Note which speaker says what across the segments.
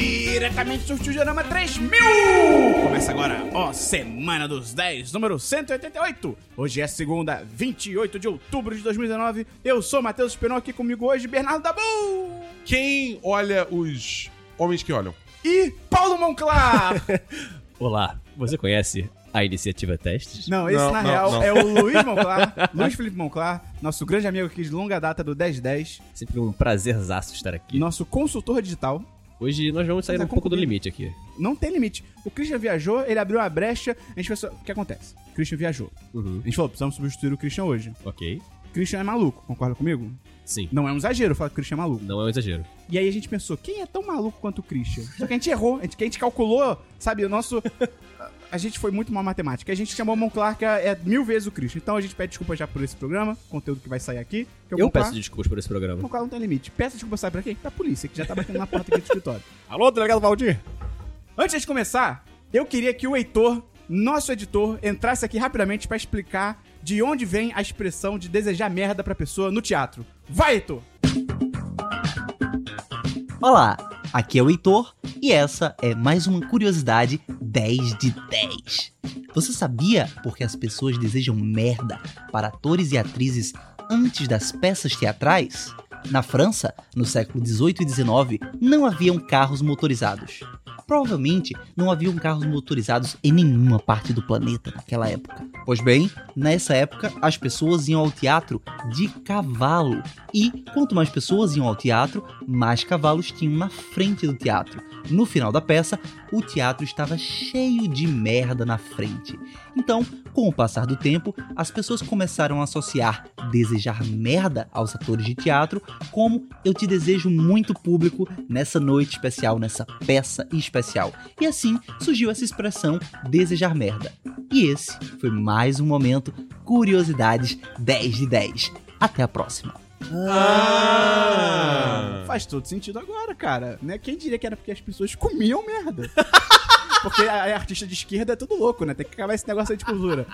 Speaker 1: diretamente do Tijorama 3000! Começa agora, ó, Semana dos 10, número 188. Hoje é segunda, 28 de outubro de 2019. Eu sou Matheus Espinão, aqui comigo hoje, Bernardo Dabu
Speaker 2: Quem olha os homens que olham?
Speaker 1: e Paulo Monclar.
Speaker 3: Olá, você conhece a iniciativa Testes?
Speaker 1: Não, esse
Speaker 2: Não,
Speaker 1: na
Speaker 2: não,
Speaker 1: real
Speaker 2: não.
Speaker 1: é o Luiz Monclar, Luiz Felipe Monclar, nosso grande amigo aqui de longa data do 1010,
Speaker 3: Sempre um prazerzaço estar aqui.
Speaker 1: nosso consultor digital.
Speaker 3: Hoje nós vamos sair
Speaker 1: Mas é
Speaker 3: um pouco do
Speaker 1: concorrido.
Speaker 3: limite aqui.
Speaker 1: Não tem limite. O Christian viajou, ele abriu uma brecha, a gente pensou, o que acontece? O Christian viajou.
Speaker 3: Uhum.
Speaker 1: A gente falou, precisamos substituir o Christian hoje.
Speaker 3: Ok?
Speaker 1: O Christian é maluco, concorda comigo?
Speaker 3: Sim.
Speaker 1: Não é um exagero falar que o Christian é maluco.
Speaker 3: Não é um exagero.
Speaker 1: E aí a gente pensou, quem é tão maluco quanto o Christian? Só que a gente errou, a gente, que a gente calculou, sabe, o nosso... A gente foi muito mal em matemática. A gente chamou o Monclar, que é é mil vezes o Christian. Então a gente pede desculpa já por esse programa, conteúdo que vai sair aqui. que é o
Speaker 3: Eu
Speaker 1: Monclar-
Speaker 3: peço desculpas por esse
Speaker 1: o
Speaker 3: programa.
Speaker 1: Monclar não tem limite. Peça desculpa, sabe pra quem? Pra polícia, que já tá batendo na porta aqui do escritório.
Speaker 3: Alô, delegado Valdir!
Speaker 1: tá Antes de começar, eu queria que o Heitor, nosso editor, entrasse aqui rapidamente pra explicar de onde vem a expressão de desejar merda pra pessoa no teatro. Vai, Heitor!
Speaker 4: Olá, aqui é o Heitor e essa é mais uma curiosidade 10 de 10. Você sabia por que as pessoas desejam merda para atores e atrizes antes das peças teatrais? Na França, no século 18 e 19, não haviam carros motorizados. Provavelmente não haviam carros motorizados em nenhuma parte do planeta naquela época. Pois bem, nessa época as pessoas iam ao teatro de cavalo. E quanto mais pessoas iam ao teatro, mais cavalos tinham na frente do teatro. No final da peça, o teatro estava cheio de merda na frente. Então, com o passar do tempo, as pessoas começaram a associar desejar merda aos atores de teatro como eu te desejo muito público nessa noite especial, nessa peça especial. E assim surgiu essa expressão desejar merda. E esse foi mais um momento Curiosidades 10 de 10. Até a próxima.
Speaker 2: Ah!
Speaker 1: Faz todo sentido agora, cara. Né? Quem diria que era porque as pessoas comiam merda? porque a, a artista de esquerda é tudo louco, né? Tem que acabar esse negócio aí de cultura.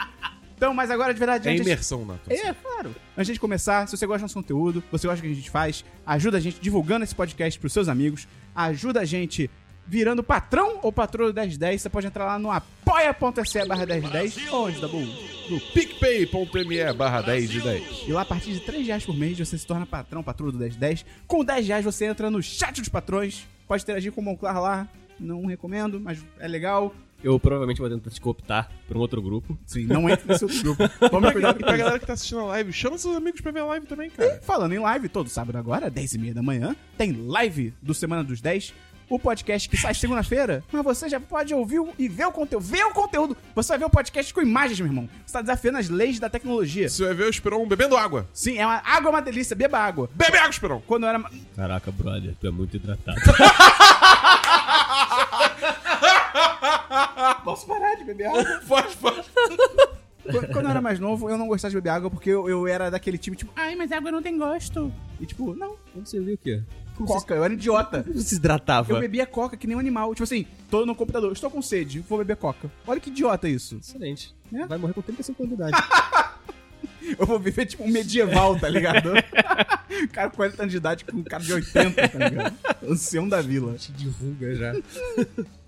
Speaker 1: Então, mas agora de verdade,
Speaker 2: É
Speaker 1: antes-
Speaker 2: imersão, Nato.
Speaker 1: É, claro. Antes de começar, se você gosta do nosso conteúdo, você gosta do que a gente faz, ajuda a gente divulgando esse podcast pros seus amigos, ajuda a gente virando patrão ou patroa do 1010, você pode entrar lá no apoia.se barra 1010 ou onde, Dabu?
Speaker 2: No picpay.me barra 10 de 10.
Speaker 1: E lá, a partir de 3 reais por mês, você se torna patrão, patroa do 1010. Com 10 reais, você entra no chat dos patrões, pode interagir com o Monclar lá. Não recomendo, mas é legal.
Speaker 3: Eu provavelmente vou tentar te cooptar para um outro grupo.
Speaker 1: Sim, não entra nesse outro grupo. Toma cuidado
Speaker 2: E
Speaker 1: com
Speaker 2: pra
Speaker 1: isso.
Speaker 2: galera que tá assistindo a live, chama seus amigos pra ver a live também, cara.
Speaker 1: Falando em live, todo sábado agora, 10h30 da manhã, tem live do Semana dos 10, o podcast que sai segunda-feira, mas você já pode ouvir o- e ver o conteúdo. Ver o conteúdo! Você vai ver o podcast com imagens, meu irmão. Você tá desafiando as leis da tecnologia.
Speaker 2: Você vai é ver o Esperon bebendo água.
Speaker 1: Sim, é uma água é uma delícia, beba água.
Speaker 2: Bebe água, Esperon!
Speaker 1: Quando eu era. ma-
Speaker 3: Caraca, brother, tu é muito hidratado.
Speaker 1: Ah, Posso parar de beber água?
Speaker 2: Faz, faz.
Speaker 1: Quando quando eu era mais novo, eu não gostava de beber água porque eu, eu era daquele time, tipo, ai, mas água não tem gosto. E tipo, não,
Speaker 3: Quando você viu o quê?
Speaker 1: coca, eu era idiota.
Speaker 3: Você se
Speaker 1: Eu
Speaker 3: hidratava.
Speaker 1: bebia coca que nem um animal. Tipo assim, tô no computador, estou com sede, vou beber coca. Olha que idiota isso.
Speaker 3: Excelente.
Speaker 1: Né?
Speaker 3: Vai morrer com 35 anos de idade.
Speaker 1: Eu vou viver tipo um medieval, tá ligado? O cara com 40 anos de idade com um cara de 80, tá ligado? Ancião da vila.
Speaker 3: Te divulga já. É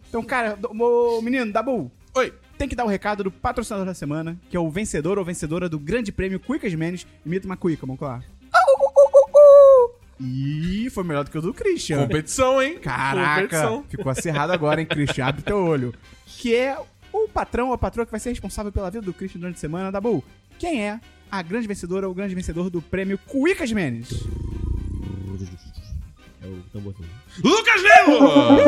Speaker 1: Então, cara, do- ô, menino, Dabu,
Speaker 2: Oi.
Speaker 1: tem que dar o recado do patrocinador da semana, que é o vencedor ou vencedora do grande prêmio Cuicas Menes. Imita uma cuica, vamos lá. Ih, foi melhor do que o do Christian.
Speaker 2: Competição, hein?
Speaker 1: Caraca,
Speaker 2: Competição.
Speaker 1: ficou acerrado agora, hein, Christian? Abre teu olho. Que é o patrão ou a patroa que vai ser responsável pela vida do Christian durante a semana, Dabu. Quem é a grande vencedora ou o grande vencedor do prêmio Cuicas Menes?
Speaker 3: É o tamborzinho.
Speaker 2: Lucas Lelo!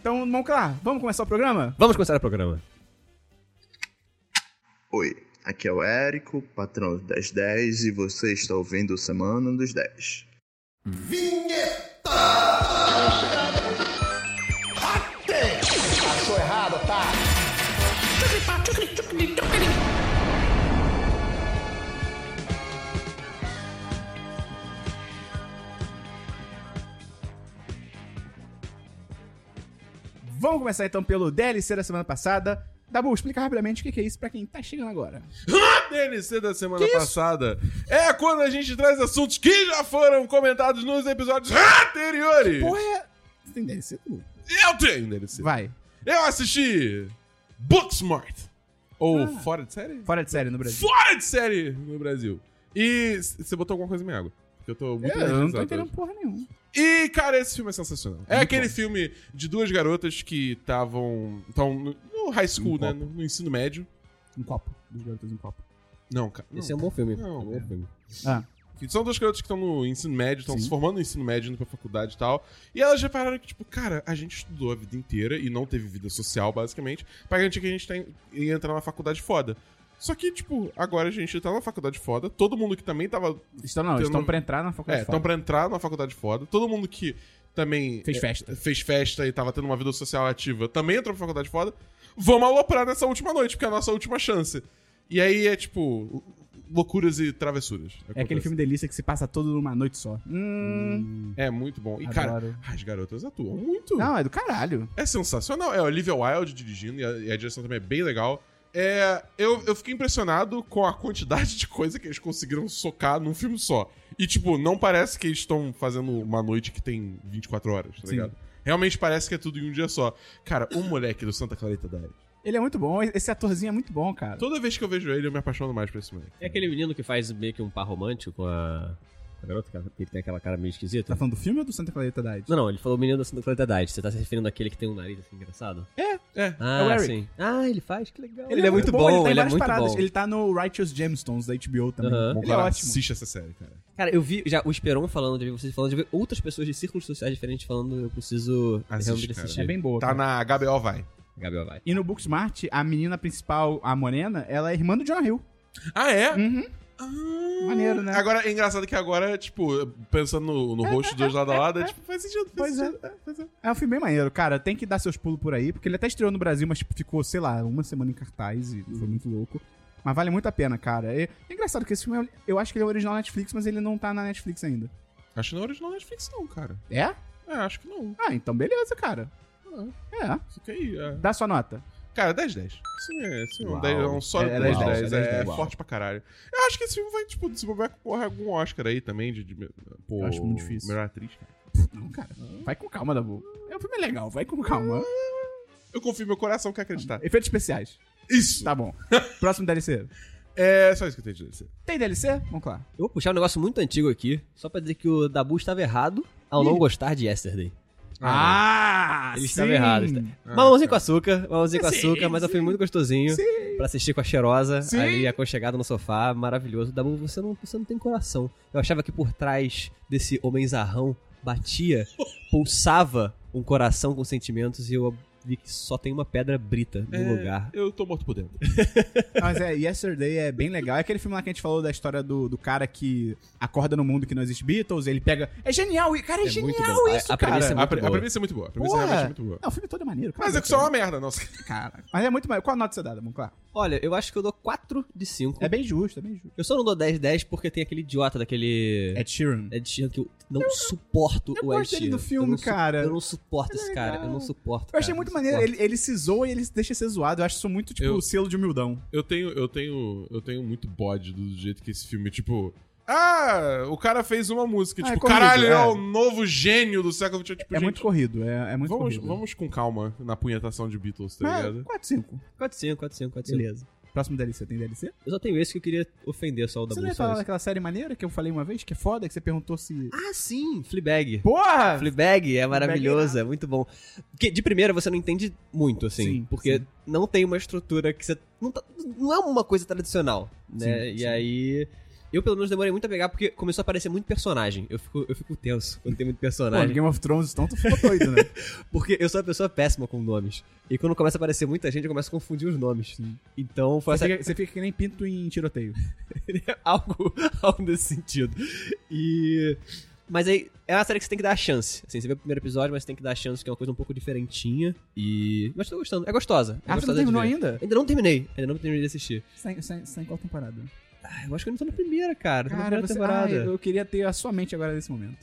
Speaker 1: Então, Monclar, vamos começar o programa?
Speaker 3: Vamos começar o programa.
Speaker 5: Oi, aqui é o Érico, patrão do 1010, e você está ouvindo o Semana dos 10.
Speaker 1: Vamos começar então pelo DLC da semana passada. Dabu, explica rapidamente o que que é isso pra quem tá chegando agora.
Speaker 2: DLC da semana passada é quando a gente traz assuntos que já foram comentados nos episódios anteriores.
Speaker 1: Porra, é... Você tem DLC, Dabu?
Speaker 2: Eu tenho DLC.
Speaker 1: Vai.
Speaker 2: Eu assisti Booksmart. Ou
Speaker 1: Ah.
Speaker 2: Fora de Série?
Speaker 1: Fora de série no Brasil.
Speaker 2: Fora de Série no Brasil. E c- você botou alguma coisa na minha água. Porque eu tô muito
Speaker 1: É, eu não tô
Speaker 2: energizado
Speaker 1: entendendo porra nenhuma.
Speaker 2: e, cara, esse filme é sensacional. É aquele filme de duas garotas que estavam. Estão no no high school, né? No, no ensino médio.
Speaker 1: Um copo. Dos garotos um copo.
Speaker 2: Não, cara.
Speaker 3: Esse é
Speaker 2: não.
Speaker 3: um bom filme.
Speaker 2: Não,
Speaker 3: É um bom filme.
Speaker 1: Ah,
Speaker 2: Tá Que São duas garotas que estão no ensino médio, estão
Speaker 1: Sim.
Speaker 2: se formando no ensino médio, indo pra faculdade e tal. E elas repararam que, tipo, cara, a gente estudou a vida inteira e não teve vida social, basicamente, pra garantir que a gente tá em- ia entrar numa faculdade foda. Só que, tipo, agora a gente tá na faculdade foda, todo mundo que também tava.
Speaker 1: estão não,
Speaker 2: tendo-
Speaker 1: estão pra entrar na
Speaker 2: É,
Speaker 1: faculdade.
Speaker 2: estão pra entrar numa faculdade foda, todo mundo que também.
Speaker 1: Fez
Speaker 2: é,
Speaker 1: festa.
Speaker 2: fez festa e tava tendo uma vida social ativa, também entrou pra faculdade foda, vamos aloprar nessa última noite, porque é a nossa última chance. E aí é tipo, loucuras e travessuras.
Speaker 1: É aquele
Speaker 2: Acontece.
Speaker 1: filme delícia que se passa todo numa noite só. Hum.
Speaker 2: É muito bom. E
Speaker 1: Adoro.
Speaker 2: cara, as garotas atuam muito.
Speaker 1: Não, é do caralho.
Speaker 2: É sensacional. É a Olivia Wilde dirigindo e a, e a direção também é bem legal. É, eu, eu fiquei impressionado com a quantidade de coisa que eles conseguiram socar num filme só. E, tipo, não parece que eles estão fazendo uma noite que tem 24 horas, tá
Speaker 1: Sim.
Speaker 2: ligado? Realmente parece que é tudo em um dia só. Cara, o moleque do Santa Clarita Diet.
Speaker 1: Ele é muito bom, esse atorzinho é muito bom, cara.
Speaker 2: Toda vez que eu vejo ele, eu me apaixono mais por esse moleque.
Speaker 3: É aquele menino que faz meio que um par romântico com a, com a garota, que ele tem aquela cara meio esquisita.
Speaker 1: Tá falando do filme ou do Santa Clarita Diet?
Speaker 3: Não, não, ele falou o menino da Santa Clarita Diet. Você tá se referindo àquele que tem um nariz assim engraçado?
Speaker 2: É.
Speaker 3: Ah,
Speaker 1: É o Eric.
Speaker 3: sim. Ah, ele faz, que legal.
Speaker 1: Ele, é muito bom, ele tá em
Speaker 3: é
Speaker 1: várias
Speaker 3: muito
Speaker 1: paradas.
Speaker 3: bom.
Speaker 1: Ele tá no Righteous Gemstones da HBO também.
Speaker 3: Aham.
Speaker 1: Ele é
Speaker 2: Cara,
Speaker 1: ótimo.
Speaker 2: Assiste essa série, cara.
Speaker 3: Cara, eu vi já o Esperon falando, já vi vocês falando, já vi outras pessoas de círculos sociais diferentes falando, eu preciso
Speaker 2: Assiste,
Speaker 3: realmente
Speaker 2: cara.
Speaker 3: assistir.
Speaker 1: É bem boa.
Speaker 2: Tá
Speaker 1: cara.
Speaker 2: na HBO Vai.
Speaker 3: Gabriel vai.
Speaker 1: E no Booksmart, a menina principal, a morena, ela é irmã do John Hill.
Speaker 2: Ah, é?
Speaker 1: Uhum.
Speaker 2: Ah.
Speaker 1: Maneiro, né?
Speaker 2: Agora, é engraçado que agora, tipo, pensando no, no rosto dos dois lado a lado, é, tipo, faz sentido. Faz
Speaker 1: Pois é,
Speaker 2: sentido.
Speaker 1: é, pois é. É um filme bem maneiro, cara. Tem que dar seus pulos por aí, porque ele até estreou no Brasil, mas tipo, ficou, sei lá, uma semana em cartaz e
Speaker 2: Uhum.
Speaker 1: foi muito louco. Mas vale muito a pena, cara. É é engraçado que esse filme, é- eu acho que ele é original Netflix, mas ele não tá na Netflix ainda.
Speaker 2: Acho que não é original Netflix, não, cara.
Speaker 1: É?
Speaker 2: É, acho que não.
Speaker 1: Ah, então beleza, cara. É.
Speaker 2: Fica aí. É.
Speaker 1: Dá sua nota.
Speaker 2: Cara, 10-10. Sim, é, sim, é um
Speaker 3: Uau.
Speaker 2: 10, é um sólido
Speaker 1: É, é
Speaker 2: 10, 10,
Speaker 1: 10,
Speaker 2: É,
Speaker 1: 10,
Speaker 2: é forte pra caralho. Eu acho que esse filme vai, tipo, desenvolver porra, algum Oscar aí também. De, de, pô,
Speaker 1: Eu acho muito difícil.
Speaker 2: Melhor atriz, cara.
Speaker 1: Não, cara. Ah. Vai com calma, Dabu. É um filme legal, vai com calma.
Speaker 2: Eu confio, meu coração quer acreditar.
Speaker 1: Efeitos especiais.
Speaker 2: Isso!
Speaker 1: Tá bom. Próximo DLC.
Speaker 2: É só isso que eu tenho de dizer.
Speaker 1: Tem DLC? Vamos lá.
Speaker 3: Eu vou puxar um negócio muito antigo aqui, só pra dizer que o Dabu estava errado ao não
Speaker 1: Ih.
Speaker 3: gostar de Yesterday.
Speaker 1: Ah!
Speaker 3: Ele estava errado. Está...
Speaker 2: Ah,
Speaker 3: Mamãozinho com açúcar, mamãozinho com
Speaker 1: tá. Sim,
Speaker 3: açúcar, mas é um filme muito gostosinho pra assistir com a cheirosa
Speaker 1: Sim.
Speaker 3: ali aconchegado no sofá, maravilhoso. Dabu, você não, você não tem coração. Eu achava que por trás desse homenzarrão batia, pulsava um coração com sentimentos e eu vi que só tem uma pedra brita no
Speaker 2: É,
Speaker 3: lugar.
Speaker 2: Eu tô morto por dentro.
Speaker 1: Mas é, Yesterday é bem legal. É aquele filme lá que a gente falou da história do, do cara que acorda no mundo que não existe Beatles, ele pega. É genial, e- cara, é, genial
Speaker 3: A-
Speaker 1: isso,
Speaker 3: a,
Speaker 1: cara.
Speaker 3: premissa é
Speaker 2: a,
Speaker 3: muito
Speaker 2: pre- a
Speaker 3: boa.
Speaker 2: premissa é muito boa. A premissa
Speaker 1: Porra.
Speaker 2: realmente é muito boa.
Speaker 1: Não, o filme todo é maneiro, cara.
Speaker 2: Mas a execução é uma merda, nossa.
Speaker 1: Cara. Mas é muito maneiro. Qual a nota você dá, Damon? Claro.
Speaker 3: Olha, eu acho que eu dou 4 de 5.
Speaker 1: É bem justo, é bem justo.
Speaker 3: Eu só não dou 10-10 porque tem aquele idiota daquele.
Speaker 1: Ed Sheeran.
Speaker 3: Ed Sheeran que eu não suporto
Speaker 1: É. eu
Speaker 3: o Ed
Speaker 1: gosto dele
Speaker 3: Sheeran.
Speaker 1: no filme,
Speaker 3: eu não su-
Speaker 1: cara.
Speaker 3: Eu não suporto
Speaker 1: Ele é
Speaker 3: esse cara. Eu
Speaker 1: legal.
Speaker 3: não suporto.
Speaker 1: Eu achei
Speaker 3: cara,
Speaker 1: muito
Speaker 3: não
Speaker 1: maneiro.
Speaker 3: suporto.
Speaker 1: Ele, ele se zoa e ele se deixa ser zoado. Eu acho isso muito, tipo,
Speaker 2: Eu-
Speaker 1: o selo de humildão.
Speaker 2: Eu tenho, eu tenho, eu tenho muito bode do jeito que esse filme, tipo. Ah, o cara fez uma música.
Speaker 1: Ah, é
Speaker 2: tipo,
Speaker 1: corrido,
Speaker 2: caralho, ele é.
Speaker 1: é.
Speaker 2: o novo gênio do século XX. Tipo,
Speaker 1: É
Speaker 2: gente,
Speaker 1: muito corrido. É, é muito
Speaker 2: vamos,
Speaker 1: corrido.
Speaker 2: vamos com calma na punhetação de Beatles, tá
Speaker 1: É,
Speaker 2: ligado?
Speaker 1: 4, 5.
Speaker 3: 4-5, 4-5, 4-5.
Speaker 1: Beleza. Próximo DLC, tem DLC?
Speaker 3: Eu só tenho esse que eu queria ofender só o da
Speaker 1: Você não ia
Speaker 3: bolsa. é
Speaker 1: falar daquela série maneira que eu falei uma vez, que é foda, que você perguntou se.
Speaker 3: Ah, sim! Fleabag.
Speaker 1: Porra!
Speaker 3: Fleabag é maravilhoso, é muito bom. Porque de primeira você não entende muito, assim.
Speaker 1: Sim,
Speaker 3: porque
Speaker 1: sim.
Speaker 3: não tem uma estrutura que você. Não, tá- não é uma coisa tradicional, né?
Speaker 1: Sim,
Speaker 3: e
Speaker 1: sim.
Speaker 3: aí. Eu pelo menos demorei muito a pegar porque começou a aparecer muito personagem. Eu fico, eu fico tenso quando tem muito
Speaker 1: Pô,
Speaker 3: personagem.
Speaker 1: Game of Thrones, então tu ficou doido, né?
Speaker 3: Porque eu sou uma pessoa péssima com nomes. E quando começa a aparecer muita gente, eu começo a confundir os nomes. Então foi
Speaker 1: Você
Speaker 3: essa-
Speaker 1: fica, você fica que nem pinto em tiroteio.
Speaker 3: algo, algo nesse sentido. E. Mas aí, é uma série que você tem que dar a chance. Assim, você vê o primeiro episódio, mas você tem que dar a chance, que é uma coisa um pouco diferentinha. E. Mas tô gostando. É gostosa. É
Speaker 1: Ah, você
Speaker 3: gostosa
Speaker 1: não
Speaker 3: de
Speaker 1: terminou
Speaker 3: ver.
Speaker 1: ainda?
Speaker 3: Ainda não terminei. Ainda não terminei de assistir.
Speaker 1: Sem, sem, sem qual temporada?
Speaker 3: Ah, eu acho que eu não tô na primeira, cara. Tô na
Speaker 1: Cara,
Speaker 3: primeira
Speaker 1: você,
Speaker 3: temporada.
Speaker 1: ai, eu queria ter a sua mente agora nesse momento.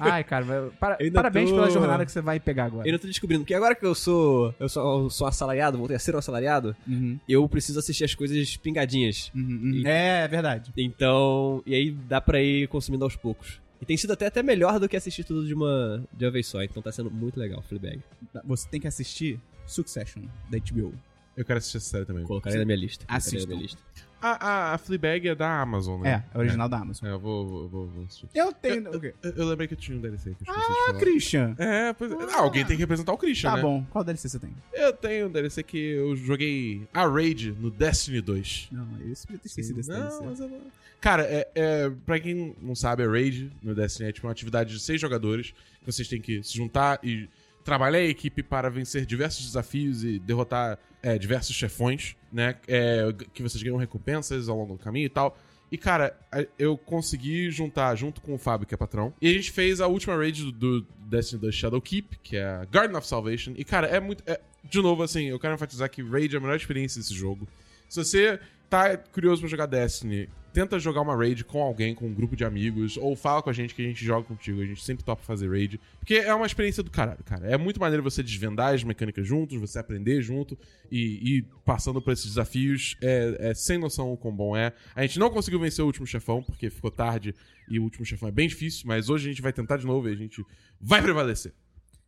Speaker 1: Ai, cara, vai- para-
Speaker 3: Eu ainda
Speaker 1: parabéns
Speaker 3: tô-
Speaker 1: pela jornada que você vai pegar agora.
Speaker 3: Eu não tô descobrindo, porque agora que eu sou. Eu sou, eu sou assalariado, voltei a ser um assalariado,
Speaker 1: Uhum,
Speaker 3: eu preciso assistir as coisas pingadinhas.
Speaker 1: uhum, uhum.
Speaker 3: E-
Speaker 1: É, é verdade.
Speaker 3: Então. E aí dá pra ir consumindo aos poucos. E tem sido até, até melhor do que assistir tudo de uma, de uma vez só. Então tá sendo muito legal, Fleabag.
Speaker 1: Você tem que assistir Succession, da HBO.
Speaker 2: Eu quero assistir essa série também.
Speaker 3: Colocarei na minha lista. colocarei
Speaker 1: Assistam.
Speaker 3: Na minha lista.
Speaker 2: A, a, a Fleabag é da Amazon,
Speaker 1: É,
Speaker 2: né?
Speaker 1: é original da Amazon.
Speaker 2: É, eu vou, vou, vou- vou assistir.
Speaker 1: Eu tenho... o quê?
Speaker 2: Eu, eu lembrei que eu tinha um DLC que eu esqueci de falar.
Speaker 1: Christian,
Speaker 2: É, pois é. Ah, alguém tem que representar o Christian,
Speaker 1: tá
Speaker 2: né?
Speaker 1: bom. Qual DLC você tem?
Speaker 2: Eu tenho um DLC que eu joguei a Raid no Destiny 2.
Speaker 1: Não, eu podia ter esquecido desse
Speaker 2: não,
Speaker 1: DLC.
Speaker 2: mas eu não- Cara, é, é, pra quem não sabe, a Raid no Destiny é tipo uma atividade de seis jogadores. que Vocês têm que se juntar e trabalhar a equipe para vencer diversos desafios e derrotar é, diversos chefões, né? É, que vocês ganham recompensas ao longo do caminho e tal. E, cara, a- eu consegui juntar junto com o Fábio, que é patrão. E a gente fez a última raid do, do Destiny 2 Shadowkeep, que é a Garden of Salvation. E, cara, é muito. é- de novo, assim, eu quero enfatizar que raid é a melhor experiência desse jogo. Se você tá curioso pra jogar Destiny, tenta jogar uma raid com alguém, com um grupo de amigos, ou fala com a gente que a gente joga contigo, a gente sempre topa fazer raid. Porque é uma experiência do caralho, cara. É muito maneiro você desvendar as mecânicas juntos, você aprender junto e ir passando por esses desafios. É, é sem noção o quão bom é. A gente não conseguiu vencer o último chefão, porque ficou tarde e o último chefão é bem difícil, mas hoje a gente vai tentar de novo e a gente vai prevalecer.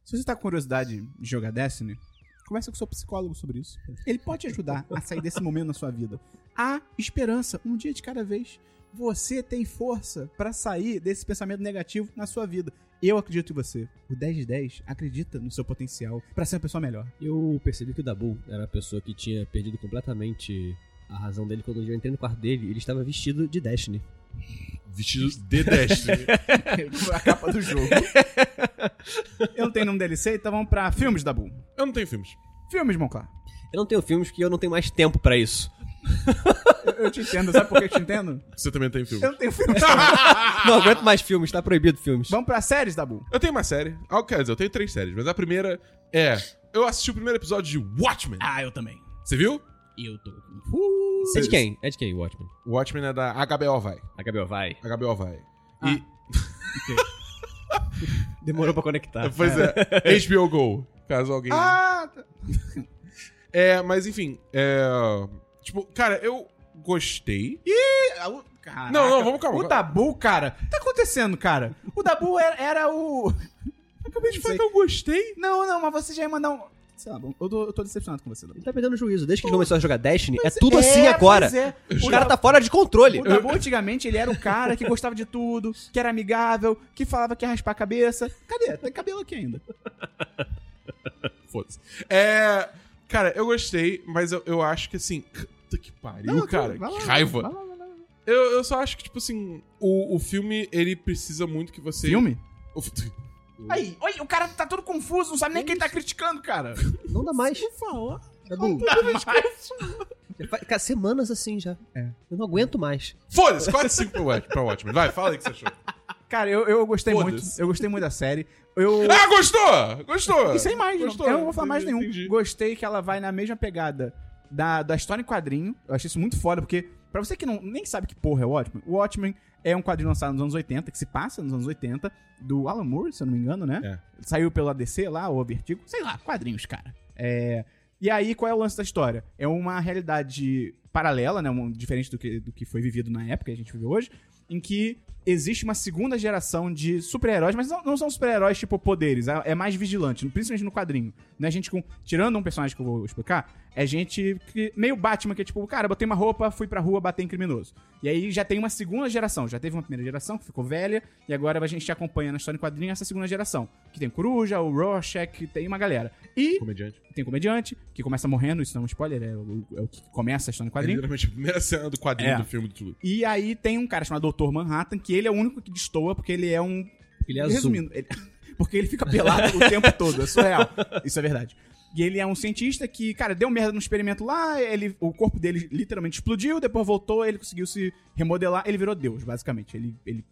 Speaker 1: Se você tá com curiosidade de jogar Destiny, conversa com o seu psicólogo sobre isso. Ele pode te ajudar a sair desse momento na sua vida. Há esperança, um dia de cada vez. Você tem força pra sair desse pensamento negativo na sua vida. Eu acredito em você. O 10 de 10 acredita no seu potencial pra ser uma pessoa melhor.
Speaker 3: Eu percebi que o Dabu era a pessoa que tinha perdido completamente a razão dele quando eu entrei no quarto dele. Ele estava vestido de Destiny.
Speaker 2: Vestido de Destiny.
Speaker 1: a capa do jogo. Eu não tenho nome DLC, então vamos pra filmes da Boom.
Speaker 2: Eu não tenho filmes.
Speaker 1: Filmes, Monclar.
Speaker 3: Eu não tenho filmes que eu não tenho mais tempo pra isso.
Speaker 1: Eu, eu te entendo, sabe por que eu te entendo?
Speaker 2: Você também não tem filmes.
Speaker 1: Eu não tenho filmes. Ah.
Speaker 3: Não aguento mais filmes, tá proibido filmes.
Speaker 1: vamos pra séries da Boom.
Speaker 2: Eu tenho uma série. Ah, quer dizer, eu tenho três séries, mas a primeira é. Eu assisti o primeiro episódio de Watchmen.
Speaker 1: Ah, eu também.
Speaker 2: Você viu? Uh,
Speaker 1: Eu tô.
Speaker 3: É de quem? É de quem, Watchmen?
Speaker 2: Watchmen é da HBO Vai.
Speaker 3: A Gabriel vai.
Speaker 2: HBO Vai.
Speaker 1: Ah.
Speaker 2: E,
Speaker 3: Demorou pra conectar.
Speaker 2: pois é, HBO Go, caso alguém.
Speaker 1: Ah, tá.
Speaker 2: É, mas enfim, é. Tipo, cara, eu gostei. E
Speaker 1: Caraca.
Speaker 2: Não, não, vamos, calma.
Speaker 1: O Dabu, cara, o que tá acontecendo, cara? O Dabu era, era o. Acabei
Speaker 2: eu falei que eu gostei.
Speaker 1: Não, não, mas você já ia mandar um. Sei lá, eu tô, eu tô decepcionado com você, Dabu.
Speaker 3: Ele tá perdendo o juízo. Desde que ele começou a jogar Destiny, é
Speaker 1: Mas
Speaker 3: tudo assim agora.
Speaker 1: pois é.
Speaker 3: O cara tá fora de controle.
Speaker 1: O Dabu, antigamente, ele era o cara que gostava de tudo, que era amigável, que falava que ia raspar a cabeça. Cadê? Tem cabelo aqui ainda.
Speaker 2: Foda-se. É. Cara, eu gostei, mas eu, eu acho que assim. Puta que pariu,
Speaker 1: Não,
Speaker 2: cara.
Speaker 1: vai lá,
Speaker 2: que raiva.
Speaker 1: vai lá, vai lá.
Speaker 2: Eu, eu só acho que, tipo assim, o, o filme, ele precisa muito que você.
Speaker 1: Filme?
Speaker 2: O-
Speaker 1: Aí, olha, o cara tá todo confuso, não sabe nem quem ele tá criticando, cara.
Speaker 3: Não dá mais.
Speaker 1: favor.
Speaker 3: Dabu, já faz- cara, semanas assim já.
Speaker 1: É.
Speaker 3: Eu não aguento mais.
Speaker 2: Foda-se, 4 5 pro Watch- pra Watchmen. Vai, fala aí o que você achou.
Speaker 1: Cara, eu, eu gostei muito.
Speaker 2: Foda-se.
Speaker 1: Eu gostei muito da série. Eu.
Speaker 2: Ah, gostou! Gostou!
Speaker 1: E sem mais, não.
Speaker 2: Gostou.
Speaker 1: Eu não vou falar mais nenhum.
Speaker 2: Entendi.
Speaker 1: Gostei que ela vai na mesma pegada da, da história em quadrinho. Eu achei isso muito foda, porque, pra você que não, nem sabe que porra é o Watchmen, o Watchmen é um quadrinho lançado nos anos 80, que se passa nos anos 80, do Alan Moore, se eu não me engano,
Speaker 2: É.
Speaker 1: né? Saiu pelo ADC lá, ou Vertigo, sei lá, quadrinhos, cara. É. E aí, qual é o lance da história? É uma realidade paralela, né? um- diferente do que, do que foi vivido na época, que a gente vive hoje, em que existe uma segunda geração de super-heróis, mas não, não são super-heróis tipo poderes, é, é mais vigilante, principalmente no quadrinho. Né? Gente com. Tirando um personagem que eu vou explicar, é gente que. Meio Batman, que é tipo, cara, botei uma roupa, fui pra rua bater em criminoso. E aí já tem uma segunda geração. Já teve uma primeira geração que ficou velha, e agora a gente acompanha na história em quadrinho essa segunda geração. Que tem Coruja, o Rorschach, tem uma galera. E
Speaker 2: Comediante.
Speaker 1: tem comediante, que começa morrendo, isso não é um spoiler, é o, é o que começa a história no
Speaker 2: É
Speaker 1: quadrinho.
Speaker 2: literalmente a primeira cena do quadrinho
Speaker 1: É.
Speaker 2: do filme do tudo.
Speaker 1: E aí tem um cara chamado Dr. Manhattan, que ele é o único que destoa, porque ele é um.
Speaker 3: Ele é azul.
Speaker 1: Resumindo, ele- porque ele fica pelado o tempo todo, é surreal. Isso é verdade. E ele é um cientista que, cara, deu merda no experimento lá, ele, o corpo dele literalmente explodiu, depois voltou, ele conseguiu se remodelar, ele virou Deus, basicamente. Ele. ele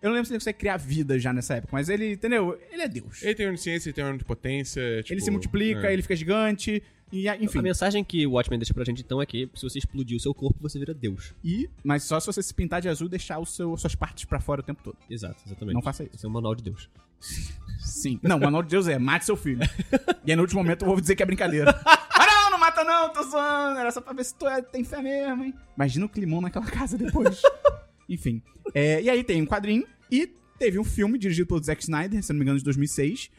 Speaker 1: eu não lembro se ele consegue criar vida já nessa época, mas ele, entendeu? Ele é Deus.
Speaker 2: um Ele tem onisciência, ele tem onisciência. Tipo,
Speaker 1: ele se multiplica,
Speaker 2: é.
Speaker 1: ele fica gigante. E, enfim.
Speaker 3: A mensagem que o Watchmen deixa pra gente então é que se você explodir o seu corpo, você vira Deus.
Speaker 1: E, mas só se você se pintar de azul e deixar o seu, suas partes pra fora o tempo todo.
Speaker 3: Exato, exatamente.
Speaker 1: Não faça isso.
Speaker 3: Esse é um manual de Deus.
Speaker 1: Sim. Não, o manual de Deus é mate seu filho. E aí no último momento eu vou dizer que é brincadeira. Ah não, não mata não, tô zoando. Era só pra ver se tu é- tem fé mesmo, hein. Imagina o climão naquela casa depois. Enfim. É, e aí tem um quadrinho e teve um filme dirigido pelo Zack Snyder, se não me engano, de 2006.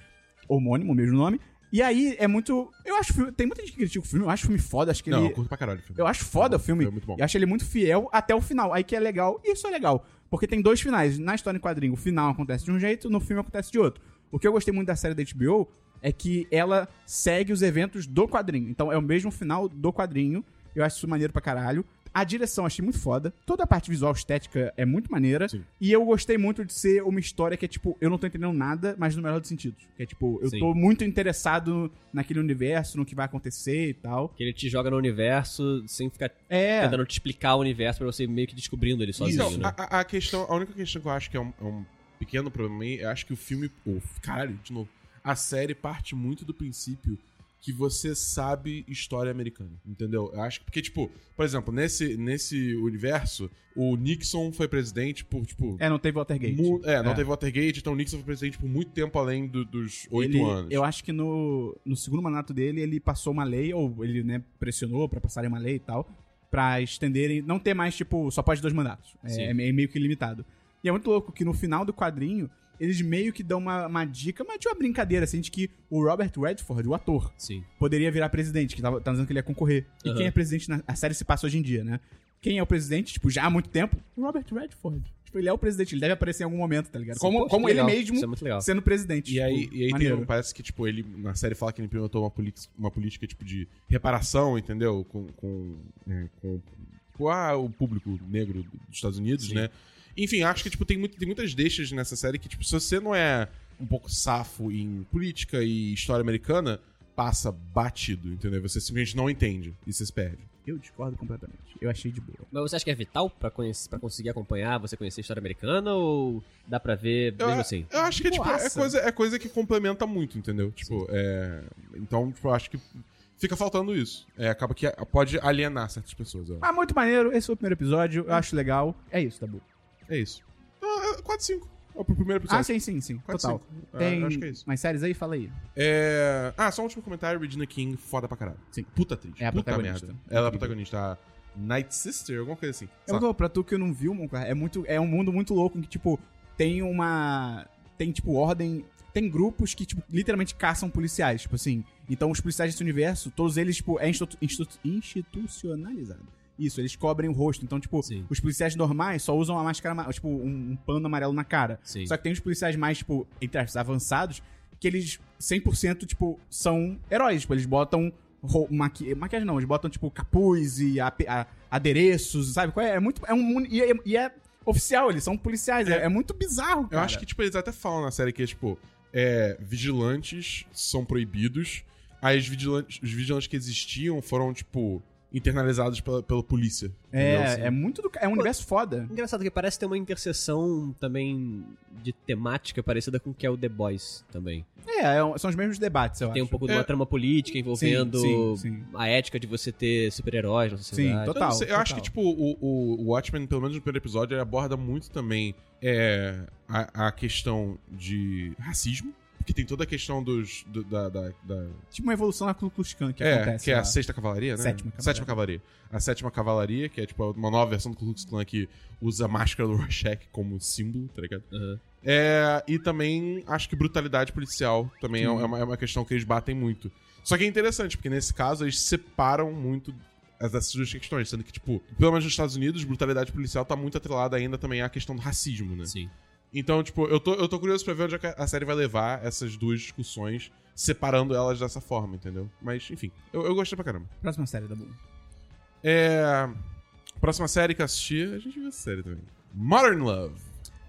Speaker 1: Homônimo, o mesmo nome. E aí é muito... Eu acho... o filme- Tem muita gente que critica o filme. Eu acho o filme foda. Acho que
Speaker 2: Não,
Speaker 1: ele...
Speaker 2: eu curto pra caralho o filme.
Speaker 1: Eu acho foda o filme.
Speaker 2: É muito bom.
Speaker 1: Eu acho ele muito fiel até o final. Aí que é legal. Isso é legal. Porque tem dois finais. Na história em quadrinho, o final acontece de um jeito, no filme acontece de outro. O que eu gostei muito da série da HBO é que ela segue os eventos do quadrinho. Então é o mesmo final do quadrinho. Eu acho isso maneiro pra caralho. A direção eu achei muito foda. Toda a parte visual estética é muito maneira.
Speaker 2: Sim.
Speaker 1: E eu gostei muito de ser uma história que é tipo, eu não tô entendendo nada, mas no melhor dos sentidos. Que é tipo, eu
Speaker 3: Sim.
Speaker 1: tô muito interessado naquele universo, no que vai acontecer e tal.
Speaker 3: Que ele te joga no universo sem ficar
Speaker 1: É.
Speaker 3: tentando te explicar o universo pra você meio que descobrindo ele sozinho,
Speaker 2: Então,
Speaker 3: né?
Speaker 2: a, a- a questão, a única questão que eu acho que é um, é um pequeno problema aí, eu acho que o filme. Oh, caralho, de novo. A série parte muito do princípio que você sabe história americana, entendeu? Eu acho que. Porque, tipo, por exemplo, nesse, nesse universo, o Nixon foi presidente por, tipo.
Speaker 1: É, não teve Watergate.
Speaker 2: mu- é, não
Speaker 1: É.
Speaker 2: teve Watergate, então o Nixon foi presidente por muito tempo além do- dos
Speaker 1: Ele- é
Speaker 2: oito anos.
Speaker 1: Eu acho que no, no segundo mandato dele, ele passou uma lei, ou ele né, pressionou pra passarem uma lei e tal, pra estenderem, não ter mais, tipo, só pode dois mandatos.
Speaker 3: Sim.
Speaker 1: É, é meio que limitado. E é muito louco que no final do quadrinho, eles meio que dão uma, uma dica, mas de uma brincadeira, assim, de que o Robert Redford, o ator,
Speaker 3: Sim.
Speaker 1: poderia virar presidente, que tava, tava dizendo que ele ia concorrer. E
Speaker 3: Aham.
Speaker 1: quem é presidente na a série se passa hoje em dia, né? Quem é o presidente, tipo, já há muito tempo? O Robert Redford. Tipo, ele é o presidente, ele deve aparecer em algum momento, tá ligado? como
Speaker 3: Poxa,
Speaker 1: como
Speaker 3: que
Speaker 1: ele
Speaker 3: legal.
Speaker 1: mesmo
Speaker 3: Isso é muito legal.
Speaker 1: sendo presidente.
Speaker 2: E aí,
Speaker 1: tipo,
Speaker 2: e aí tem,
Speaker 1: maneiro.
Speaker 2: um- parece que, tipo, ele na série fala que ele implementou uma, politi- uma política, tipo, de reparação, entendeu? Com, com, é, com, com, ah, o público negro dos Estados Unidos,
Speaker 3: Sim.
Speaker 2: né? Enfim, acho que, tipo, tem, muito, tem muitas deixas nessa série que, tipo, se você não é um pouco safo em política e história americana, passa batido, entendeu? Você simplesmente não entende e você se perde.
Speaker 1: Eu discordo completamente. Eu achei de boa.
Speaker 3: Mas você acha que é vital pra, conhecer, pra conseguir acompanhar, você conhecer a história americana ou dá pra ver mesmo assim?
Speaker 2: Eu acho que tipo, é,
Speaker 1: Boaça.
Speaker 2: coisa, é coisa que complementa muito, entendeu? Tipo, é... Então, tipo, eu acho que fica faltando isso. É, acaba que pode alienar certas pessoas. eu acho.
Speaker 1: Ah, muito maneiro. Esse foi o primeiro episódio. Eu acho legal. É isso, Tabu.
Speaker 2: É isso. Então, é 4 5. É o primeiro
Speaker 1: Ah,
Speaker 2: episódio.
Speaker 1: sim, sim, sim.
Speaker 2: Quatro,
Speaker 1: Total.
Speaker 2: cinco. É,
Speaker 1: Tem
Speaker 2: eu acho que é isso.
Speaker 1: mais séries aí? Fala aí.
Speaker 2: É... Ah, só um último comentário. Regina King, foda pra caralho.
Speaker 1: Sim.
Speaker 2: Puta atriz.
Speaker 1: É a
Speaker 2: Puta
Speaker 1: protagonista.
Speaker 2: merda. Ela é
Speaker 1: Incrível.
Speaker 2: a protagonista. A Night Sister, alguma coisa assim. Sei
Speaker 1: Eu
Speaker 2: lá.
Speaker 1: vou pra tu que não viu, Moncar. É, muito, é um mundo muito louco em que, tipo, tem uma. Tem, tipo, ordem. Tem grupos que, tipo, literalmente caçam policiais. Tipo assim. Então, os policiais desse universo, todos eles, tipo, é institu- institu- institucionalizado. Isso, eles cobrem o rosto. Então, tipo,
Speaker 3: Sim.
Speaker 1: os policiais normais só usam uma máscara, ama- tipo, um, um pano amarelo na cara.
Speaker 3: Sim.
Speaker 1: Só que tem os policiais mais, tipo, entre aspas, avançados, que eles 100%, tipo, são heróis. Tipo, eles botam rou- maqui... maquiagem, não, eles botam, tipo, capuz e ape- a- adereços, sabe? qual É É muito. É um... mun- E, é... e é oficial, eles são policiais. É, é muito bizarro,
Speaker 2: Eu
Speaker 1: cara.
Speaker 2: acho que, tipo, eles até falam na série que, tipo, é, vigilantes são proibidos. Aí os vigilantes, os vigilantes que existiam foram, tipo, internalizados pela, pela polícia. entendeu?
Speaker 1: É, é muito do... ca- É um universo foda.
Speaker 3: Engraçado que parece ter uma interseção também de temática parecida com o que é o The Boys também.
Speaker 1: É, é um- são os mesmos debates, eu
Speaker 3: Tem um
Speaker 1: acho.
Speaker 3: pouco de uma
Speaker 2: É.
Speaker 3: trama política envolvendo
Speaker 1: sim, sim.
Speaker 3: a ética de você ter super-heróis na sociedade.
Speaker 1: Sim,
Speaker 2: eu, não
Speaker 1: total.
Speaker 2: sei, eu acho que,
Speaker 1: total.
Speaker 2: tipo, o, o, o Watchmen, pelo menos no primeiro episódio, ele aborda muito também é, a, a questão de racismo. Porque tem toda a questão dos. do- da, da- da-
Speaker 1: Tipo uma evolução na Ku Klux Klan que
Speaker 2: é,
Speaker 1: acontece.
Speaker 2: que é
Speaker 1: lá.
Speaker 2: a sexta cavalaria, né?
Speaker 1: Sétima cavalaria.
Speaker 2: cavalaria. A sétima cavalaria, que é tipo uma nova versão do Ku Klux Klan que usa a máscara do Rorschach como símbolo, tá ligado?
Speaker 3: Aham.
Speaker 2: É, e também acho que brutalidade policial também é
Speaker 1: Sim.
Speaker 2: uma, é uma questão que eles batem muito. Só que é interessante, porque nesse caso eles separam muito as- essas duas questões, sendo que, tipo, pelo menos nos Estados Unidos, brutalidade policial tá muito atrelada ainda também à questão do racismo, né?
Speaker 3: Sim.
Speaker 2: Então, tipo, eu tô, eu tô curioso pra ver onde é que a série vai levar essas duas discussões, separando elas dessa forma, entendeu? Mas, enfim, eu, eu gostei pra caramba.
Speaker 1: Próxima série, Dabu.
Speaker 2: É. Próxima série que eu assisti, a gente viu essa série também. Modern Love,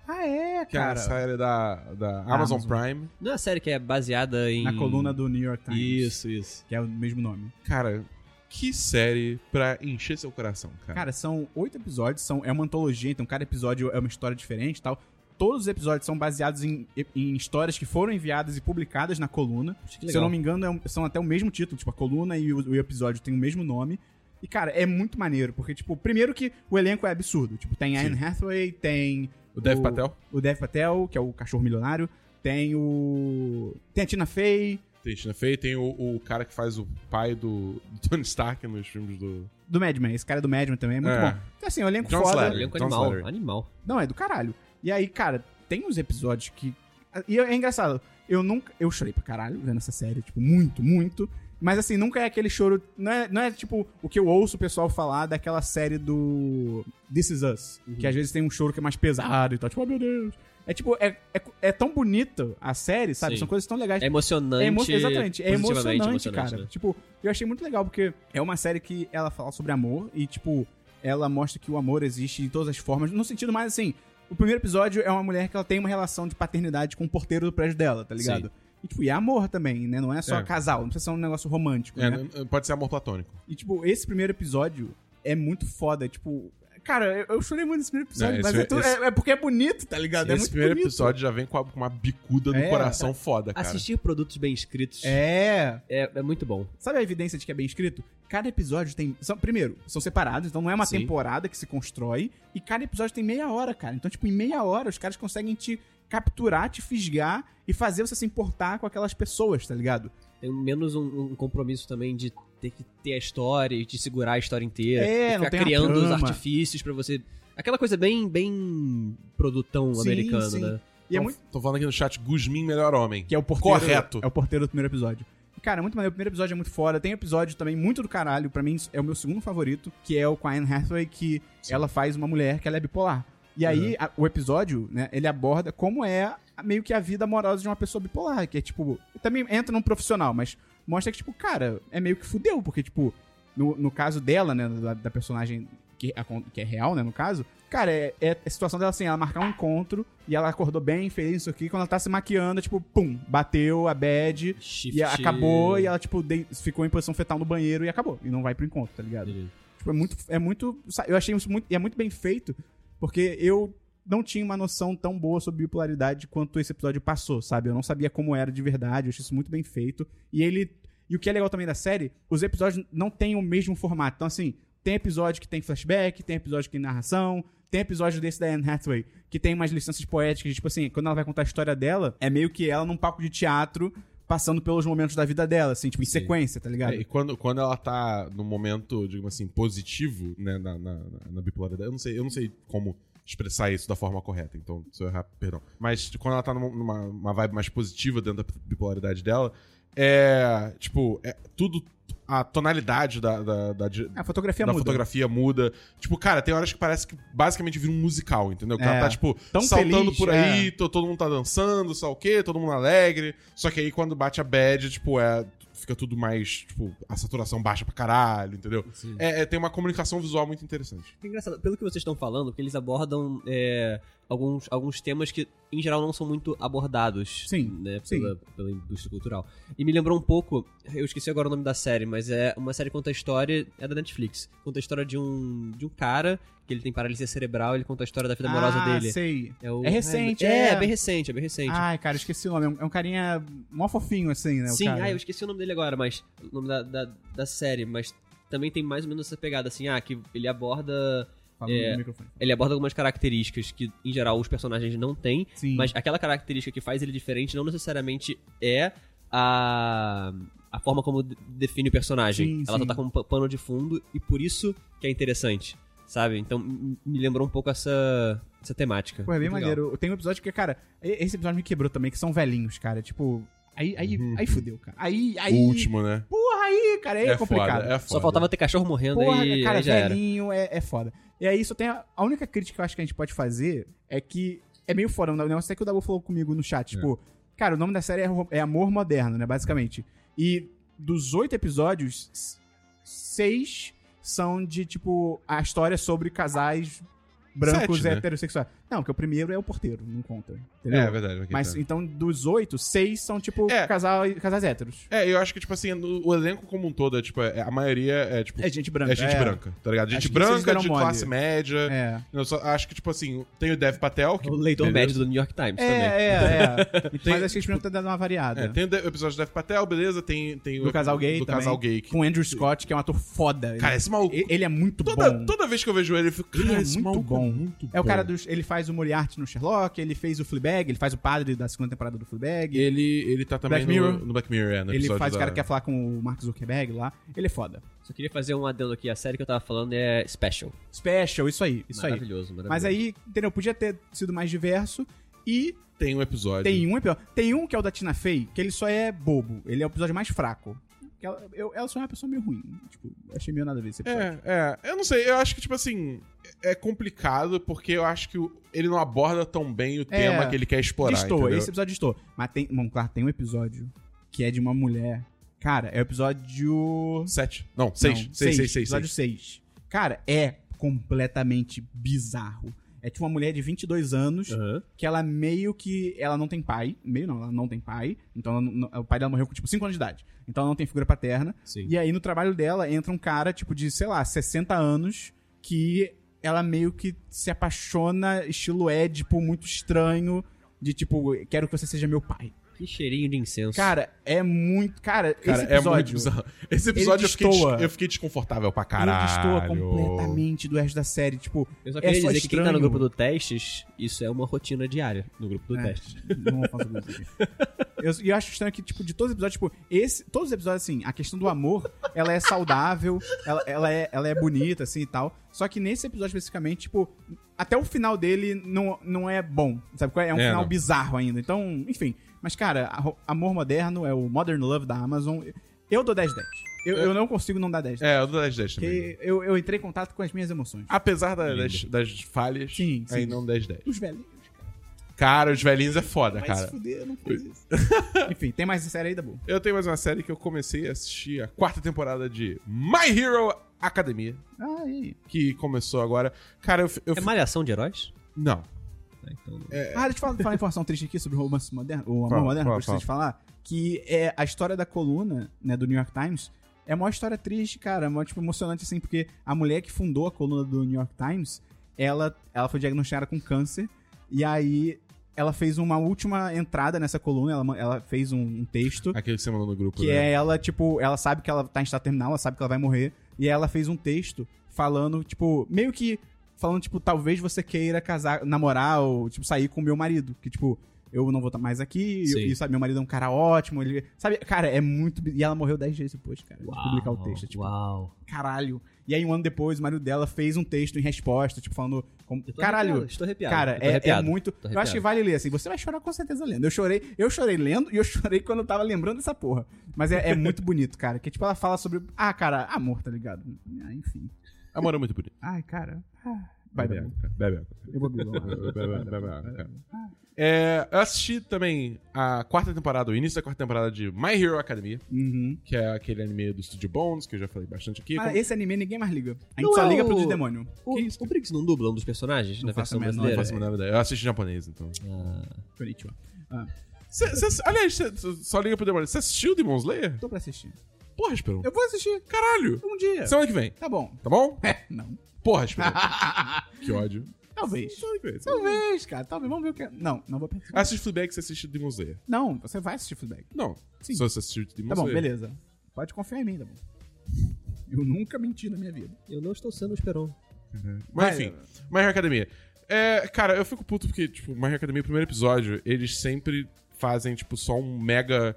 Speaker 1: Ah, é,
Speaker 2: que é
Speaker 1: cara.
Speaker 2: a série da, da
Speaker 1: Amazon.
Speaker 2: Amazon, Prime.
Speaker 3: Não é uma série que é baseada em...
Speaker 1: Na coluna do New York Times.
Speaker 3: Isso, isso.
Speaker 1: Que é o mesmo nome.
Speaker 2: Cara, que série pra encher seu coração, cara.
Speaker 1: Cara, são oito episódios, são, é uma antologia, então cada episódio é uma história diferente e tal. todos os episódios são baseados em, em histórias que foram enviadas e publicadas na coluna. Se eu não me engano, é um- são até o mesmo título. Tipo, a coluna e o, o episódio tem o mesmo nome. E, cara, é muito maneiro, porque, tipo, primeiro que o elenco é absurdo. Tipo, tem a
Speaker 2: Sim.
Speaker 1: Anne Hathaway, tem
Speaker 2: O Dev
Speaker 1: O-
Speaker 2: Patel?
Speaker 1: o Dev Patel, que é o cachorro milionário, tem o. Tem a Tina Fey,
Speaker 2: Tem Tina Fey, tem o, o cara que faz o pai do, do Tony Stark nos filmes do.
Speaker 1: do Madman. Esse cara é do Madman também, é muito
Speaker 2: É.
Speaker 1: bom. Então, assim, o elenco
Speaker 2: John
Speaker 1: foda.
Speaker 2: Slater.
Speaker 3: Elenco
Speaker 2: John
Speaker 3: é um animal,
Speaker 2: Slater.
Speaker 3: animal.
Speaker 1: Não, é do caralho. E aí, cara, tem uns episódios que. E é engraçado, eu nunca. Eu chorei pra caralho vendo essa série, tipo, muito, muito. Mas assim, nunca é aquele choro. Não é, não é tipo o que eu ouço o pessoal falar daquela série do This Is Us.
Speaker 3: Uhum.
Speaker 1: Que às vezes tem um choro que é mais pesado e tal, tipo, oh meu Deus. É tipo, é, é, é tão bonito a série, sabe?
Speaker 3: Sim.
Speaker 1: São coisas tão legais.
Speaker 3: É emocionante.
Speaker 1: É emo- Exatamente, é
Speaker 3: positivamente
Speaker 1: emocionante, cara.
Speaker 3: né?
Speaker 1: Tipo, eu achei muito legal, porque é uma série que ela fala sobre amor e, tipo, ela mostra que o amor existe de todas as formas, no sentido mais assim. O primeiro episódio é uma mulher que ela tem uma relação de paternidade com o porteiro do prédio dela, tá ligado? E, tipo, e é amor também, né? Não é só
Speaker 2: É.
Speaker 1: casal, não precisa ser um negócio romântico,
Speaker 2: É,
Speaker 1: né?
Speaker 2: n- Pode ser amor platônico.
Speaker 1: E, tipo, esse primeiro episódio é muito foda, tipo. Cara, eu- eu chorei muito nesse primeiro episódio,
Speaker 2: É, esse-
Speaker 1: mas é, tudo-
Speaker 2: esse-
Speaker 1: é- é porque é bonito, tá ligado? é
Speaker 2: Esse
Speaker 1: muito
Speaker 2: primeiro
Speaker 1: bonito.
Speaker 2: episódio já vem com, a- com uma bicuda no
Speaker 1: É,
Speaker 2: coração foda, cara.
Speaker 3: Assistir produtos bem escritos é,
Speaker 1: É,
Speaker 3: é muito bom.
Speaker 1: Sabe a evidência de que é bem escrito? Cada episódio tem. São, primeiro, são separados, então não é uma
Speaker 3: Sim.
Speaker 1: temporada que se constrói. E cada episódio tem meia hora, cara. Então, tipo, em meia hora os caras conseguem te capturar, te fisgar e fazer você se importar com aquelas pessoas, tá ligado?
Speaker 3: Tem menos um, um compromisso também de ter que ter a história e de segurar a história inteira.
Speaker 1: É,
Speaker 3: de
Speaker 1: não
Speaker 3: ficar
Speaker 1: tem a
Speaker 3: criando os
Speaker 1: trama.
Speaker 3: artifícios pra você. Aquela coisa bem, bem produtão
Speaker 1: Sim,
Speaker 3: americano,
Speaker 1: sim.
Speaker 3: né?
Speaker 1: E é
Speaker 2: Tão-
Speaker 1: muito.
Speaker 2: Tô falando aqui no chat, Guzmin, melhor homem.
Speaker 1: Que é o porteiro.
Speaker 2: Correto.
Speaker 1: É o porteiro do primeiro episódio. E, Cara, é muito maneiro. O primeiro episódio é muito foda. Tem episódio também muito do caralho. Pra mim, é o meu segundo favorito, que é o com a Anne Hathaway, que
Speaker 2: Sim. Uhum.
Speaker 1: ela faz uma mulher que ela é bipolar. E aí, a- o episódio, né, ele aborda como é a- meio que a vida amorosa de uma pessoa bipolar. Que é tipo. Também entra num profissional, mas mostra que, tipo, cara, é meio que fudeu, porque, tipo, no, no caso dela, né, da, da personagem que, acon- que é real, né, no caso, cara, é, é a situação dela assim, ela marcar um encontro e ela acordou bem, feliz, isso aqui, quando ela tá se maquiando, é tipo, pum, bateu a bad
Speaker 3: Shift.
Speaker 1: e acabou e ela, tipo, dei- ficou em posição fetal no banheiro e acabou, e não vai pro encontro, tá ligado? Tipo, é muito, é muito, sa- eu achei isso muito, e é muito bem feito, porque eu não tinha uma noção tão boa sobre bipolaridade quanto esse episódio passou, sabe? Eu não sabia como era de verdade, eu achei isso muito bem feito. E ele, e o que é legal também da série, os episódios não têm o mesmo formato. Então assim, tem episódio que tem flashback, tem episódio que tem narração, tem episódio desse da Anne Hathaway que tem umas licenças poéticas, tipo assim, quando ela vai contar a história dela, é meio que ela num palco de teatro passando pelos momentos da vida dela, assim, tipo, em
Speaker 3: Sim.
Speaker 1: sequência, tá ligado?
Speaker 2: É, e quando, quando ela tá num momento, digamos assim, positivo, né, na, na, na- na bipolaridade, eu não, sei, eu não sei como expressar isso da forma correta, então se eu errar, perdão. Mas quando ela tá numa- numa uma vibe mais positiva dentro da bipolaridade dela, é. Tipo, é tudo. A tonalidade da, da, da, di-
Speaker 1: A fotografia
Speaker 2: da
Speaker 1: muda.
Speaker 2: fotografia muda. Tipo, cara, tem horas que parece que basicamente vira um musical, entendeu? Que
Speaker 1: É.
Speaker 2: ela tá, tipo,
Speaker 1: Tão
Speaker 2: saltando
Speaker 1: feliz, é.
Speaker 2: por aí, to- todo mundo tá dançando, sabe o quê, todo mundo alegre. Só que aí quando bate a bad, tipo, é. Fica tudo mais, tipo, a saturação baixa pra caralho, entendeu?
Speaker 3: Sim.
Speaker 2: É, é, tem uma comunicação visual muito interessante.
Speaker 3: É engraçado, pelo que vocês estão falando, porque eles abordam é, alguns, alguns temas que, em geral, não são muito abordados
Speaker 1: Sim,
Speaker 3: né,
Speaker 1: sim.
Speaker 3: Pela, pela indústria cultural. E me lembrou um pouco, eu esqueci agora o nome da série, mas é uma série que conta a história, é da Netflix, conta a história de um, de um cara que ele tem paralisia cerebral, ele conta a história da vida amorosa
Speaker 1: ah,
Speaker 3: dele.
Speaker 1: sei.
Speaker 3: o-
Speaker 1: É recente, é.
Speaker 3: é. é bem recente, é bem recente.
Speaker 1: Ai, cara, esqueci o nome. É um- É um carinha mó fofinho, assim, né? o
Speaker 3: Sim,
Speaker 1: cara.
Speaker 3: ah, eu esqueci o nome dele agora, mas. O nome da, da, da série, mas também tem mais ou menos essa pegada, assim, ah, que ele aborda.
Speaker 1: Falando
Speaker 3: é.
Speaker 1: no microfone.
Speaker 3: Ele aborda algumas características que, em geral, os personagens não têm.
Speaker 1: Sim.
Speaker 3: Mas aquela característica que faz ele diferente não necessariamente é a, a forma como de- define o personagem.
Speaker 1: Sim,
Speaker 3: Ela
Speaker 1: sim.
Speaker 3: só tá como pa- pano de fundo e por isso que é interessante, sabe? Então m- me lembrou um pouco essa, essa temática.
Speaker 1: Pô, é bem
Speaker 3: Muito legal.
Speaker 1: maneiro. Tem um episódio que, cara, e- esse episódio me quebrou também, que são velhinhos, cara. Tipo, aí, aí,
Speaker 2: Uhum.
Speaker 1: aí fudeu, cara. Aí, aí.
Speaker 2: o último, né?
Speaker 1: Porra, aí, cara, aí é, complicado.
Speaker 2: foda, é foda.
Speaker 3: Só faltava ter cachorro morrendo
Speaker 1: Porra,
Speaker 3: e
Speaker 1: cara,
Speaker 3: aí já era.
Speaker 1: velhinho é, é foda. E aí só tem a, a única crítica que eu acho que a gente pode fazer é que é meio foda. O negócio até que o Dabu falou comigo no chat. Tipo, cara, o nome da série é, Ro- é Amor Moderno, né? Basicamente. E dos oito episódios, s- seis são de, tipo, a história sobre casais brancos
Speaker 2: Sete, né?
Speaker 1: heterossexuais. Não, porque o primeiro é o porteiro, não conta. Entendeu?
Speaker 2: É, é verdade. ok,
Speaker 1: Mas
Speaker 2: tá.
Speaker 1: então, dos oito, seis são tipo
Speaker 2: É.
Speaker 1: casal, casais héteros.
Speaker 2: É, eu acho que, tipo assim, no- o elenco como um todo, é, tipo, é- a maioria é, tipo,
Speaker 1: É
Speaker 2: é,
Speaker 1: gente branca.
Speaker 2: gente branca, tá ligado?
Speaker 1: Acho
Speaker 2: Gente
Speaker 1: que vocês
Speaker 2: branca,
Speaker 1: deram
Speaker 2: de
Speaker 1: mole.
Speaker 2: classe média.
Speaker 1: É.
Speaker 2: Eu só acho que, tipo assim, tem o Dev Patel, que
Speaker 3: O leitor
Speaker 2: beleza.
Speaker 3: médio do New York
Speaker 1: É,
Speaker 3: Times também.
Speaker 1: é, é. Mas acho que eles podiam ter dado uma variada.
Speaker 2: É, tem o de- o episódio do Dev Patel, beleza, tem, tem
Speaker 1: Do
Speaker 2: o
Speaker 1: casal gay
Speaker 2: do
Speaker 1: também.
Speaker 2: casal gay. que-
Speaker 1: Com o Andrew Scott, que é um ator foda.
Speaker 2: Cara, esse maluco.
Speaker 1: ele, ele é muito
Speaker 2: toda,
Speaker 1: bom.
Speaker 2: toda vez que eu vejo ele, eu fico, cara,
Speaker 1: Ele é
Speaker 2: esse
Speaker 1: muito
Speaker 2: maluco
Speaker 1: bom.
Speaker 2: é muito bom.
Speaker 1: É o cara dos. Ele faz o Moriarty no Sherlock, ele fez o Fleabag, ele faz o padre da segunda temporada do Fleabag. Ele,
Speaker 2: Ele, ele tá também
Speaker 1: Black
Speaker 2: no,
Speaker 1: Mirror.
Speaker 2: no Black Mirror, é, no episódio
Speaker 1: faz o
Speaker 2: da-
Speaker 1: cara que quer falar com o Mark Zuckerberg lá. Ele é foda.
Speaker 3: Só queria fazer um adendo aqui. A série que eu tava falando é Special.
Speaker 1: Special, isso aí, isso aí.
Speaker 3: maravilhoso, maravilhoso.
Speaker 1: Mas aí, entendeu? Podia ter sido mais diverso. E
Speaker 2: Tem um episódio.
Speaker 1: tem um episódio. Tem um que é o da Tina Fey, que ele só é bobo. Ele é o episódio mais fraco. Que Ela, eu, ela só é uma pessoa meio ruim. Tipo, achei meio nada a ver esse episódio.
Speaker 2: É, é. Eu não sei, eu acho que, tipo assim, é complicado porque eu acho que o- ele não aborda tão bem o tema que ele quer explorar.
Speaker 1: Estou,
Speaker 2: entendeu?
Speaker 1: É, esse episódio estou. Mas tem. Bom, claro, tem um episódio que é de uma mulher. Cara, é o episódio.
Speaker 2: Sete. Não, seis.
Speaker 1: Não,
Speaker 2: seis, seis, seis,
Speaker 1: Episódio
Speaker 2: seis.
Speaker 1: 6. Cara, é completamente bizarro. É tipo uma mulher de 22
Speaker 2: É.
Speaker 1: anos
Speaker 3: Aham.
Speaker 1: que ela meio que. Ela não tem pai. Meio não, ela não tem pai. Então ela não- não- o pai dela morreu com tipo 5 anos de idade. Então ela não tem figura paterna.
Speaker 3: Sim.
Speaker 1: E aí no trabalho dela entra um cara, tipo, de, sei lá, 60 anos que ela meio que se apaixona, estilo Édipo, muito estranho. De tipo, quero que você seja meu pai.
Speaker 3: Que cheirinho de incenso.
Speaker 1: Cara, é muito. Cara, esse
Speaker 2: Cara, é muito
Speaker 1: episódio.
Speaker 2: bizarro. Esse episódio eu fiquei,
Speaker 1: destoa.
Speaker 2: des- eu fiquei desconfortável pra
Speaker 1: ele
Speaker 2: caralho.
Speaker 1: destoa completamente do resto da série. Tipo,
Speaker 3: eu só
Speaker 1: é
Speaker 3: queria
Speaker 1: só
Speaker 3: dizer que quem tá
Speaker 1: estranho.
Speaker 3: no grupo do Testes, isso é uma rotina diária no grupo do
Speaker 1: É.
Speaker 3: Testes.
Speaker 1: Não faço isso aqui. Eu, e eu acho estranho que, tipo, de todos os episódios, tipo, esse, todos os episódios, assim, a questão do amor, ela é saudável, ela, ela é, ela é bonita, assim, e tal. Só que nesse episódio, especificamente, tipo, até o final dele não, não é bom, sabe? qual é? É um
Speaker 2: É,
Speaker 1: final
Speaker 2: não.
Speaker 1: bizarro ainda. Então, enfim. Mas, cara, a ro- Amor Moderno é o Modern Love da Amazon. Eu dou 10 10. Eu, eu não consigo não dar 10 10.
Speaker 2: É, o do 10 10 também.
Speaker 1: Porque eu, eu entrei em contato com as minhas emoções.
Speaker 2: Apesar da- das, das falhas,
Speaker 1: Sim, sim.
Speaker 2: aí não 10 10.
Speaker 1: Os velhinhos,
Speaker 2: Cara, os velhinhos é foda,
Speaker 1: vai se
Speaker 2: cara.
Speaker 1: fuder, eu não fiz isso. enfim, tem mais série aí, Dabu?
Speaker 2: Eu tenho mais uma série que eu comecei a assistir a quarta temporada de My Hero Academia,
Speaker 1: Ah, e aí?
Speaker 2: que começou agora. Cara, eu, f- eu
Speaker 3: É
Speaker 2: f-
Speaker 3: malhação de heróis?
Speaker 2: Não.
Speaker 3: Ah,
Speaker 1: Ah,
Speaker 3: então...
Speaker 1: deixa eu falar, falar uma informação triste aqui sobre o romance moderno, o amor
Speaker 2: É. Fala,
Speaker 1: moderno, que
Speaker 2: fala,
Speaker 1: eu preciso falar. Que é a história da coluna, né, do New York Times, é uma história triste, cara. É mó, tipo, emocionante, assim, porque a mulher que fundou a coluna do New York Times, ela, ela foi diagnosticada com câncer, e aí ela fez uma última entrada nessa coluna, ela, ma- ela fez um, um texto,
Speaker 2: Aquele que você mandou no grupo,
Speaker 1: que
Speaker 2: né?
Speaker 1: é ela, tipo, ela sabe que ela tá em estado terminal, ela sabe que ela vai morrer, e ela fez um texto falando, tipo, meio que falando, tipo, talvez você queira casar, namorar ou, tipo, sair com o meu marido. Que, tipo, eu não vou estar mais aqui.
Speaker 3: Sim.
Speaker 1: E, sabe, meu marido é um cara ótimo. Ele, sabe, cara, é muito. bi- E ela morreu 10 dias depois, cara, de publicar o texto. Tipo,
Speaker 3: Uau.
Speaker 1: caralho. E aí, um ano depois, o marido dela fez um texto em resposta, tipo, falando. como-
Speaker 3: Eu tô
Speaker 1: caralho.
Speaker 3: arrepiado, Estou arrepiado.
Speaker 1: Cara,
Speaker 3: eu tô
Speaker 1: é- é,
Speaker 3: arrepiado.
Speaker 1: muito. Eu acho que vale ler, assim. Você vai chorar com certeza lendo. Eu chorei, eu chorei lendo e eu chorei quando eu tava lembrando dessa porra. Mas é, é muito bonito, cara. Que tipo, ela fala sobre. Ah, cara, amor, tá ligado? Ah, enfim.
Speaker 2: Amor é muito bonito.
Speaker 1: Ai, cara. Ah, vai,
Speaker 2: bebe
Speaker 1: vai.
Speaker 2: água, cara. Bebe água.
Speaker 1: Eu vou beber uma água.
Speaker 2: Bebe- bebe- bebe água, cara. É, eu assisti também a quarta temporada, o início da quarta temporada de My Hero Academia,
Speaker 1: Uhum.
Speaker 2: que é aquele anime do Studio Bones, que eu já falei bastante aqui.
Speaker 1: Ah,
Speaker 2: Como-
Speaker 1: esse anime ninguém mais liga. A gente
Speaker 3: Não
Speaker 1: só
Speaker 3: é
Speaker 1: liga pro
Speaker 3: o-
Speaker 1: Demônio.
Speaker 3: O,
Speaker 2: Que isso?
Speaker 3: o Briggs não dubla um dos personagens
Speaker 1: Não
Speaker 3: na
Speaker 1: faço
Speaker 3: versão
Speaker 1: a menor
Speaker 2: Não
Speaker 3: brasileira?
Speaker 2: faço a menor ideia. Eu assisti em japonês, então.
Speaker 3: Ah,
Speaker 1: Konnichiwa.
Speaker 2: Cê- cê- aliás, cê- cê- só liga pro Demon Você assistiu Demon Slayer?
Speaker 1: Tô pra assistir.
Speaker 2: Porra, Esperon.
Speaker 1: Eu vou assistir
Speaker 2: Caralho.
Speaker 1: um dia.
Speaker 2: Semana que vem,
Speaker 1: Tá bom. É,
Speaker 2: tá bom?
Speaker 1: Não.
Speaker 2: Porra, Esperon. que ódio.
Speaker 1: Talvez.
Speaker 2: Semana que vem. semana que vem.
Speaker 1: Talvez, cara. Talvez. Vamos ver o que. é. Não, não vou pensar.
Speaker 3: Ah.
Speaker 2: Assiste Fleabag, você assiste Demon Slayer.
Speaker 1: Não, você vai assistir feedback.
Speaker 2: Não.
Speaker 1: Sim.
Speaker 2: Só você assistiu Demon
Speaker 1: Tá bom,
Speaker 2: Slayer.
Speaker 1: beleza. Pode confiar em mim, tá bom. Eu nunca menti na minha vida.
Speaker 3: eu não estou sendo o Esperon.
Speaker 1: Tá
Speaker 2: Mas
Speaker 1: Vai,
Speaker 2: enfim, My Hero Academia. É, cara, eu fico puto porque, tipo, My Hero Academia, o primeiro episódio, eles sempre fazem, tipo, só um mega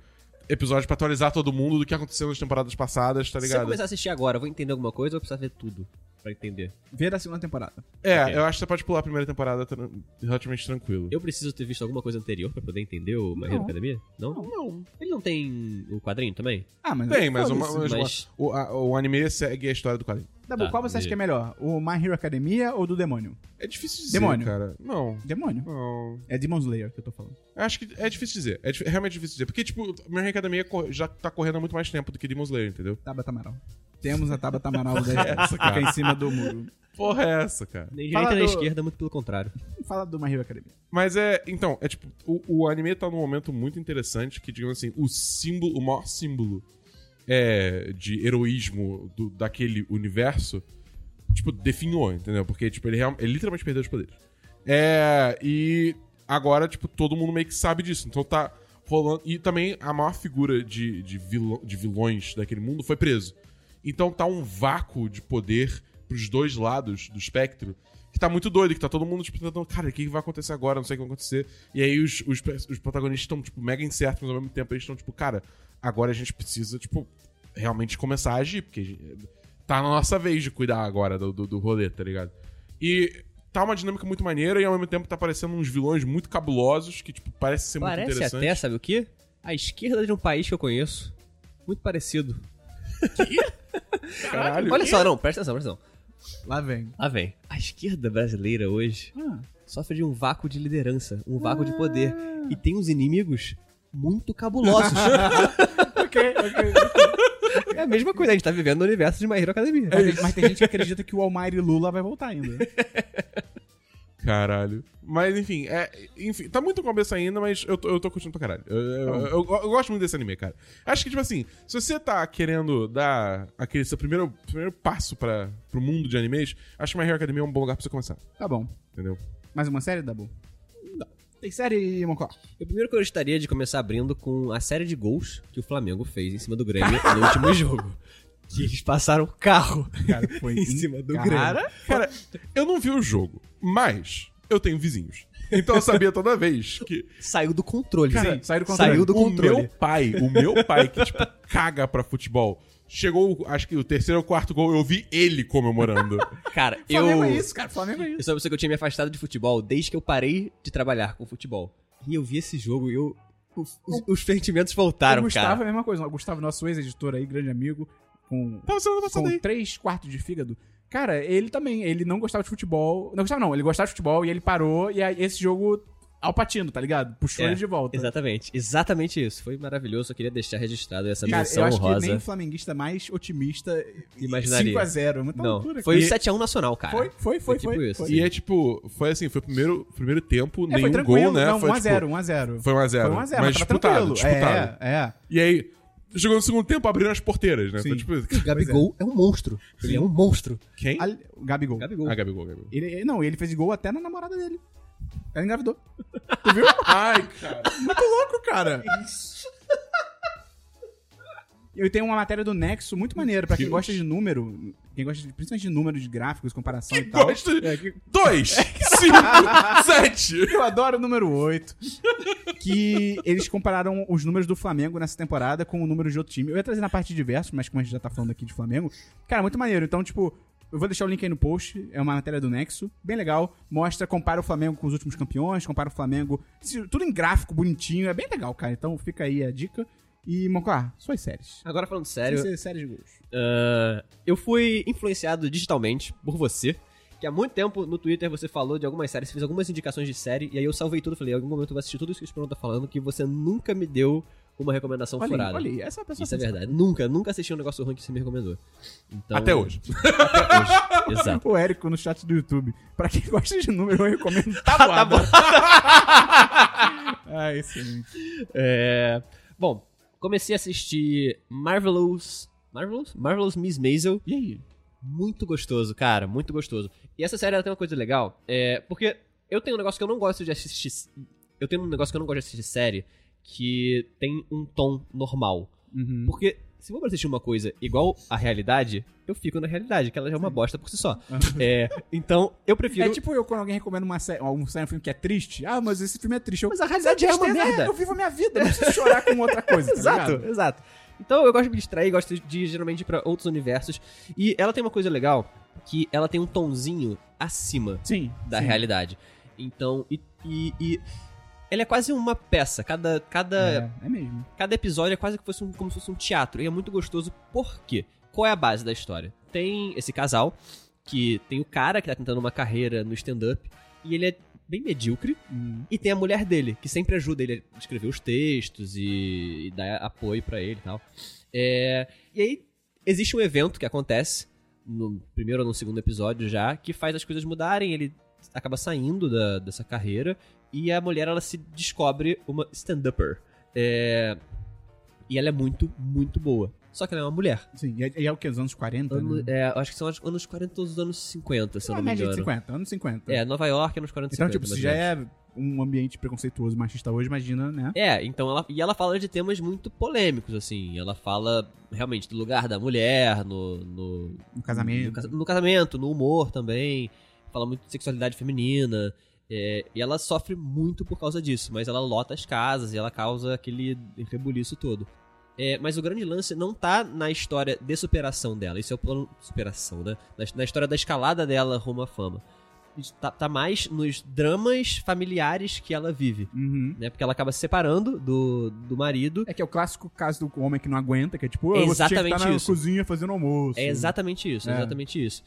Speaker 2: episódio pra atualizar todo mundo do que aconteceu nas temporadas passadas,
Speaker 1: é
Speaker 2: tá
Speaker 3: Se eu
Speaker 2: ligado?
Speaker 3: começar a assistir agora, eu vou entender alguma coisa ou eu vou precisar ver tudo pra entender?
Speaker 1: Ver a segunda temporada.
Speaker 2: É,
Speaker 3: Ok.
Speaker 2: eu acho que você pode pular a primeira temporada tran- relativamente tranquilo.
Speaker 3: Eu preciso ter visto alguma coisa anterior pra poder entender o My Hero
Speaker 1: Não.
Speaker 3: Academia? Não?
Speaker 2: Não.
Speaker 3: Ele não tem o quadrinho também?
Speaker 1: Ah, mas.
Speaker 2: Tem, mas, uma,
Speaker 1: foda-se.
Speaker 2: mas uma-
Speaker 3: mas-
Speaker 2: o, a- o anime segue a história do quadrinho.
Speaker 1: Tá bom,
Speaker 3: Tá,
Speaker 1: qual você acha
Speaker 3: e-
Speaker 1: que é melhor? O My Hero Academia ou do Demônio?
Speaker 2: É difícil dizer,
Speaker 1: Demônio.
Speaker 2: cara. Não,
Speaker 1: Demônio.
Speaker 2: não.
Speaker 1: É Demon Slayer que eu tô falando.
Speaker 2: Acho que é difícil dizer. É dif- realmente difícil dizer. Porque, tipo, My Hero Academia co- já tá correndo há muito mais tempo do que Demon Slayer, entendeu?
Speaker 1: Tabata Amaral. Temos a Tabata Amaral 10
Speaker 2: Essa, cara.
Speaker 1: Fica em cima do muro.
Speaker 2: Porra é essa, cara?
Speaker 3: Nem
Speaker 1: Fala
Speaker 3: direita nem
Speaker 1: do- é
Speaker 3: esquerda, muito pelo contrário.
Speaker 1: Fala do My Hero Academia.
Speaker 2: Mas é, então, é tipo, o, o anime tá num momento muito interessante que, digamos assim, o símbolo, o maior símbolo é, de heroísmo do- daquele universo, tipo, definhou, entendeu? Porque, tipo, ele, real- ele literalmente perdeu os poderes. É, e agora, tipo, todo mundo meio que sabe disso. Então tá rolando. E também a maior figura de, de, vilão- de vilões daquele mundo foi preso. Então tá um vácuo de poder pros dois lados do espectro que tá muito doido, que tá todo mundo, tipo, tentando, cara, o que que vai acontecer agora? Não sei o que vai acontecer. E aí os, os, pe- os protagonistas estão, tipo, mega incertos, mas ao mesmo tempo eles estão, tipo, cara, agora a gente precisa, tipo, realmente começar a agir, porque a gente- tá na nossa vez de cuidar agora do, do, do rolê, tá ligado? E tá uma dinâmica muito maneira e ao mesmo tempo tá aparecendo uns vilões muito cabulosos que, tipo, parece ser muito
Speaker 3: Parece
Speaker 2: interessante.
Speaker 3: até, sabe o quê? A esquerda de um país que eu conheço. Muito parecido.
Speaker 2: Caralho.
Speaker 3: Olha só, não, presta atenção, presta atenção.
Speaker 1: Lá vem.
Speaker 3: Lá vem. A esquerda brasileira hoje
Speaker 1: Ah,
Speaker 3: sofre de um vácuo de liderança, um vácuo de poder. E tem uns inimigos muito cabulosos.
Speaker 1: ok, ok.
Speaker 3: é a mesma coisa, a gente tá vivendo no universo de My Hero Academia.
Speaker 1: Mas, tem- mas tem gente que acredita que o Almighty Lula vai voltar ainda.
Speaker 2: Caralho. Mas enfim, é, enfim, tá muito no começo ainda, mas eu tô, eu tô curtindo pra caralho. Eu, eu- eu- eu gosto muito desse anime, cara. Acho que, tipo assim, se você tá querendo dar aquele seu primeiro, primeiro passo pra, pro mundo de animes, acho que My Hero Academia é um bom lugar pra você começar,
Speaker 1: Tá bom.
Speaker 2: entendeu?
Speaker 1: Mais uma série, Dabu? Não. Tem série, Mocó?
Speaker 3: O primeiro que eu gostaria de começar abrindo com a série de gols que o Flamengo fez em cima do Grêmio no último jogo. Que eles passaram o carro.
Speaker 1: Cara, foi
Speaker 3: Em cima do
Speaker 1: cara.
Speaker 2: Cara, eu não vi o jogo, mas eu tenho vizinhos. Então eu sabia toda vez que.
Speaker 3: Saiu do controle.
Speaker 2: Cara,
Speaker 3: Sim,
Speaker 2: saiu do
Speaker 3: controle. Saiu do
Speaker 2: O
Speaker 3: controle.
Speaker 2: meu pai, o meu pai que, tipo, caga pra futebol. Chegou, o- acho que o terceiro ou quarto gol, eu vi ele comemorando.
Speaker 3: Cara, eu.
Speaker 1: Flamengo é isso, cara. Flamengo é isso.
Speaker 3: Eu sou uma pessoa que eu tinha me afastado de futebol desde que eu parei de trabalhar com futebol. E eu vi esse jogo e eu. Os, os- os sentimentos voltaram,
Speaker 1: o Gustavo
Speaker 3: cara.
Speaker 1: é a mesma coisa. O Gustavo, nosso ex-editor aí, grande amigo, com,
Speaker 2: Tava sendo passado aí.
Speaker 1: com três quartos de fígado. Cara, ele também, ele não gostava de futebol. Não gostava, não. Ele gostava de futebol e ele parou. E aí, esse jogo, Alpatino, tá ligado? Puxou
Speaker 3: É,
Speaker 1: ele de volta.
Speaker 3: Exatamente, exatamente isso. Foi maravilhoso. Eu queria deixar registrado essa
Speaker 1: Cara,
Speaker 3: menção
Speaker 1: eu acho que
Speaker 3: honrosa.
Speaker 1: nem o flamenguista mais otimista
Speaker 3: Imaginaria.
Speaker 1: 5x0. É muita
Speaker 3: Não,
Speaker 1: loucura,
Speaker 3: foi o
Speaker 1: cara.
Speaker 3: 7x1 nacional, cara.
Speaker 1: Foi, foi, foi.
Speaker 3: Foi tipo
Speaker 1: foi,
Speaker 3: isso,
Speaker 1: foi.
Speaker 2: E é tipo, foi assim, foi o primeiro, primeiro tempo,
Speaker 1: É, foi
Speaker 2: nenhum
Speaker 1: tranquilo.
Speaker 2: gol, né?
Speaker 1: Não,
Speaker 2: foi
Speaker 1: 1x0,
Speaker 2: tipo,
Speaker 1: 1x0.
Speaker 2: Foi 1x0.
Speaker 1: Foi 1x0,
Speaker 2: mas
Speaker 1: tava
Speaker 2: disputado,
Speaker 1: tranquilo.
Speaker 2: disputado.
Speaker 1: É, é.
Speaker 2: E aí, chegou no segundo tempo, abriram as porteiras, né? Foi
Speaker 1: Sim.
Speaker 2: tipo,
Speaker 3: Gabigol é. um monstro. Ele é um monstro.
Speaker 2: quem?
Speaker 1: Ali- o é. Gabigol.
Speaker 3: Gabigol.
Speaker 2: Ah, Gabigol, Gabigol.
Speaker 1: Ele, ele- não, ele fez gol até na namorada dele. Ela engravidou.
Speaker 2: Ai, cara.
Speaker 1: Muito louco, cara. Eu tenho uma matéria do Nexo muito maneira, pra quem
Speaker 2: Deus.
Speaker 1: gosta de número, quem gosta de, principalmente de números de gráficos, comparação e tal.
Speaker 2: Gosto.
Speaker 1: É, que-
Speaker 2: Dois, cinco, sete.
Speaker 1: Eu adoro o número 8. Que eles compararam os números do Flamengo nessa temporada com o número de outro time. Eu ia trazer na parte de diversos, mas como a gente já tá falando aqui de Flamengo, cara, muito maneiro. Então, tipo, eu vou deixar o link aí no post. É uma matéria do Nexo, bem legal. Mostra, compara o Flamengo com os últimos campeões, compara o Flamengo. se- Tudo em gráfico, bonitinho. É bem legal, cara. Então fica aí a dica. E, Monclar, suas séries.
Speaker 3: Agora falando
Speaker 1: Sem
Speaker 3: sério,
Speaker 1: ser séries de gols.
Speaker 3: ah, eu fui influenciado digitalmente por você. Que há muito tempo no Twitter você falou de algumas séries, você fez algumas indicações de série, e aí eu salvei tudo. Falei, em algum momento eu vou assistir tudo isso que o Esperão tá falando, que você nunca me deu uma recomendação
Speaker 1: Olha, aí,
Speaker 3: furada.
Speaker 1: olha, aí, essa pessoa
Speaker 3: Isso é verdade. Nunca, nunca assisti um negócio ruim que você me recomendou. Então-
Speaker 2: Até hoje.
Speaker 3: Até hoje. Exato.
Speaker 1: O um Érico no chat do YouTube. Pra quem gosta de número, eu recomendo.
Speaker 3: tá bom.
Speaker 1: ah, excelente.
Speaker 3: É... Bom, comecei a assistir Marvelous. Marvelous? Marvelous Miss Maisel.
Speaker 1: E aí?
Speaker 3: Muito gostoso, cara, muito gostoso. E essa série ela tem uma coisa legal, é porque eu tenho um negócio que eu não gosto de assistir. Eu tenho um negócio que eu não gosto de assistir série que tem um tom normal.
Speaker 1: Uhum.
Speaker 3: Porque se eu vou assistir uma coisa igual à realidade, eu fico na realidade, que ela já é uma bosta por si só. É, então, eu prefiro.
Speaker 1: É tipo eu quando alguém recomenda uma série, um série, um filme que é triste. Ah, mas esse filme é triste. Eu,
Speaker 3: Mas a realidade é uma
Speaker 1: tristeza,
Speaker 3: merda.
Speaker 1: Eu vivo a minha vida, não preciso chorar com outra coisa. tá
Speaker 3: exato,
Speaker 1: ligado?
Speaker 3: exato. Então eu gosto de me distrair, gosto de geralmente ir pra outros universos. E ela tem uma coisa legal, que ela tem um tonzinho acima
Speaker 1: Sim.
Speaker 3: da
Speaker 1: sim.
Speaker 3: realidade. Então, e, e, e ela é quase uma peça. Cada, cada,
Speaker 1: É, é mesmo.
Speaker 3: cada episódio é quase que fosse um- como se fosse um teatro. E é muito gostoso. Por quê? Qual é a base da história? Tem esse casal, que tem o cara que tá tentando uma carreira no stand-up, e ele é bem medíocre.
Speaker 1: Hum.
Speaker 3: E tem a mulher dele, que sempre ajuda ele a escrever os textos e, e dá apoio pra ele e tal. É, e aí existe um evento que acontece no primeiro ou no segundo episódio já, que faz as coisas mudarem. Ele acaba saindo da- dessa carreira e a mulher ela se descobre uma stand-upper. É, e ela é muito, muito boa. Só que ela é uma mulher.
Speaker 1: Sim, e é, e é o que? Os anos 40?
Speaker 3: Ano-
Speaker 1: né?
Speaker 3: é, acho que são os anos 40 ou os anos 50, se eu
Speaker 1: Uma
Speaker 3: não me
Speaker 1: média de
Speaker 3: engano.
Speaker 1: 50, anos 50.
Speaker 3: É, Nova York, anos 40
Speaker 1: então,
Speaker 3: 50.
Speaker 1: tipo, se
Speaker 3: mais
Speaker 1: já
Speaker 3: ou menos.
Speaker 1: é um ambiente preconceituoso e machista hoje, imagina, né?
Speaker 3: É, então ela. E ela fala de temas muito polêmicos, assim. Ela fala realmente do lugar da mulher, no. no
Speaker 1: Um casamento.
Speaker 3: No, É, casa- no casamento, no humor também. Fala muito de sexualidade feminina. é, e ela sofre muito por causa disso, mas ela lota as casas e ela causa aquele rebuliço todo. É, mas o grande lance não tá na história de superação dela. Isso é o plano. Superação, né? Na, na história da escalada dela rumo à fama. Isso Tá, tá mais nos dramas familiares que ela vive
Speaker 1: Uhum.
Speaker 3: né? Porque ela acaba se separando do, do marido.
Speaker 1: É que é o clássico caso do homem que não aguenta, que é tipo,
Speaker 3: É
Speaker 1: eu você tinha que
Speaker 3: exatamente
Speaker 1: estar na
Speaker 3: isso.
Speaker 1: cozinha fazendo almoço.
Speaker 3: É exatamente isso, é
Speaker 1: É.
Speaker 3: exatamente isso.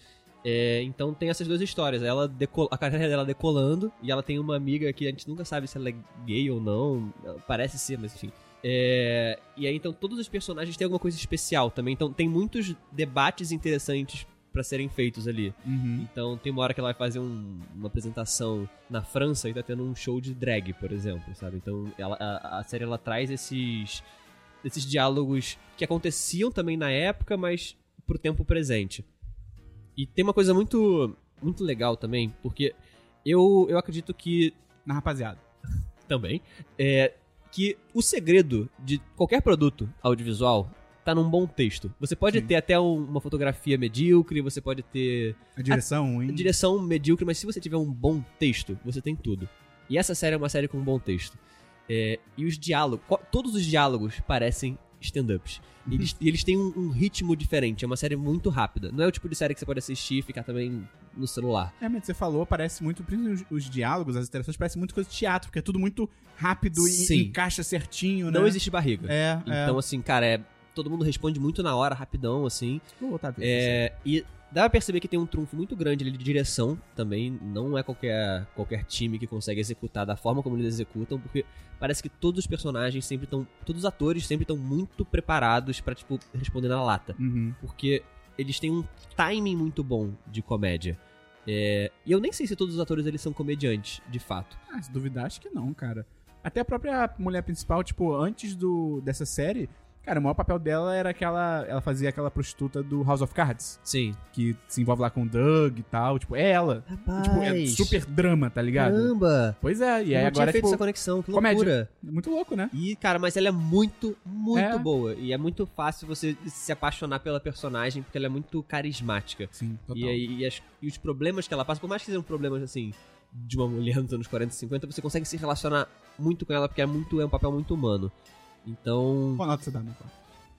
Speaker 3: É, então tem essas duas histórias. Ela deco- a carreira dela decolando e ela tem uma amiga que a gente nunca sabe se ela é gay ou não. Ela Parece ser, mas enfim. É, e aí então todos os personagens têm alguma coisa especial também. Então tem muitos debates interessantes pra serem feitos ali.
Speaker 1: Uhum.
Speaker 3: Então tem uma hora que ela vai fazer um- uma apresentação na França e tá tendo um show de drag, por exemplo, sabe? Então ela- a, a série ela traz esses esses diálogos que aconteciam também na época, mas pro tempo presente. E tem uma coisa muito muito legal também, porque eu, eu acredito que
Speaker 1: Na rapaziada.
Speaker 3: também é que o segredo de qualquer produto audiovisual tá num bom texto. Você pode
Speaker 1: Sim.
Speaker 3: ter até um- uma fotografia medíocre, você pode ter
Speaker 1: A direção, hein?
Speaker 3: direção medíocre, mas se você tiver um bom texto, você tem tudo. E essa série é uma série com um bom texto. É, e os diálogos, co- todos os diálogos parecem stand-ups.
Speaker 1: Uhum.
Speaker 3: E Eles, e eles têm um, um ritmo diferente, é uma série muito rápida. Não é o tipo de série que você pode assistir e ficar também no celular.
Speaker 1: Realmente, É, você falou, parece muito, principalmente os, os diálogos, as interações, parece muito coisa de teatro, porque é tudo muito rápido e
Speaker 3: Sim.
Speaker 1: encaixa certinho, né?
Speaker 3: Não existe barriga.
Speaker 1: É,
Speaker 3: Então, assim, cara, é, todo mundo responde muito na hora, rapidão, assim.
Speaker 1: é. Vou voltar
Speaker 4: tá
Speaker 1: a ver essa série.
Speaker 3: É, e dá pra perceber que tem um trunfo muito grande ali de direção também. Não é qualquer, qualquer time que consegue executar da forma como eles executam, porque parece que todos os personagens sempre estão. Todos os atores sempre estão muito preparados pra, tipo, responder na lata.
Speaker 1: Uhum.
Speaker 3: Porque eles têm um timing muito bom de comédia. É, e eu nem sei se todos os atores eles são comediantes, de fato.
Speaker 1: Ah, se duvidar, acho que não, cara. Até a própria mulher principal, tipo, antes do, dessa série, cara, o maior papel dela era aquela. Ela fazia aquela prostituta do House of Cards,
Speaker 3: Sim.
Speaker 1: que se envolve lá com o Doug e tal. Tipo, é ela. E, tipo, é super drama, tá ligado?
Speaker 3: Caramba!
Speaker 1: Pois é, e
Speaker 3: eu
Speaker 1: aí
Speaker 3: não
Speaker 1: agora,
Speaker 3: tinha feito
Speaker 1: tipo,
Speaker 3: essa conexão, que
Speaker 1: comédia.
Speaker 3: loucura.
Speaker 1: é muito louco, né?
Speaker 3: E, cara, mas ela é muito, muito
Speaker 1: É.
Speaker 3: boa. E é muito fácil você se apaixonar pela personagem, porque ela é muito carismática.
Speaker 1: Sim, total.
Speaker 3: E, aí- e as- e os problemas que ela passa, por mais que sejam problemas, assim, de uma mulher nos anos 40 e 50, você consegue se relacionar muito com ela, porque é, muito, é um papel muito humano. Então,
Speaker 1: Qual nota você dá, meu cara?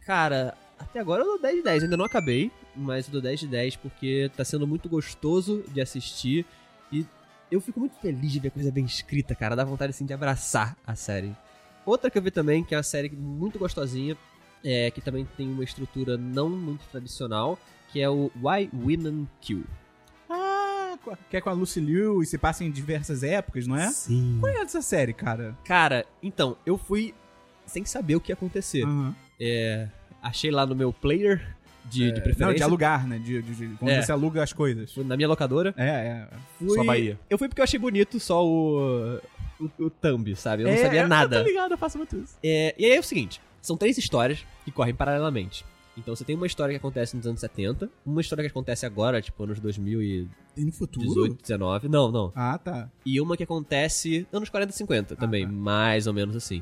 Speaker 3: cara, até agora eu dou 10 de 10. Eu ainda não acabei, mas eu dou 10 de 10 porque tá sendo muito gostoso de assistir. E eu fico muito feliz de ver coisa bem escrita, cara. Dá vontade, assim, de abraçar a série. Outra que eu vi também, que é uma série muito gostosinha, é, que também tem uma estrutura não muito tradicional, que é o Why Women Kill.
Speaker 1: Ah, co- que é com a Lucy Liu e se passa em diversas épocas,
Speaker 3: assim,
Speaker 1: não
Speaker 3: né?
Speaker 1: é?
Speaker 4: Sim.
Speaker 1: Qual é essa série, cara?
Speaker 3: Cara, então, eu fui sem saber o que ia acontecer.
Speaker 1: Aham.
Speaker 3: É, achei lá no meu player de, de
Speaker 1: É, Não, de
Speaker 3: preferência,
Speaker 1: alugar, né? De, de- de- quando
Speaker 3: É.
Speaker 1: você aluga as coisas.
Speaker 3: na minha locadora.
Speaker 1: É, é.
Speaker 3: Fui,
Speaker 2: Só Bahia.
Speaker 3: Eu fui porque eu achei bonito só o. O, o thumb, sabe? Eu não
Speaker 1: É,
Speaker 3: sabia
Speaker 1: Eu
Speaker 3: nada.
Speaker 1: tô ligado, eu faço muito isso.
Speaker 3: É, e aí é o seguinte: são três histórias que correm paralelamente. Então você tem uma história que acontece nos anos 70, uma história que acontece agora, tipo anos 2018,
Speaker 1: Tem no futuro?
Speaker 3: 19. Não, não.
Speaker 1: Ah, tá.
Speaker 3: E uma que acontece anos 40 e 50 também,
Speaker 1: tá.
Speaker 3: mais ou menos assim.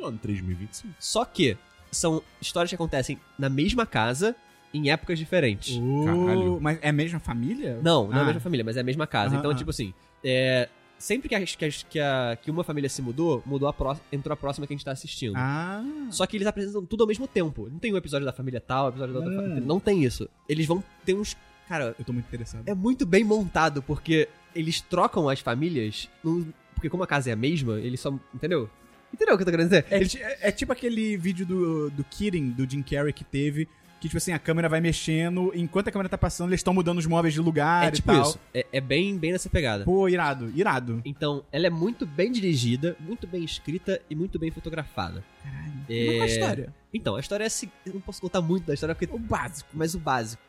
Speaker 2: No ano 3025.
Speaker 3: Só que são histórias que acontecem na mesma casa, em épocas diferentes.
Speaker 2: Caralho.
Speaker 1: Mas é a mesma família?
Speaker 3: Não, não é
Speaker 1: Ah.
Speaker 3: a mesma família, mas é a mesma casa.
Speaker 1: Aham,
Speaker 3: então,
Speaker 1: aham.
Speaker 3: tipo assim, é, sempre que, as- que as- que a- que uma família se mudou, mudou a pró- entrou a próxima que a gente tá assistindo.
Speaker 1: Ah.
Speaker 3: Só que eles apresentam tudo ao mesmo tempo. Não tem um episódio da família tal, episódio da outra
Speaker 1: Hum.
Speaker 3: família. Não tem isso. Eles vão ter uns. Cara,
Speaker 1: Eu tô muito interessado.
Speaker 3: é muito bem montado, porque eles trocam as famílias. num- porque como a casa é a mesma, eles só. Entendeu? Entendeu o que eu tô querendo dizer?
Speaker 1: É, ti- é- é tipo aquele vídeo do, do Kidding, do Jim Carrey, que teve, que, tipo assim, a câmera vai mexendo, enquanto a câmera tá passando, eles estão mudando os móveis de lugar
Speaker 3: é tipo
Speaker 1: e tal.
Speaker 3: isso. É, é bem, bem nessa pegada.
Speaker 1: Pô, irado, irado.
Speaker 3: Então, ela é muito bem dirigida, muito bem escrita e muito bem fotografada.
Speaker 1: Mas qual é a
Speaker 3: É,
Speaker 1: história?
Speaker 3: Então, a história é a seguinte. Eu não posso contar muito da história, porque,
Speaker 1: O básico.
Speaker 3: mas o básico.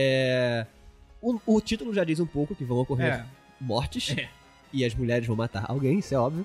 Speaker 3: É, O, o título já diz um pouco que vão ocorrer
Speaker 1: É.
Speaker 3: mortes
Speaker 1: É.
Speaker 3: e as mulheres vão matar alguém, isso é óbvio.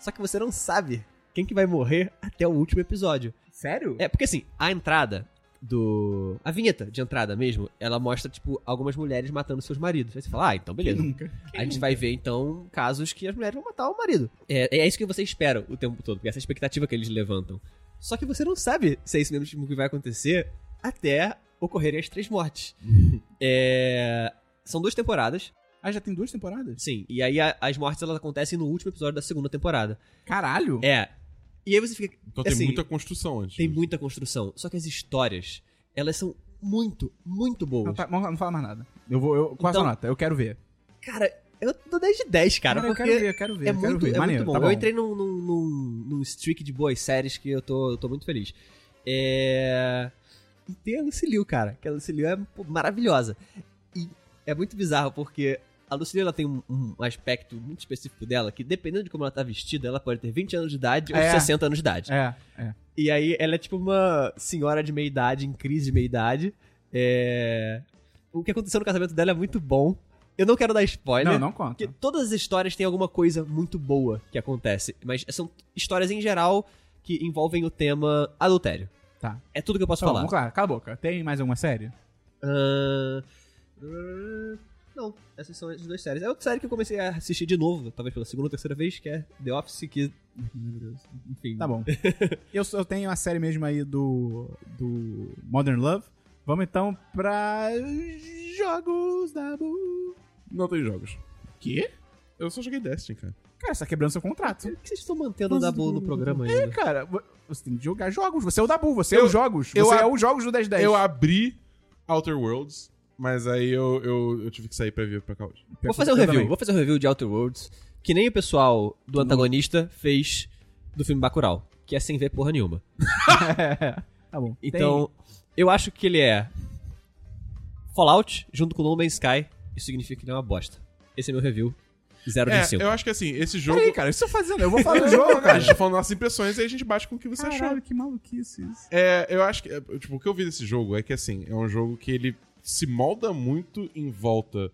Speaker 3: Só que você não sabe quem que vai morrer até o último episódio.
Speaker 1: Sério?
Speaker 3: É, porque assim, a entrada do. A vinheta de entrada mesmo, ela mostra, tipo, algumas mulheres matando seus maridos. Aí você fala, ah, então beleza.
Speaker 1: Nunca.
Speaker 3: a gente vai ver, então, casos que as mulheres vão matar o marido. É, é isso que você espera o tempo todo, porque essa é a expectativa que eles levantam. Só que você não sabe se é isso mesmo que vai acontecer até ocorrerem as três mortes.
Speaker 1: Uhum.
Speaker 3: É, São duas temporadas,
Speaker 1: Ah, já tem duas temporadas?
Speaker 3: sim. E aí a- as mortes elas acontecem no último episódio da segunda temporada.
Speaker 1: Caralho!
Speaker 3: É. E aí você fica,
Speaker 1: É
Speaker 2: Então tem
Speaker 3: Assim,
Speaker 2: muita construção antes.
Speaker 3: tem
Speaker 2: né?
Speaker 3: muita construção. Só que as histórias, elas são muito, muito boas.
Speaker 1: Não, tá, não não fala mais nada. Eu vou. Eu, qual a
Speaker 3: Então-
Speaker 1: sua nota? Eu quero ver.
Speaker 3: Cara, eu dou 10 de 10, cara,
Speaker 1: Não, eu
Speaker 3: porque
Speaker 1: quero ver, eu quero ver.
Speaker 3: é
Speaker 1: eu quero
Speaker 3: muito,
Speaker 1: ver.
Speaker 3: é
Speaker 1: Maneiro,
Speaker 3: muito bom.
Speaker 1: tá bom.
Speaker 3: Eu entrei num, num, num, num streak de boas séries que eu tô, eu tô muito feliz. É... E tem a Lucilio, cara, que a Lucilio é pô, maravilhosa. E é muito bizarro, porque a Lucilio ela tem um, um aspecto muito específico dela, que dependendo de como ela tá vestida, ela pode ter 20 anos de idade
Speaker 1: É.
Speaker 3: ou 60 anos de idade.
Speaker 1: É, é.
Speaker 3: E aí ela é tipo uma senhora de meia idade, em crise de meia idade. É... O que aconteceu no casamento dela é muito bom. Eu não quero dar spoiler.
Speaker 1: Não, não conta.
Speaker 3: Porque todas as histórias têm alguma coisa muito boa que acontece. Mas são histórias em geral que envolvem o tema adultério.
Speaker 1: Tá.
Speaker 3: É tudo que eu posso
Speaker 1: Então,
Speaker 3: falar.
Speaker 1: Vamos lá, cala a boca. Tem mais alguma série?
Speaker 3: Ahn, ahn, ah, Não, essas são as duas séries. É outra série que eu comecei a assistir de novo, talvez pela segunda ou terceira vez, que é The Office, que. Meu Deus. Enfim.
Speaker 1: Tá bom. eu, eu tenho a série mesmo aí do, do Modern Love. Vamos então pra jogos da Bu.
Speaker 2: Não tem jogos.
Speaker 1: Quê?
Speaker 2: Eu só joguei Destiny, cara.
Speaker 1: Cara, você tá quebrando seu contrato.
Speaker 3: Por que vocês estão mantendo o Dabu no programa
Speaker 1: É,
Speaker 3: ainda?
Speaker 1: cara, vo- você tem que jogar jogos. Você é o Dabu, você é
Speaker 2: Eu-
Speaker 1: os jogos.
Speaker 2: eu
Speaker 1: você
Speaker 2: a-
Speaker 1: é os jogos do 1010.
Speaker 2: Eu abri Outer Worlds, mas aí eu, eu, eu tive que sair pra vir pra cá hoje.
Speaker 3: Vou fazer um
Speaker 1: Eu
Speaker 3: review,
Speaker 1: também.
Speaker 3: vou fazer um review de Outer Worlds, que nem o pessoal do antagonista fez do filme Bacurau, que é sem ver porra nenhuma.
Speaker 1: tá bom.
Speaker 3: Então, eu acho que ele é Fallout junto com No Man's Sky, isso significa que ele é uma bosta. Esse é meu review, 0 de
Speaker 2: É,
Speaker 3: 5.
Speaker 2: eu acho que assim, esse
Speaker 1: Tem...
Speaker 2: jogo.
Speaker 1: Peraí, cara, o que você tá fazendo? Eu vou falar do
Speaker 2: Não,
Speaker 1: jogo,
Speaker 2: cara, a
Speaker 1: cara.
Speaker 2: gente tá falando nossas impressões e aí a gente bate com o que você achou.
Speaker 1: Caralho, que maluquice isso.
Speaker 2: É, eu acho que. é, Tipo, o que eu vi desse jogo é que, assim, é um jogo que ele se molda muito em volta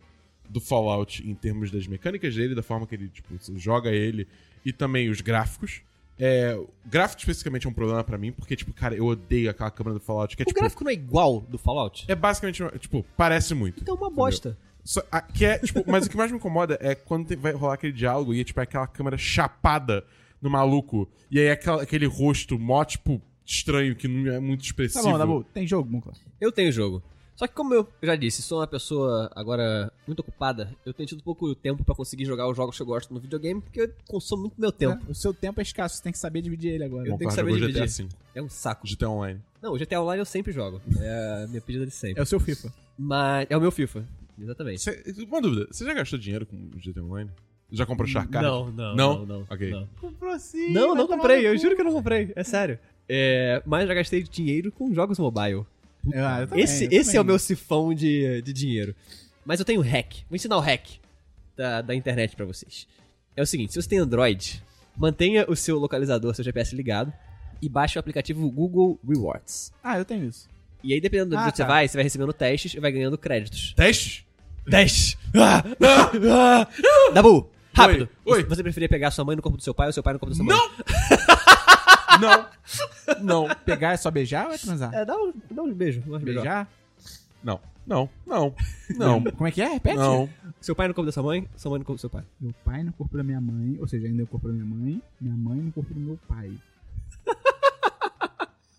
Speaker 2: do Fallout em termos das mecânicas dele, da forma que ele, tipo, você joga ele e também os gráficos. É, o gráfico especificamente é um problema pra mim, porque, tipo, cara, eu odeio aquela câmera do Fallout, que é,
Speaker 3: O
Speaker 2: tipo.
Speaker 3: gráfico não é igual do Fallout?
Speaker 2: É basicamente, uma- tipo, parece muito.
Speaker 3: Então é uma bosta.
Speaker 2: Só- a- que é, tipo, mas o que mais me incomoda é quando tem- vai rolar aquele diálogo e é, tipo, é aquela câmera chapada no maluco. E aí é aquela- aquele rosto mó, tipo, estranho, que não é muito
Speaker 1: Tá
Speaker 2: expressivo.
Speaker 1: bom, Dabu, tem jogo, Moncla?
Speaker 3: Eu tenho o jogo. Só que como eu já disse, sou uma pessoa agora muito ocupada, eu tenho tido pouco tempo pra conseguir jogar os jogos que eu gosto no videogame, porque eu consumo muito meu tempo. É
Speaker 1: É, O seu tempo é escasso, você tem que saber dividir ele agora.
Speaker 3: Eu- tenho que
Speaker 2: Concordo,
Speaker 3: saber
Speaker 2: jogou GTA
Speaker 3: dividir.
Speaker 2: V,
Speaker 3: É um saco.
Speaker 2: GTA Online.
Speaker 3: Não, o GTA Online eu sempre jogo. É a minha pedida de sempre.
Speaker 1: É o seu FIFA.
Speaker 3: Mas é o meu FIFA. Exatamente.
Speaker 2: Cê, uma dúvida, você já gastou dinheiro com GTA Online? Já comprou Sharkado?
Speaker 3: Não, não,
Speaker 2: Não?
Speaker 3: não, não.
Speaker 2: Ok.
Speaker 3: Não,
Speaker 1: Comprou sim.
Speaker 3: não, não comprei. Eu juro que eu não comprei. É sério. É, mas já gastei dinheiro com jogos mobile.
Speaker 1: Ah,
Speaker 3: esse esse é o meu sifão de, de dinheiro. Mas eu tenho um hack. Vou ensinar o hack da, da internet pra vocês. É o seguinte, se você tem Android, mantenha o seu localizador, seu GPS ligado e baixe o aplicativo Google Rewards.
Speaker 1: Ah, eu tenho isso.
Speaker 3: E aí, dependendo de
Speaker 1: Ah,
Speaker 3: onde você
Speaker 1: tá.
Speaker 3: vai, você vai recebendo testes e vai ganhando créditos.
Speaker 2: Teste?
Speaker 3: 10! Ah, ah, ah. Dabu, rápido!
Speaker 2: Oi, oi.
Speaker 3: Você preferia pegar sua mãe no corpo do seu pai ou seu pai no corpo da sua mãe? Não!
Speaker 2: Não. não.
Speaker 1: Pegar é só beijar ou é transar?
Speaker 3: É, dá um, dá um beijo. Um beijo.
Speaker 1: Beijar?
Speaker 2: Não. Não. Não. Não.
Speaker 1: Como é que é? Repete.
Speaker 2: Não.
Speaker 3: Seu pai no corpo da sua mãe, sua mãe no corpo do seu pai.
Speaker 1: Meu pai no corpo da minha mãe, ou seja, ainda é o corpo da minha mãe, minha mãe no corpo do meu pai.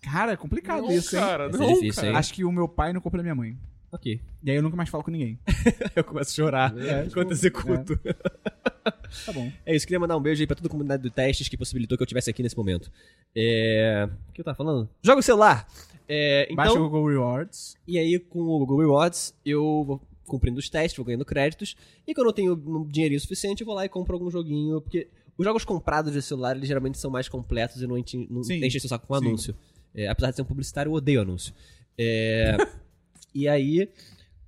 Speaker 1: cara, é complicado
Speaker 2: Não,
Speaker 1: isso, hein?
Speaker 2: cara.
Speaker 3: Essa é
Speaker 2: Não,
Speaker 3: difícil,
Speaker 2: cara.
Speaker 3: hein?
Speaker 1: Acho que o meu pai no corpo da minha mãe.
Speaker 3: Ok.
Speaker 1: E aí eu nunca mais falo com ninguém.
Speaker 3: Eu começo a chorar
Speaker 1: É,
Speaker 3: enquanto
Speaker 1: tipo,
Speaker 3: executo.
Speaker 1: Tá bom.
Speaker 3: É isso, queria mandar um beijo aí pra toda a comunidade do Testes que possibilitou que eu estivesse aqui nesse momento. É... O que eu tava falando? Joga o celular! É, então...
Speaker 1: Baixa o Google Rewards.
Speaker 3: E aí, com o Google Rewards, eu vou cumprindo os testes, vou ganhando créditos. E quando eu tenho um dinheirinho suficiente, eu vou lá e compro algum joguinho. Porque os jogos comprados de celular, eles geralmente são mais completos e não, enti- não
Speaker 1: Sim.
Speaker 3: enchem seu saco com
Speaker 1: Sim.
Speaker 3: anúncio. É, apesar de ser um publicitário, eu odeio anúncio. É, e aí,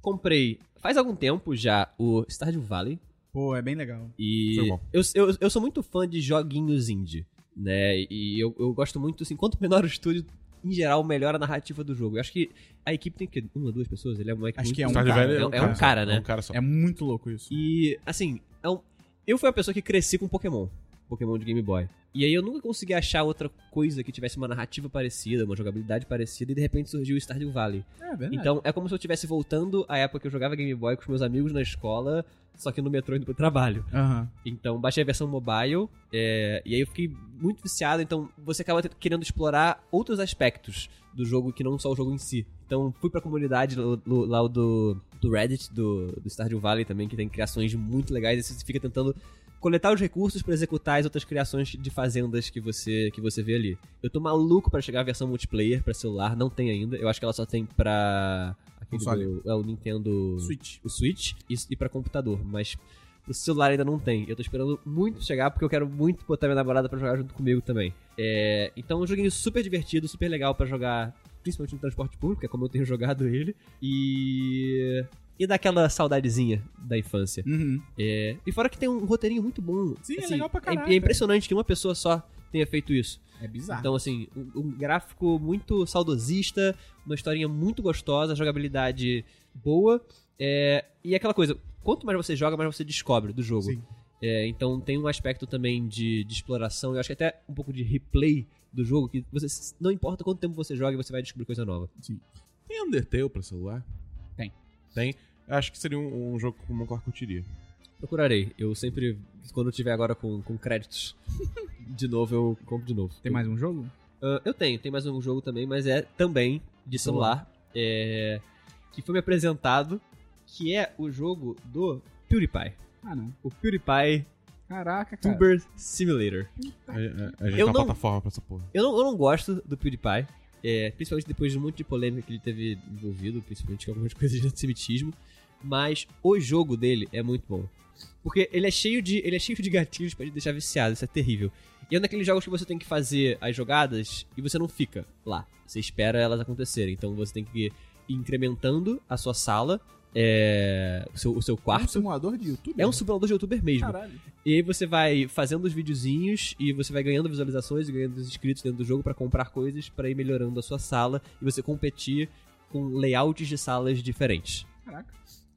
Speaker 3: comprei faz algum tempo já o Stardew Valley.
Speaker 1: Pô, é bem legal.
Speaker 2: Foi
Speaker 3: E
Speaker 2: bom.
Speaker 3: eu, eu, eu sou muito fã de joguinhos indie, né? E eu, eu gosto muito, assim, quanto menor o estúdio, em geral, melhora a narrativa do jogo. Eu acho que a equipe tem que uma, duas pessoas, ele é um moleque
Speaker 1: Acho
Speaker 3: muito-
Speaker 1: que é um
Speaker 2: Stardew
Speaker 1: cara,
Speaker 2: Valley
Speaker 3: é um- é um cara,
Speaker 2: É
Speaker 3: né?
Speaker 2: um cara só.
Speaker 1: É muito louco isso.
Speaker 3: E, assim, é um- eu fui a pessoa que cresci com Pokémon. Pokémon de Game Boy. E aí eu nunca consegui achar outra coisa que tivesse uma narrativa parecida, uma jogabilidade parecida, e de repente surgiu o Stardew Valley.
Speaker 1: É verdade.
Speaker 3: Então é como se eu estivesse voltando à época que eu jogava Game Boy com os meus amigos na escola, só que no metrô indo pro trabalho.
Speaker 1: Aham.
Speaker 3: Então baixei a versão mobile é, e aí eu fiquei muito viciado. Então você acaba te- querendo explorar outros aspectos do jogo que não só o jogo em si. Então fui pra comunidade lo- lo- lá do, do Reddit, do, do Stardew Valley também, que tem criações muito legais. E você fica tentando coletar os recursos pra executar as outras criações de fazendas que você, que você vê ali. Eu tô maluco pra chegar a versão multiplayer pra celular, não tem ainda. Eu acho que ela só tem pra... Aquele
Speaker 1: Console.
Speaker 3: do- é, o Nintendo
Speaker 1: Switch.
Speaker 3: o Switch e, e para computador, mas pro celular ainda não tem. Eu tô esperando muito chegar porque eu quero muito botar minha namorada pra jogar junto comigo também. É, então, é um joguinho super divertido, super legal pra jogar, principalmente no transporte público, é como eu tenho jogado ele. E e dá aquela saudadezinha da infância.
Speaker 1: Uhum.
Speaker 3: É, e fora que tem um roteirinho muito bom.
Speaker 1: Sim, é legal pra caralho,
Speaker 3: É, impressionante que uma pessoa só tenha feito isso.
Speaker 1: É bizarro.
Speaker 3: Então, assim, um, um gráfico muito saudosista, uma historinha muito gostosa, jogabilidade boa. é, e aquela coisa, quanto mais você joga, mais você descobre do jogo.
Speaker 1: Sim.
Speaker 3: É, então tem um aspecto também de, de exploração, eu acho que até um pouco de replay do jogo, que você não importa quanto tempo você joga, você vai descobrir coisa nova.
Speaker 2: Tem Undertale pra celular?
Speaker 1: um Tem.
Speaker 2: Tem? Acho que seria um, um jogo que o Monclar curtiria.
Speaker 3: Procurarei. Eu sempre, quando eu tiver agora com, com créditos de novo, eu compro de novo.
Speaker 1: Tem mais um jogo?
Speaker 3: Ah, eu tenho, tem mais um jogo também, mas é também de celular. é, que foi me apresentado, que é o jogo do PewDiePie.
Speaker 1: Ah, não.
Speaker 3: O PewDiePie
Speaker 1: Caraca, cara.
Speaker 3: Tuber Simulator.
Speaker 2: A, a- a gente
Speaker 3: Eu
Speaker 2: tem uma
Speaker 3: não-
Speaker 2: plataforma pra essa porra.
Speaker 3: Eu não, eu não gosto do PewDiePie, é, principalmente depois de um monte de polêmica que ele teve envolvido, principalmente com algumas coisas de antissemitismo, mas o jogo dele é muito bom. Porque ele é cheio de, ele é cheio de gatilhos pra te deixar viciado, isso é terrível. E é um daqueles jogos que você tem que fazer as jogadas e você não fica lá. Você espera elas acontecerem. Então você tem que ir incrementando a sua sala, é, o, seu, o seu
Speaker 1: Um
Speaker 3: quarto.
Speaker 1: simulador de YouTube?
Speaker 3: É um simulador de youtuber mesmo.
Speaker 1: Caralho.
Speaker 3: E aí você vai fazendo os videozinhos e você vai ganhando visualizações e ganhando os inscritos dentro do jogo pra comprar coisas pra ir melhorando a sua sala e você competir com layouts de salas diferentes.
Speaker 1: Caraca.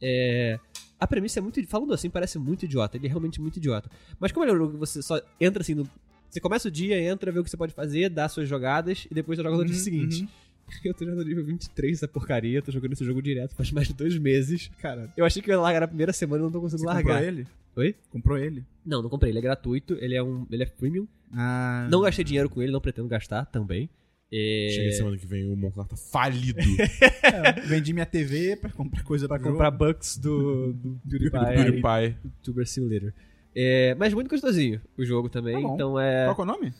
Speaker 3: É, A premissa é muito. Falando assim, parece muito idiota. Ele é realmente muito idiota. Mas como ele é um jogo que você só entra assim. No... Você começa o dia, entra, vê o que você pode fazer, dá suas jogadas e depois você joga no dia
Speaker 1: Uhum,
Speaker 3: seguinte. Eu tô já no nível 23 essa porcaria, tô jogando esse jogo direto faz mais de dois meses.
Speaker 1: Cara,
Speaker 3: Eu achei que eu ia largar na primeira semana e não tô conseguindo
Speaker 1: você comprou
Speaker 3: largar.
Speaker 1: ele?
Speaker 3: Oi?
Speaker 1: Comprou ele?
Speaker 3: Não, não comprei. Ele é gratuito, ele é um. Ele é premium.
Speaker 1: Ah.
Speaker 3: Não gastei dinheiro com ele, não pretendo gastar também. É,
Speaker 2: Chega semana que vem, o Monclar tá falido.
Speaker 1: É, vendi minha TV pra comprar coisa
Speaker 3: Pra
Speaker 1: pro jogo.
Speaker 3: comprar bucks do, do PewDiePie
Speaker 2: PewDiePie.
Speaker 3: e Tuber Simulator. É, mas muito gostosinho o jogo também,
Speaker 1: Tá bom.
Speaker 3: então é
Speaker 1: Qual que é o nome?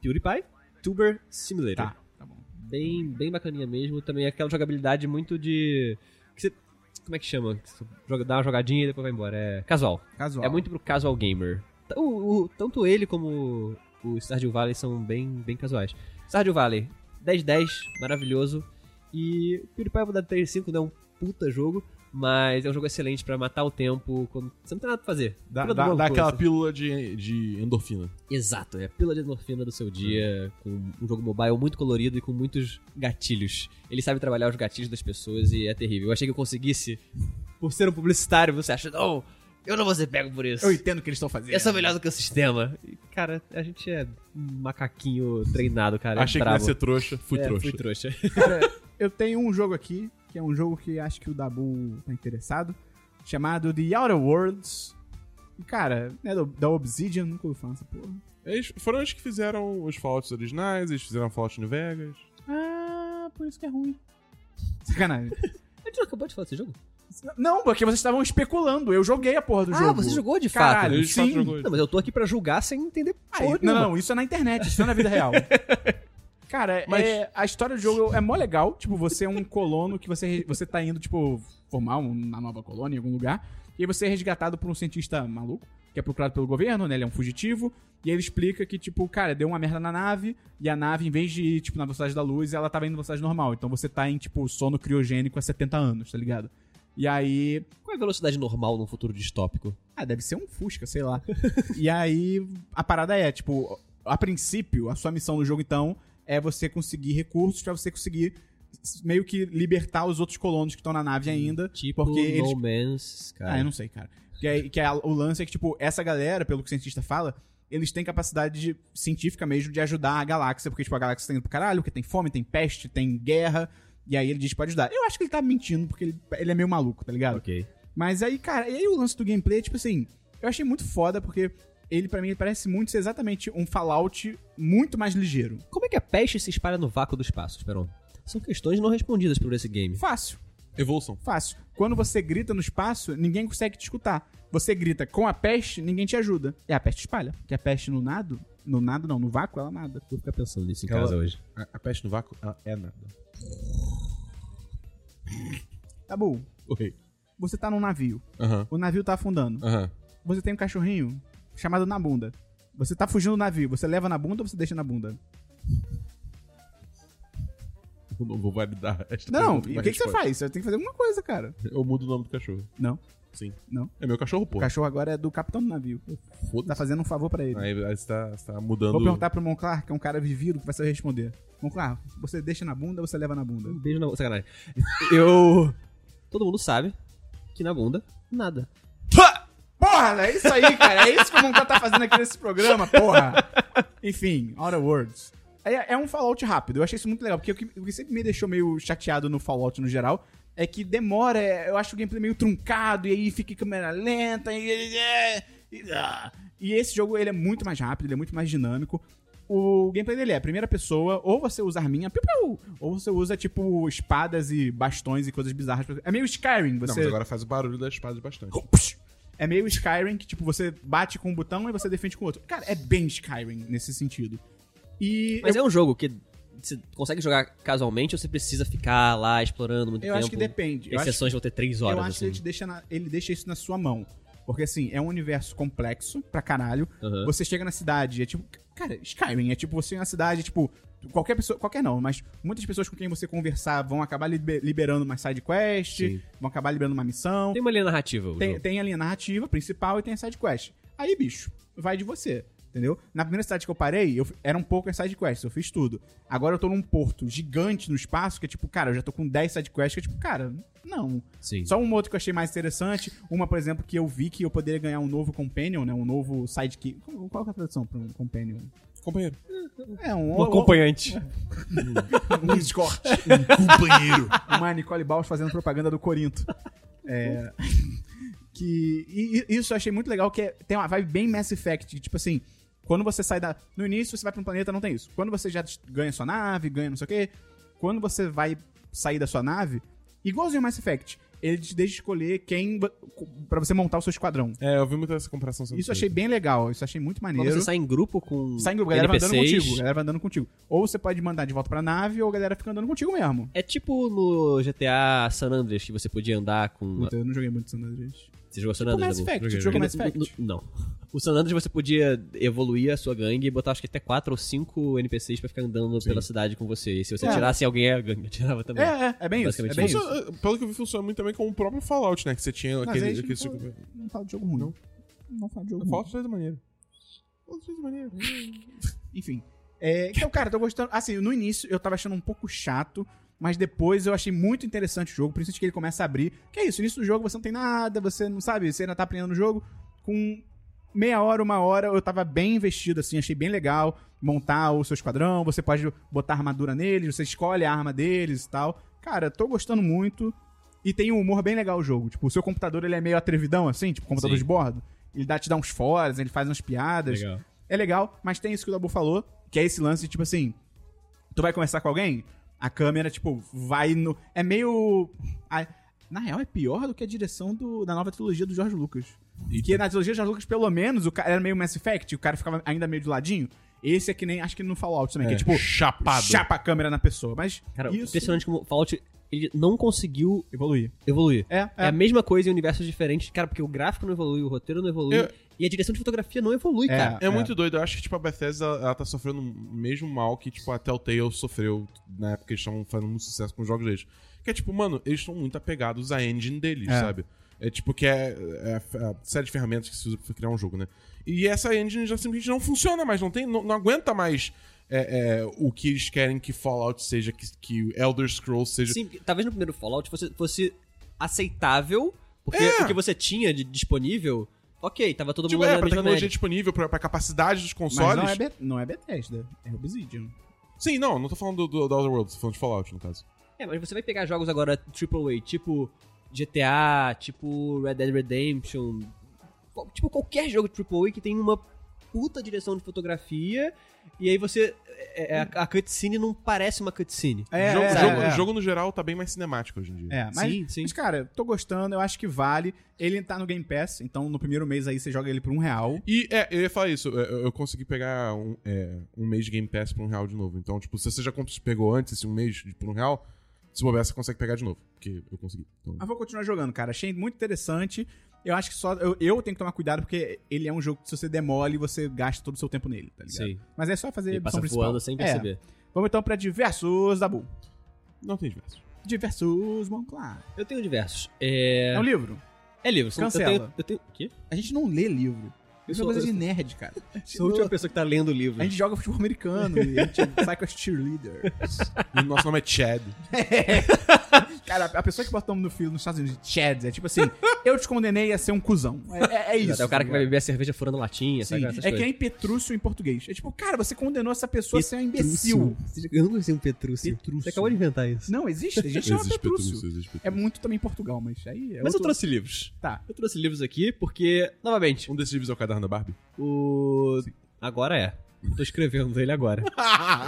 Speaker 3: PewDiePie, Tuber Simulator.
Speaker 1: Tá, tá bom.
Speaker 3: Bem, bem bacaninha mesmo, também é aquela jogabilidade muito de... que você- como é que chama? Que você joga- dá uma jogadinha e depois vai embora, é casual.
Speaker 1: Casual.
Speaker 3: É muito pro casual gamer. O- o- tanto ele como o Stardew Valley são bem, bem casuais. Stardew Valley, 10-10, maravilhoso. E o PewDiePie Vou dar 35 não é um puta jogo, mas é um jogo excelente pra matar o tempo quando você não tem nada pra fazer.
Speaker 2: Dá,
Speaker 3: Pílula do
Speaker 2: dá,
Speaker 3: bom
Speaker 2: dá
Speaker 1: assim.
Speaker 3: gosto.
Speaker 2: aquela pílula de, de endorfina.
Speaker 3: Exato, é a pílula de endorfina do seu dia, com um jogo mobile muito colorido e com muitos gatilhos. Ele sabe trabalhar os gatilhos das pessoas e é terrível. Eu achei que eu conseguisse, por ser um publicitário, você acha, não, eu não vou ser pego por isso.
Speaker 1: Eu entendo o que eles estão fazendo.
Speaker 3: Eu sou é melhor do que o sistema. E, Cara, a gente é um macaquinho treinado, cara.
Speaker 2: Achei
Speaker 3: é brabo.
Speaker 2: que ia ser trouxa, fui
Speaker 3: É,
Speaker 2: trouxa.
Speaker 3: Fui trouxa.
Speaker 1: Cara, eu tenho um jogo aqui, que é um jogo que acho que o Dabu tá interessado, chamado The Outer Worlds. E, cara, né, do- da Obsidian, nunca ouvi falar essa porra.
Speaker 2: Eles foram eles que fizeram os Fallouts originais, eles fizeram Fallout New Vegas.
Speaker 1: Ah, por isso que é ruim. Sacanagem.
Speaker 3: A gente não acabou de falar desse jogo?
Speaker 1: Não, porque vocês estavam especulando. Eu joguei a porra do
Speaker 3: ah,
Speaker 1: jogo.
Speaker 3: você jogou de
Speaker 1: Caralho,
Speaker 3: fato?
Speaker 2: Eles de fato
Speaker 1: sim.
Speaker 2: jogou-
Speaker 3: Não, mas eu tô aqui pra julgar sem entender
Speaker 1: Aí,
Speaker 3: porra
Speaker 1: não,
Speaker 3: nenhuma.
Speaker 1: não, isso é na internet, isso não é na vida real. Cara,
Speaker 2: Mas-
Speaker 1: é- a história do jogo é mó legal. Tipo, você é um colono que você, você tá indo, tipo, formar um- uma nova colônia em algum lugar. E aí você é resgatado por um cientista maluco, que é procurado pelo governo, né? Ele é um fugitivo. E aí ele explica que, tipo, cara, deu uma merda na nave. E a nave, em vez de ir, tipo, na velocidade da luz, ela tava indo na velocidade normal. Então você tá em, tipo, sono criogênico há 70 anos, tá ligado? E aí
Speaker 3: Qual é a velocidade normal num futuro distópico?
Speaker 1: ah, deve ser um Fusca, sei lá. e aí, a parada é, tipo, a princípio, a sua missão no jogo, então, é você conseguir recursos pra você conseguir s- meio que libertar os outros colonos que estão na nave ainda.
Speaker 3: Tipo,
Speaker 1: porque eles-
Speaker 3: No Man's Sky.
Speaker 1: Ah, eu não sei, cara. Que, é, que é a- o lance é que, tipo, essa galera, pelo que o cientista fala, eles têm capacidade de- científica mesmo de ajudar a galáxia, porque, tipo, a galáxia tá indo pro caralho, porque tem fome, tem peste, tem guerra, e aí ele diz que pode ajudar. Eu acho que ele tá mentindo, porque ele, ele é meio maluco, tá ligado?
Speaker 3: Ok.
Speaker 1: Mas aí, cara, e aí o lance do gameplay, tipo assim, eu achei muito foda, porque ele, pra mim, parece muito ser exatamente um Fallout muito mais ligeiro.
Speaker 3: Como é que a peste se espalha no vácuo do espaço, Esperon? São questões não respondidas por esse game.
Speaker 1: Fácil,
Speaker 2: Evolução.
Speaker 1: fácil. Quando você grita no espaço, ninguém consegue te escutar. Você grita com a peste, ninguém te ajuda. E a peste espalha. Porque a peste no nado, no nado não, no vácuo, ela nada.
Speaker 3: Vou ficar pensando nisso em
Speaker 2: Ela-
Speaker 3: casa hoje.
Speaker 2: A, a peste no vácuo ela é nada.
Speaker 1: Tá bom.
Speaker 2: Oi.
Speaker 1: Você tá num navio.
Speaker 2: Aham.
Speaker 1: O navio tá afundando.
Speaker 2: Aham.
Speaker 1: Você tem um cachorrinho chamado na bunda. Você tá fugindo do navio. Você leva na bunda ou você deixa na bunda?
Speaker 2: Eu não vou validar esta
Speaker 1: Não,
Speaker 2: pergunta
Speaker 1: e
Speaker 2: com
Speaker 1: o
Speaker 2: a
Speaker 1: que, que você
Speaker 2: resposta.
Speaker 1: faz? Você tem que fazer alguma coisa, cara.
Speaker 2: Eu mudo o nome do cachorro.
Speaker 1: Não.
Speaker 2: Sim.
Speaker 1: Não.
Speaker 2: É meu cachorro,
Speaker 1: O
Speaker 2: pô.
Speaker 1: cachorro agora é do capitão do navio. Tá
Speaker 2: Foda-se.
Speaker 1: fazendo um favor pra ele.
Speaker 2: Aí, aí você, tá, você tá mudando.
Speaker 1: Vou perguntar pro Monclar, que é um cara vivido, que vai saber responder. Monclar, você deixa na bunda ou você leva na bunda?
Speaker 3: Um beijo na bunda. Sacanagem. Eu. Todo mundo sabe que na bunda, nada.
Speaker 1: Porra, é isso aí, cara. É isso que o Monclar tá fazendo aqui nesse programa, porra. Enfim, Outer Worlds. É, é um Fallout rápido. Eu achei isso muito legal, porque o que, o que sempre me deixou meio chateado no Fallout no geral é que demora, é, eu acho o gameplay meio truncado, e aí fica em câmera lenta, e... e- e- ah. E esse jogo, ele é muito mais rápido, ele é muito mais dinâmico. O gameplay dele é primeira pessoa, ou você usa arminha, piu, piu, ou você usa, tipo, espadas e bastões e coisas bizarras. É meio Skyrim,
Speaker 2: Não,
Speaker 1: você...
Speaker 2: mas agora faz o barulho da espada bastante.
Speaker 1: É meio Skyrim que, tipo, você bate com um botão e você defende com outro. Cara, é bem Skyrim nesse sentido. E
Speaker 3: Mas
Speaker 1: eu,
Speaker 3: é um jogo que você consegue jogar casualmente ou você precisa ficar lá explorando muito
Speaker 1: eu
Speaker 3: tempo?
Speaker 1: acho que depende. Eu
Speaker 3: As
Speaker 1: acho,
Speaker 3: sessões vão ter três
Speaker 1: eu
Speaker 3: horas,
Speaker 1: acho que
Speaker 3: assim.
Speaker 1: ele, te deixa na- ele deixa isso na sua mão. Porque, assim, é um universo complexo pra caralho.
Speaker 3: Aham.
Speaker 1: Você chega na cidade, é tipo... Cara, Skyrim é tipo você na cidade, tipo... Qualquer pessoa... Qualquer não, mas muitas pessoas com quem você conversar vão acabar libe- liberando uma side quest,
Speaker 3: Sim.
Speaker 1: vão acabar liberando uma missão.
Speaker 3: Tem uma linha narrativa. o
Speaker 1: Tem,
Speaker 3: jogo.
Speaker 1: tem a linha narrativa principal e tem a side quest. Aí, bicho, vai de você, entendeu? Na primeira cidade que eu parei, eu, f- eram poucas side quests, eu fiz tudo. Agora eu tô num porto gigante no espaço, que é tipo, cara, eu já tô com 10 side quests, que é tipo, cara, não.
Speaker 3: Sim.
Speaker 1: Só um outro que eu achei mais interessante, uma, por exemplo, que eu vi que eu poderia ganhar um novo companion, né? Um novo sidekick. Qual qual que é a tradução pra um companion?
Speaker 2: Companheiro.
Speaker 1: É, um...
Speaker 3: Um acompanhante.
Speaker 1: Um escort.
Speaker 5: Companheiro.
Speaker 1: uma Nicole Baus fazendo propaganda do Corinto. É, que e- e isso eu achei muito legal, que é- tem uma vibe bem Mass Effect, que, tipo assim, quando você sai da no início você vai pra um planeta, não tem isso. Quando você já ganha sua nave, ganha não sei o quê, quando você vai sair da sua nave, igualzinho ao Mass Effect, ele te deixa escolher quem Pra você montar o seu esquadrão.
Speaker 2: É, eu vi muito essa comparação. sendo
Speaker 1: Isso eu achei
Speaker 2: feita.
Speaker 1: bem legal, isso eu achei muito
Speaker 3: Mas
Speaker 1: maneiro.
Speaker 3: você sai em grupo com.
Speaker 1: Sai em grupo, a galera vai andando
Speaker 3: NPCs.
Speaker 1: contigo, é. a galera vai andando contigo. Ou você pode mandar de volta pra nave, ou a galera fica andando contigo mesmo.
Speaker 3: É tipo no GTA San Andreas que você podia andar com.
Speaker 1: Puta, Então eu não joguei muito San Andreas.
Speaker 3: Você jogou San
Speaker 1: Tipo
Speaker 3: Andreas?
Speaker 1: Mass
Speaker 3: Dabu?
Speaker 1: Effect,
Speaker 2: Joguei,
Speaker 1: o jogo
Speaker 2: joguei.
Speaker 1: Mass Effect.
Speaker 3: N- Não. O San Andreas você podia evoluir a sua gangue e botar acho que até 4 ou 5 NPCs pra ficar andando pela cidade com você. E se você
Speaker 1: É.
Speaker 3: tirasse alguém, a gangue atirava também.
Speaker 1: É, é, é bem isso. É
Speaker 3: Basicamente
Speaker 1: bem
Speaker 3: isso.
Speaker 1: isso.
Speaker 2: Funciona- eh, pelo que eu vi, funciona muito também com o próprio Fallout, né? Que você tinha
Speaker 1: Mas
Speaker 2: aquele.
Speaker 1: aí a
Speaker 2: aquele
Speaker 1: gente não
Speaker 2: circo-
Speaker 1: Não fala de jogo ruim. Não, não fala de jogo ruim.
Speaker 2: Fallout 2 é maneiro. Fallout 2 é maneiro.
Speaker 1: Enfim. É, então, cara, tô gostando. Assim, no início eu tava achando um pouco chato, mas depois eu achei muito interessante o jogo, principalmente que ele começa a abrir. Que é isso, no início do jogo você não tem nada, você não sabe, você ainda tá aprendendo o jogo. Com meia hora, uma hora, eu tava bem investido, assim, achei bem legal montar o seu esquadrão, você pode botar armadura neles, você escolhe a arma deles e tal. Cara, tô gostando muito. E tem um humor bem legal o jogo. Tipo, o seu computador ele é meio atrevidão, assim, tipo, computador
Speaker 3: Sim.
Speaker 1: de bordo. Ele dá, te dá uns foras, ele faz umas piadas
Speaker 3: Legal.
Speaker 1: é legal, mas tem isso que o Dabu falou, que é esse lance de, tipo assim, tu vai conversar com alguém, a câmera, tipo, vai no... É meio... a- na real, é pior do que a direção do- da nova trilogia do George Lucas. Que na trilogia do George Lucas, pelo menos, o cara era meio Mass Effect, o cara ficava ainda meio de ladinho. Esse é que nem, acho que no Fallout também, que é tipo,
Speaker 2: chapado.
Speaker 1: chapa a câmera na pessoa. Mas
Speaker 3: Cara,
Speaker 1: isso
Speaker 3: impressionante é como o Fallout ele não conseguiu
Speaker 1: evoluir.
Speaker 3: evoluir.
Speaker 1: É,
Speaker 3: É.
Speaker 1: é.
Speaker 3: a mesma coisa em universos diferentes, cara, porque o gráfico não evolui, o roteiro não evolui,
Speaker 2: Eu-
Speaker 3: e a direção de fotografia não evolui,
Speaker 1: É.
Speaker 3: cara.
Speaker 2: É muito doido. Eu acho que, tipo, a Bethesda, ela tá sofrendo o mesmo mal que, tipo, a Telltale sofreu na época que eles estavam fazendo muito sucesso com os jogos deles. Que é, tipo, mano, eles estão muito apegados à engine deles,
Speaker 1: É.
Speaker 2: sabe? É tipo que é, é a f- a série de ferramentas que se usa pra criar um jogo, né? E essa engine já simplesmente não funciona mais, não tem, não, não aguenta mais é, é, o que eles querem que Fallout seja, que, que Elder Scrolls seja.
Speaker 3: Sim, talvez no primeiro Fallout fosse, fosse aceitável, porque
Speaker 2: É.
Speaker 3: o que você tinha de disponível, ok, tava todo
Speaker 2: Tipo,
Speaker 3: mundo
Speaker 2: é,
Speaker 3: na
Speaker 2: pra
Speaker 3: mesma
Speaker 2: tecnologia
Speaker 3: média.
Speaker 2: disponível, pra, pra capacidade dos
Speaker 1: Mas
Speaker 2: consoles.
Speaker 1: não é, Be- não é Bethesda, é Obsidian.
Speaker 2: Sim, não, não tô falando do, do, do Other Worlds, tô falando de Fallout, no caso.
Speaker 3: É, mas você vai pegar jogos agora AAA, tipo GTA, tipo Red Dead Redemption, qual- tipo qualquer jogo AAA que tem uma puta direção de fotografia, e aí você... é, é, a, a cutscene não parece uma cutscene.
Speaker 1: É,
Speaker 2: jogo,
Speaker 1: é,
Speaker 2: jogo,
Speaker 1: é.
Speaker 2: jogo, no geral, tá bem mais cinemático hoje em dia.
Speaker 1: É, mas,
Speaker 3: Sim, sim.
Speaker 1: mas, cara, tô gostando, eu acho que vale. Ele tá no Game Pass, então no primeiro mês aí você joga ele por um real.
Speaker 2: E, é, eu ia falar isso, é, eu, eu consegui pegar um, é, um mês de Game Pass por um real de novo. Então, tipo, se você já comp- pegou antes esse um mês de- por um real, se bobear, você consegue pegar de novo. Porque eu consegui. Então,
Speaker 1: Mas vou continuar jogando, cara. Achei muito interessante. Eu acho que só. Eu, eu tenho que tomar cuidado, porque ele é um jogo que se você demole, você gasta todo o seu tempo nele, tá ligado?
Speaker 3: Sim.
Speaker 1: Mas é só fazer
Speaker 3: E
Speaker 1: a
Speaker 3: passa
Speaker 1: missão principal.
Speaker 3: voando sem
Speaker 1: É.
Speaker 3: perceber.
Speaker 1: Vamos então pra diversos, Dabu.
Speaker 2: não tem diversos.
Speaker 1: Diversos, Monclar.
Speaker 3: Eu tenho diversos. É,
Speaker 1: É. um livro.
Speaker 3: é livro. são-
Speaker 1: Cancela.
Speaker 3: Eu tenho... Eu tenho... O quê?
Speaker 1: A gente não lê livro. Isso é
Speaker 3: sou-
Speaker 1: coisa de
Speaker 3: eu-
Speaker 1: nerd, cara.
Speaker 3: Sou a última pessoa que tá lendo o livro.
Speaker 1: A gente joga futebol americano e a gente é um sai com as cheerleaders.
Speaker 2: E o nosso nome é Chad.
Speaker 1: Cara, a pessoa que bota o nome do filho nos Estados Unidos de Chad é tipo assim: eu te condenei a ser um cuzão. É, é- é isso.
Speaker 3: é o cara que vai
Speaker 1: ligado?
Speaker 3: beber a cerveja furando latinha,
Speaker 1: Sim,
Speaker 3: sabe? Essas
Speaker 1: é que
Speaker 3: coisas.
Speaker 1: nem Petrúcio em português. É tipo, cara, você condenou essa pessoa a ser um imbecil.
Speaker 3: Petrúcio. Eu não conheci um Petrúcio.
Speaker 1: Petrúcio.
Speaker 3: Você acabou de inventar isso.
Speaker 1: Não, existe, a gente chama
Speaker 2: Existe
Speaker 1: um Petrúcio.
Speaker 2: Petrúcio, existe
Speaker 1: É
Speaker 2: Petrúcio.
Speaker 1: muito também em Portugal, mas aí é
Speaker 3: Mas eu
Speaker 1: outro-
Speaker 3: trouxe livros.
Speaker 1: Tá.
Speaker 3: Eu trouxe livros aqui porque, novamente,
Speaker 2: Um desses livros é o Caderno da Barbie?
Speaker 3: o. Agora é. Tô escrevendo ele agora.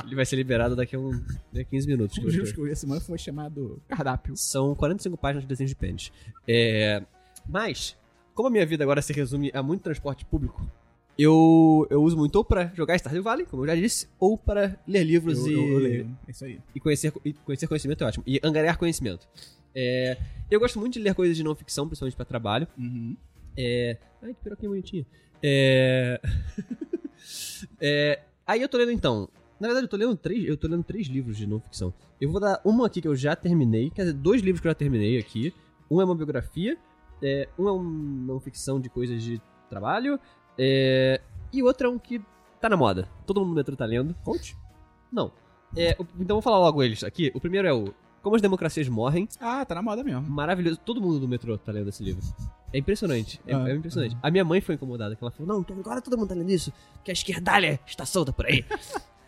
Speaker 3: ele vai ser liberado daqui a, um... daqui a 15 minutos. que eu
Speaker 1: Um livro que
Speaker 3: escrevo.
Speaker 1: eu li essa semana foi chamado Cardápio.
Speaker 3: São 45 páginas de desenhos de pênis. É... Mas, como a minha vida agora se resume a muito transporte público, eu, eu uso muito ou pra jogar Stardew Valley, como eu já disse, ou para ler livros
Speaker 1: Eu,
Speaker 3: e.
Speaker 1: eu, eu leio. É isso aí.
Speaker 3: E conhecer, e conhecer conhecimento é ótimo. E angariar conhecimento. É, eu gosto muito de ler coisas de não ficção, principalmente pra trabalho.
Speaker 1: Uhum.
Speaker 3: É... Ai, que piroquinha bonitinha. É... é... Aí eu tô lendo então. Na verdade, eu tô lendo três. Eu tô lendo três livros de não ficção. Eu vou dar uma aqui que eu já terminei, quer dizer, dois livros que eu já terminei aqui. Um é uma biografia, é, um é um não ficção de coisas de trabalho. é, E outro é um que tá na moda. Todo mundo no metrô tá lendo. Coach? Não. É, o- então eu vou falar logo eles aqui. O primeiro é o Como as Democracias Morrem.
Speaker 1: Ah, tá na moda mesmo.
Speaker 3: Maravilhoso. Todo mundo do metrô tá lendo esse livro. É impressionante. É,
Speaker 1: Ah,
Speaker 3: é impressionante. A minha mãe foi incomodada, que ela falou: Não, então agora todo mundo tá lendo isso, que a esquerdalha está solta por aí.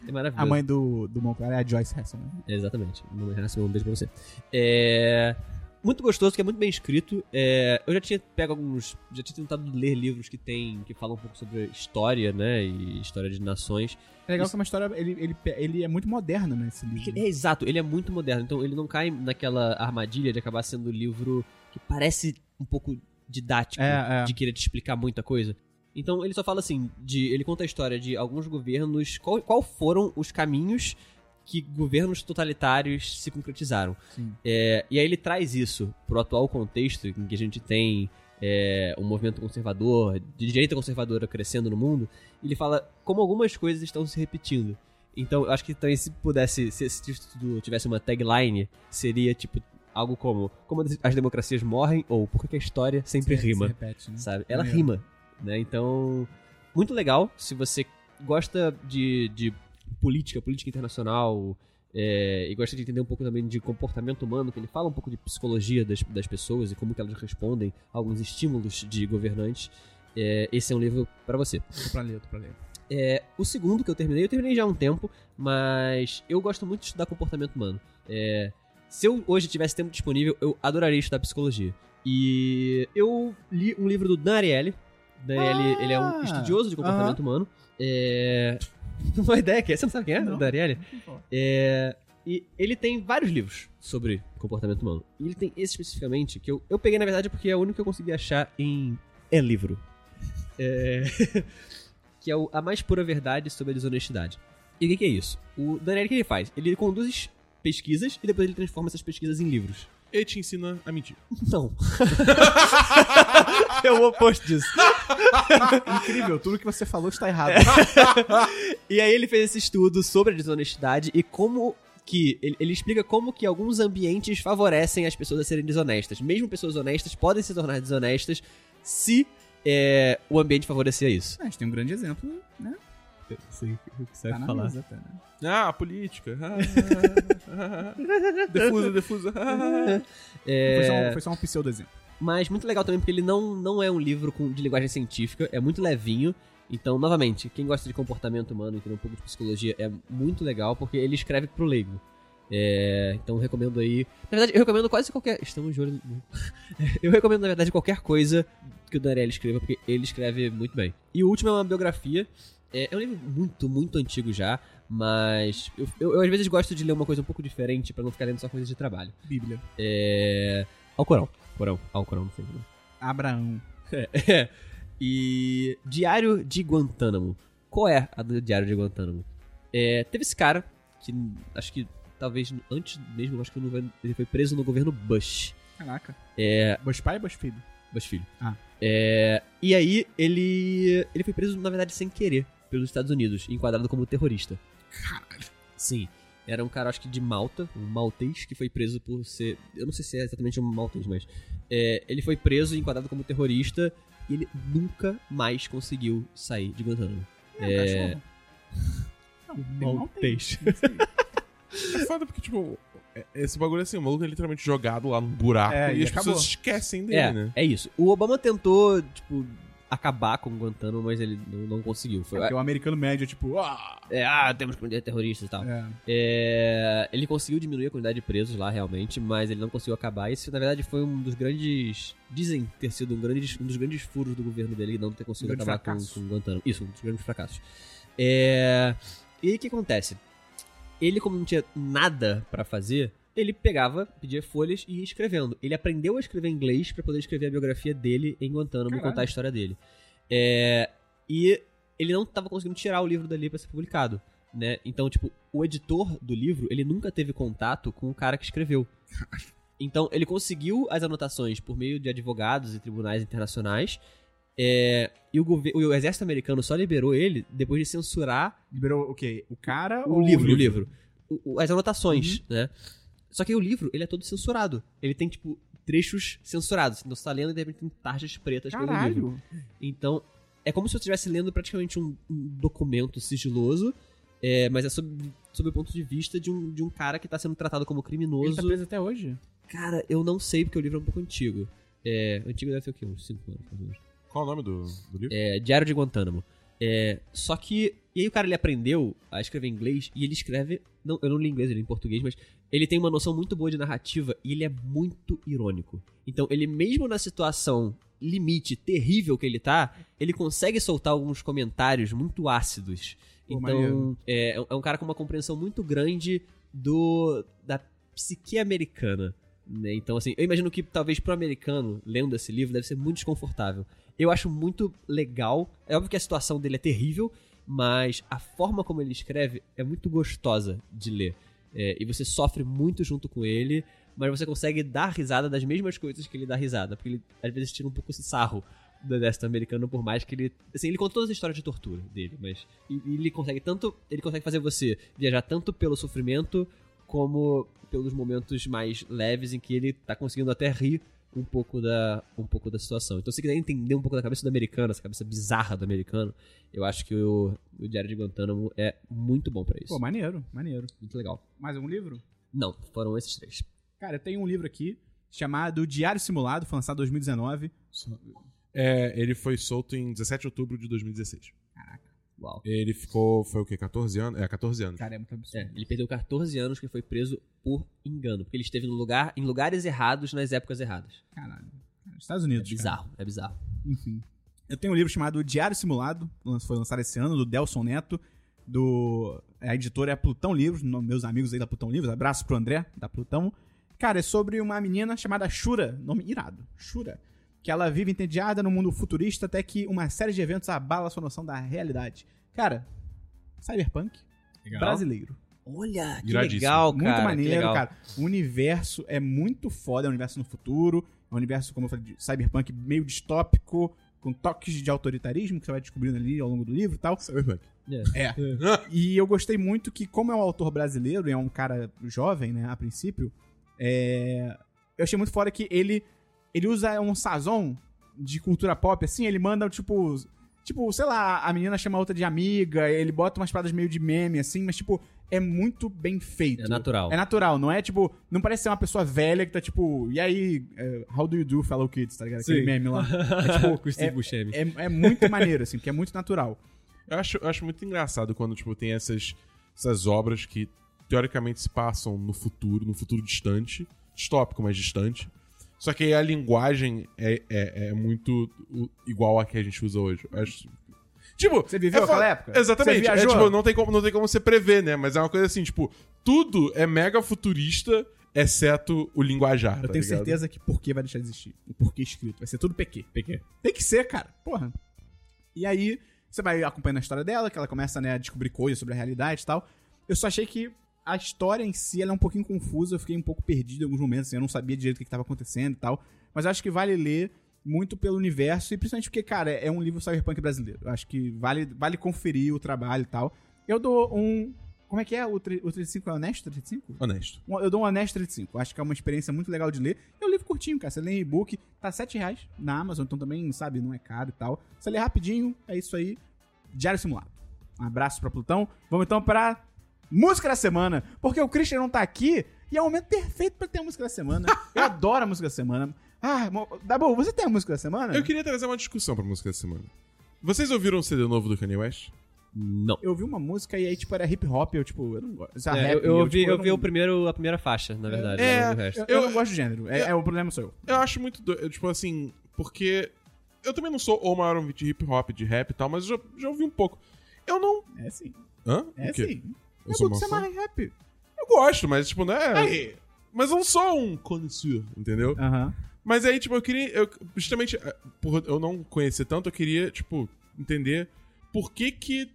Speaker 3: É
Speaker 1: A
Speaker 3: maravilhoso.
Speaker 1: mãe do, do Monclar é a Joyce Hesson, né?
Speaker 3: É, Exatamente. Mamãe Hasselman, um beijo pra você. É... Muito gostoso, que é muito bem escrito. É, Eu já tinha pego alguns. Já tinha tentado ler livros que tem. que falam um pouco sobre história, né? E história de nações.
Speaker 1: É legal
Speaker 3: Isso-
Speaker 1: que é uma história. Ele, ele, ele é muito moderno nesse livro.
Speaker 3: Ele é exato, ele é muito moderno, então ele não cai naquela armadilha de acabar sendo um livro que parece um pouco didático,
Speaker 1: É, é.
Speaker 3: de querer te explicar muita coisa. Então ele só fala assim, de, ele conta a história de alguns governos, qual, qual foram os caminhos que governos totalitários se concretizaram.
Speaker 1: Sim.
Speaker 3: É, e aí ele traz isso pro atual contexto em que a gente tem é, um movimento conservador, de direita conservadora crescendo no mundo. e Ele fala como algumas coisas estão se repetindo. Então, eu acho que também se pudesse, se esse título tivesse uma tagline, seria tipo algo como Como as democracias morrem ou Por que que a história sempre
Speaker 1: Se- se
Speaker 3: rima,
Speaker 1: repete, né?
Speaker 3: sabe? Ela
Speaker 1: Maneiro.
Speaker 3: rima, né? Então, muito legal se você gosta de, de política, política internacional, é, e gosta de entender um pouco também de comportamento humano, que ele fala um pouco de psicologia das, das pessoas e como que elas respondem a alguns estímulos de governantes. É, esse é um livro pra você.
Speaker 1: Tô pra ler, tô pra ler.
Speaker 3: É, o segundo que eu terminei, eu terminei já há um tempo, mas eu gosto muito de estudar comportamento humano. É, se eu hoje tivesse tempo disponível, eu adoraria estudar psicologia. E eu li um livro do Dan Ariely. Dan Ariely,
Speaker 1: Ah!
Speaker 3: ele é um estudioso de comportamento humano. É... Uma ideia que é? Você não sabe quem é?
Speaker 1: Não.
Speaker 3: O Dan Ariely?
Speaker 1: falar.
Speaker 3: É, E ele tem vários livros sobre comportamento humano. E ele tem esse especificamente, que eu, eu peguei, na verdade, porque é o único que eu consegui achar em é livro. É... que é o A Mais Pura Verdade sobre a Desonestidade. E o que, que é isso? O Daniel, o que ele faz? Ele conduz pesquisas e depois ele transforma essas pesquisas em livros.
Speaker 2: Ele te ensina a mentir.
Speaker 3: Não. é o oposto disso.
Speaker 1: Incrível, tudo que você falou está errado.
Speaker 3: E aí ele fez esse estudo sobre a desonestidade e como que ele, ele explica como que alguns ambientes favorecem as pessoas a serem desonestas. Mesmo pessoas honestas podem se tornar desonestas se é, o ambiente favorecer isso.
Speaker 1: Ah, A gente tem um grande exemplo, né? Tá
Speaker 3: Sei o que você vai falar.
Speaker 1: Analisa, cara.
Speaker 2: Ah, política. defusa, defusa. Ah,
Speaker 3: É,
Speaker 1: Foi só um, foi só um pseudozinho.
Speaker 3: Mas muito legal também, porque ele não, não é um livro com- de linguagem científica, é muito levinho. Então, novamente, quem gosta de comportamento humano, entender um pouco de psicologia, é muito legal, porque ele escreve pro leigo. É, então eu recomendo aí. Na verdade, eu recomendo quase qualquer. Estamos de olho. no- eu recomendo, na verdade, qualquer coisa que o Daniel escreva, porque ele escreve muito bem. E o último é uma biografia. É, é um livro muito, muito antigo já, mas eu, eu- eu às vezes gosto de ler uma coisa um pouco diferente pra não ficar lendo só coisas de trabalho.
Speaker 1: Bíblia.
Speaker 3: É. Alcorão. Corão. Alcorão, não sei. Não.
Speaker 1: Abraão.
Speaker 3: É. E Diário de Guantánamo. Qual é a do Diário de Guantánamo? É, teve esse cara que acho que talvez antes mesmo, acho que no governo- ele foi preso no governo Bush.
Speaker 1: Caraca.
Speaker 3: É,
Speaker 1: Boas pai e boas filho.
Speaker 3: Bush filho.
Speaker 1: Ah.
Speaker 3: É, e aí ele ele foi preso na verdade sem querer pelos Estados Unidos, enquadrado como terrorista. Sim. Era um cara, acho que de Malta, um maltês, que foi preso por ser. Eu não sei se é exatamente um maltês, mas. é, ele foi preso e enquadrado como terrorista e ele nunca mais conseguiu sair de Guantanamo.
Speaker 1: É, um cachorro. Não, tem maltês.
Speaker 2: É foda porque, tipo, é- esse bagulho é assim, o maluco é literalmente jogado lá num buraco
Speaker 1: É,
Speaker 2: e,
Speaker 1: e
Speaker 2: as
Speaker 1: acabou.
Speaker 2: pessoas esquecem dele,
Speaker 3: É,
Speaker 2: né?
Speaker 3: é isso. O Obama tentou, tipo, acabar com Guantanamo, mas ele não, não conseguiu. Foi,
Speaker 1: Porque o americano médio é tipo... Ah!
Speaker 3: é, ah, temos que prender terroristas e tal.
Speaker 1: É.
Speaker 3: É, ele conseguiu diminuir a quantidade de presos lá, realmente, mas ele não conseguiu acabar. Isso, na verdade, foi um dos grandes. Dizem ter sido um, grande, um dos grandes furos do governo dele não ter conseguido
Speaker 1: Um grande
Speaker 3: acabar com,
Speaker 1: fracasso.
Speaker 3: com Guantanamo. Isso, um dos grandes fracassos. É, e aí o que acontece? Ele, como não tinha nada pra fazer, ele pegava, pedia folhas e ia escrevendo. Ele aprendeu a escrever inglês pra poder escrever a biografia dele em Guantanamo e
Speaker 1: Caralho.
Speaker 3: contar a história dele. É, e ele não tava conseguindo tirar o livro dali pra ser publicado né? Então, tipo, o editor do livro, ele nunca teve contato com o cara que escreveu. Então, ele conseguiu as anotações por meio de advogados e tribunais internacionais. é, e o, gover- o exército americano só liberou ele depois de censurar
Speaker 1: Liberou o quê? O cara
Speaker 3: o
Speaker 1: ou
Speaker 3: livro, o livro. O- o- as
Speaker 1: Uhum.
Speaker 3: anotações, né? Só que o livro, ele é todo censurado. Ele tem, tipo, trechos censurados. Então, você tá lendo e de repente tem tarjas pretas pelo é livro.
Speaker 1: Caralho.
Speaker 3: Então, é como se eu estivesse lendo praticamente um, um documento sigiloso, é, mas é sob, sob o ponto de vista de um, de um cara que tá sendo tratado como
Speaker 1: Ele tá
Speaker 3: criminoso.
Speaker 1: preso até hoje?
Speaker 3: Cara, eu não sei porque o livro é um pouco antigo. É, antigo deve ter o quê? Uns 5 anos, mais ou menos.
Speaker 2: Qual o nome do, do livro?
Speaker 3: É, Diário de Guantánamo. É, só que. E aí o cara ele aprendeu a escrever em inglês e ele escreve. Não, eu não li em inglês, eu li em português, mas ele tem uma noção muito boa de narrativa e ele é muito irônico. Então, ele mesmo na situação limite terrível que ele tá, ele consegue soltar alguns comentários muito ácidos.
Speaker 1: Pô,
Speaker 3: Então,
Speaker 1: maneiro.
Speaker 3: é, é um cara com uma compreensão muito grande do da psique americana. Né? Então, assim, eu imagino que talvez pro americano, lendo esse livro, deve ser muito desconfortável. Eu acho muito legal. É óbvio que a situação dele é terrível, mas a forma como ele escreve é muito gostosa de ler. É, e você sofre muito junto com ele, mas você consegue dar risada das mesmas coisas que ele dá risada. Porque ele, às vezes, tira um pouco esse sarro do exército americano, por mais que ele. Assim, ele conta toda essa história de tortura dele, mas. E, e ele consegue tanto. Ele consegue fazer você viajar tanto pelo sofrimento, como pelos momentos mais leves em que ele tá conseguindo até rir um pouco da, um pouco da situação. Então, se você quiser entender um pouco da cabeça do americano, essa cabeça bizarra do americano, eu acho que o, o Diário de Guantánamo é muito bom pra isso.
Speaker 1: Pô, maneiro, maneiro.
Speaker 3: muito legal.
Speaker 1: Mais um livro?
Speaker 3: Não, foram esses três.
Speaker 1: Cara, eu tenho um livro aqui chamado Diário Simulado, foi lançado em 2019.
Speaker 2: É, ele foi solto em 17 de outubro de 2016.
Speaker 3: Uau.
Speaker 2: Ele ficou, foi o quê? 14 anos? É, 14 anos.
Speaker 1: Cara, é muito absurdo.
Speaker 3: É, ele perdeu 14 anos que foi preso por engano, porque ele esteve no lugar, em lugares errados nas épocas erradas.
Speaker 1: Caralho. Cara, Estados
Speaker 3: É
Speaker 1: Unidos. cara.
Speaker 3: bizarro, é bizarro.
Speaker 1: Enfim. Eu tenho um livro chamado Diário Simulado, lan- foi lançado esse ano, do Delson Neto, do. A editora é Plutão Livros, no- meus amigos aí da Plutão Livros, abraço pro André, da Plutão. Cara, é sobre uma menina chamada Shura, nome irado, Shura, que ela vive entediada no mundo futurista até que uma série de eventos abala sua noção da realidade. Cara, cyberpunk brasileiro.
Speaker 3: Olha, que
Speaker 2: Iradíssimo.
Speaker 3: legal, cara.
Speaker 1: Muito
Speaker 3: que
Speaker 1: maneiro,
Speaker 3: legal.
Speaker 1: cara. O universo é muito foda, é um universo no futuro, é um universo, como eu falei, de cyberpunk meio distópico, com toques de autoritarismo que você vai descobrindo ali ao longo do livro e tal.
Speaker 2: Cyberpunk.
Speaker 1: É. E eu gostei muito que, como é um autor brasileiro e é um cara jovem, né, a princípio, é, eu achei muito foda que ele, ele usa um sazon de cultura pop, assim, ele manda, tipo, Tipo, sei lá, a menina chama a outra de amiga, ele bota umas paradas meio de meme, assim, mas, tipo, é muito bem feito.
Speaker 3: É natural.
Speaker 1: É natural, não é, tipo, não parece ser uma pessoa velha que tá, tipo, e aí, eh, how do you do, fellow kids, tá ligado? Aquele
Speaker 3: Sim.
Speaker 1: meme lá. É, tipo,
Speaker 3: Com o Steve Buscemi.
Speaker 1: é, é muito maneiro, assim, porque é muito natural.
Speaker 2: Eu acho, eu acho muito engraçado quando, tipo, tem essas, essas obras que teoricamente se passam no futuro, no futuro distante, distópico, mas distante. Só que aí a linguagem é, é, é muito o- igual a que a gente usa hoje. Eu acho- Tipo,
Speaker 1: Você viveu
Speaker 2: é fa-
Speaker 1: aquela época? Você
Speaker 2: Exatamente. É,
Speaker 1: viajou?
Speaker 2: tipo, não tem, como, não tem como você prever, né? Mas é uma coisa assim, tipo, tudo é mega futurista, exceto o linguajar. tá
Speaker 1: Eu tenho certeza que porquê vai deixar de existir. O porquê escrito. Vai ser tudo PQ. PQ. Tem que ser, cara. Porra. E aí, você vai acompanhando a história dela, que ela começa né, a descobrir coisas sobre a realidade e tal. Eu só achei que a história em si ela é um pouquinho confusa, eu fiquei um pouco perdido em alguns momentos, assim, eu não sabia direito o que estava acontecendo e tal. Mas eu acho que vale ler muito pelo universo, e principalmente porque, cara, é um livro cyberpunk brasileiro. Eu acho que vale, vale conferir o trabalho e tal. Eu dou um. Como é que é? O, tre- o 35 é honesto? 35?
Speaker 2: Honesto.
Speaker 1: Um- Eu dou um honesto 35. Acho que é uma experiência muito legal de ler. É um livro curtinho, cara. Você lê em e-book, tá R$ 7 reais na Amazon, então também, sabe, não é caro e tal. Você lê rapidinho, é isso aí. Diário Simulado. Um abraço pra Plutão. Vamos então pra música da semana, porque o Christian não tá aqui e é o momento perfeito pra ter a música da semana. Eu adoro a música da semana. Ah, mo- Dabu, você tem a música da semana?
Speaker 2: Eu queria trazer uma discussão pra música da semana. Vocês ouviram o CD novo do Kanye West?
Speaker 3: Não.
Speaker 1: Eu ouvi uma música e aí, tipo, era hip hop, eu, tipo, eu não gosto. Essa
Speaker 3: É,
Speaker 1: rap,
Speaker 3: eu, eu ouvi,
Speaker 1: tipo,
Speaker 3: eu vi
Speaker 1: não-
Speaker 3: o primeiro, a primeira faixa, na verdade.
Speaker 2: É,
Speaker 3: não ouvi o resto.
Speaker 1: eu, eu não
Speaker 2: eu-
Speaker 1: gosto de gênero. É, é, o problema sou eu.
Speaker 2: Eu acho muito doido, tipo assim, porque eu também não sou o maior ouvinte de hip hop, de rap e tal, mas eu já, já ouvi um pouco. Eu não.
Speaker 1: É sim.
Speaker 2: Hã?
Speaker 1: É
Speaker 2: O quê?
Speaker 1: sim.
Speaker 2: Eu sou
Speaker 1: Dabu, você é
Speaker 2: maçom?
Speaker 1: mais rap.
Speaker 2: Eu gosto, mas tipo, não é. Mas eu não sou um connoisseur, entendeu?
Speaker 1: Aham.
Speaker 2: Mas aí, tipo, eu queria. eu- justamente, eh, por eu não conhecer tanto, eu queria, tipo, entender por que que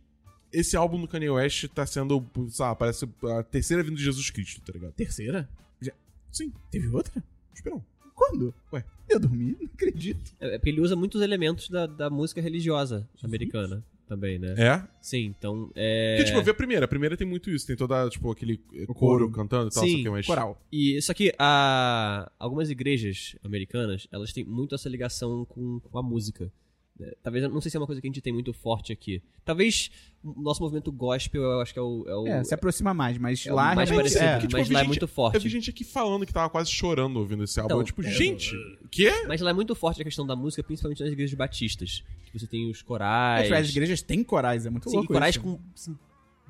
Speaker 2: esse álbum do Kanye West tá sendo, sei lá, parece a terceira vinda de Jesus Cristo, tá ligado?
Speaker 1: Terceira? Já-
Speaker 2: Sim.
Speaker 1: Teve outra?
Speaker 2: Esperão.
Speaker 1: Quando?
Speaker 2: Ué.
Speaker 1: Eu dormi, não acredito.
Speaker 3: É porque ele usa muitos elementos da, da música religiosa americana também, né?
Speaker 2: É?
Speaker 3: Sim, então é.
Speaker 2: Porque, tipo, eu vi a primeira. A primeira tem muito isso. Tem toda, tipo, aquele eh,
Speaker 1: O
Speaker 2: coro
Speaker 1: coro.
Speaker 2: cantando e tal,
Speaker 3: Sim,
Speaker 2: só que é mais...
Speaker 1: Coral.
Speaker 3: E só que a, algumas igrejas americanas, elas têm muito essa ligação com, com a música. né? Talvez, eu não sei se é uma coisa que a gente tem muito forte aqui. Talvez o nosso movimento gospel, eu acho que é o... É, o,
Speaker 1: É, se aproxima mais, mas
Speaker 3: é o
Speaker 1: lá
Speaker 3: mais
Speaker 1: realmente
Speaker 3: parecido,
Speaker 1: é.
Speaker 3: porque,
Speaker 2: tipo, eu
Speaker 3: mas
Speaker 2: vi
Speaker 3: lá é
Speaker 2: gente-
Speaker 3: muito
Speaker 2: Eu vi
Speaker 3: forte.
Speaker 2: gente aqui falando que tava quase chorando ouvindo esse álbum.
Speaker 3: Então,
Speaker 2: eu, tipo,
Speaker 3: é,
Speaker 2: gente, que?
Speaker 3: Mas lá é muito forte a questão da música, principalmente nas igrejas batistas. Que você tem os corais...
Speaker 1: As, as igrejas têm corais, é muito
Speaker 3: sim,
Speaker 1: louco
Speaker 3: corais
Speaker 1: isso.
Speaker 3: com assim,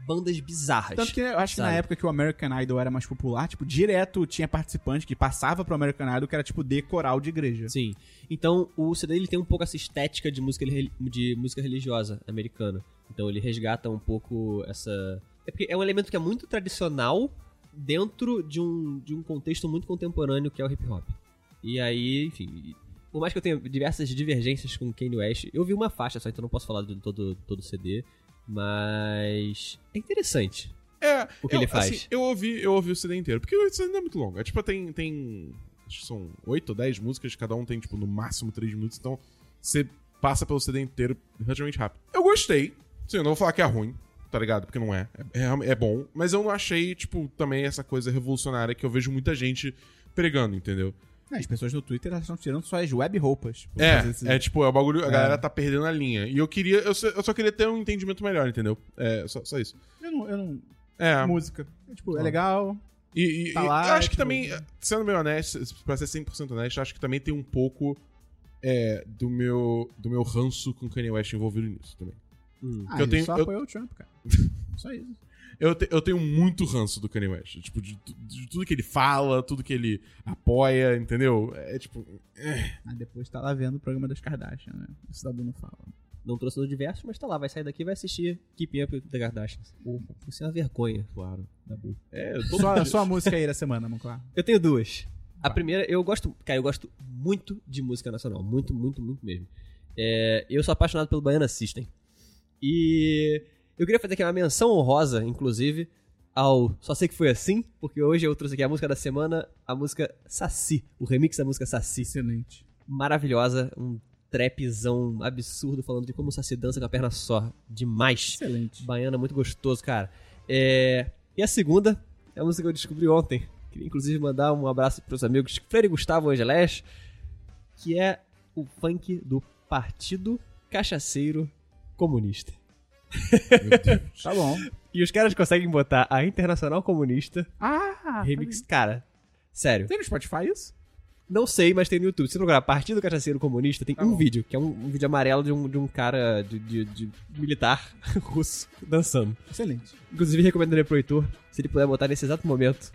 Speaker 3: bandas bizarras.
Speaker 1: Tanto que eu acho que na
Speaker 3: sabe?
Speaker 1: época que o American Idol era mais popular, tipo, direto tinha participante que passava pro American Idol que era, tipo, de coral de igreja.
Speaker 3: Sim. Então, o CD ele tem um pouco essa estética de música, reli- de música religiosa americana. Então, ele resgata um pouco essa. É porque é um elemento que é muito tradicional dentro de um, de um contexto muito contemporâneo que é o hip hop. E aí, enfim. e- Por mais que eu tenha diversas divergências com Kanye West, eu vi uma faixa só, então não posso falar de todo, todo o CD. Mas. É interessante.
Speaker 2: É.
Speaker 3: O que
Speaker 2: eu,
Speaker 3: ele faz?
Speaker 2: assim, eu, ouvi, eu ouvi o CD inteiro. Porque o CD não é muito longo. É, tipo, tem... tem acho que são oito ou dez músicas. Cada um tem, tipo, no máximo três minutos. Então, você passa pelo CD inteiro relativamente rápido. Eu gostei. Sim, eu não vou falar que é ruim. Tá ligado? Porque não é. É, é- é bom. Mas eu não achei, tipo, também essa coisa revolucionária que eu vejo muita gente pregando, entendeu?
Speaker 1: Não, Ah, As pessoas no Twitter elas estão tirando suas web roupas. por
Speaker 2: É,
Speaker 1: causa desse-
Speaker 2: é tipo, é o bagulho, a
Speaker 1: É.
Speaker 2: galera tá perdendo a linha. E eu queria, eu só, eu só queria ter um entendimento melhor, entendeu? É, só, só isso.
Speaker 1: Eu não... Eu não...
Speaker 2: É,
Speaker 1: Música. É, Tipo, é
Speaker 2: Ah.
Speaker 1: legal.
Speaker 2: e, e-
Speaker 1: tá
Speaker 2: e
Speaker 1: lá,
Speaker 2: eu acho que
Speaker 1: tipo-
Speaker 2: também, sendo meio honesto, pra ser 100% honesto, eu acho que também tem um pouco é, do, meu, do meu ranço com Kanye West envolvido nisso também.
Speaker 3: Hum.
Speaker 1: Ah,
Speaker 2: Eu
Speaker 1: eu
Speaker 2: tenho-
Speaker 1: só
Speaker 2: eu-
Speaker 1: apoiou o Trump, cara. Só isso.
Speaker 2: Eu, te- eu tenho muito ranço do Kanye West, tipo, de, tu- de tudo que ele fala, tudo que ele apoia, entendeu? É tipo,
Speaker 1: Mas depois tá lá vendo o programa das Kardashian, né? Isso da Bruno fala.
Speaker 3: Não trouxe do diverso, mas tá lá, vai sair daqui e vai assistir Keeping Up with the Kardashians. Porra, isso é uma vergonha. Claro. Tá bom.
Speaker 2: é, todo
Speaker 1: Só,
Speaker 2: dia.
Speaker 1: só a música aí da semana, Monclar.
Speaker 3: Eu tenho duas. A primeira, eu gosto. Cara, eu gosto muito de música nacional. Muito, muito, muito mesmo. É, eu sou apaixonado pelo Baiana System. E eu queria fazer aqui uma menção honrosa, inclusive, ao Só Sei Que Foi Assim, porque hoje eu trouxe aqui a música da semana, a música Saci, o remix da música Saci.
Speaker 1: Excelente.
Speaker 3: Maravilhosa, um trapzão absurdo falando de como o Saci dança com a perna só. Demais.
Speaker 1: Excelente.
Speaker 3: Baiana, muito gostoso, cara. É, E a segunda é uma música que eu descobri ontem. Queria inclusive mandar um abraço pros amigos Freire Gustavo Angelés, que é o funk do Partido Cachaceiro comunista.
Speaker 1: Tá bom.
Speaker 3: E os caras conseguem botar a Internacional Comunista
Speaker 1: Ah,
Speaker 3: Remix. Cara, sério.
Speaker 1: Tem no Spotify isso?
Speaker 3: Não sei, mas tem no YouTube. Se procurar Partido Cachaceiro Comunista, tem um vídeo, que é um, um vídeo amarelo de um, de um cara de, de- de militar russo dançando.
Speaker 1: Excelente.
Speaker 3: Inclusive, recomendaria pro Heitor, se ele puder botar nesse exato momento,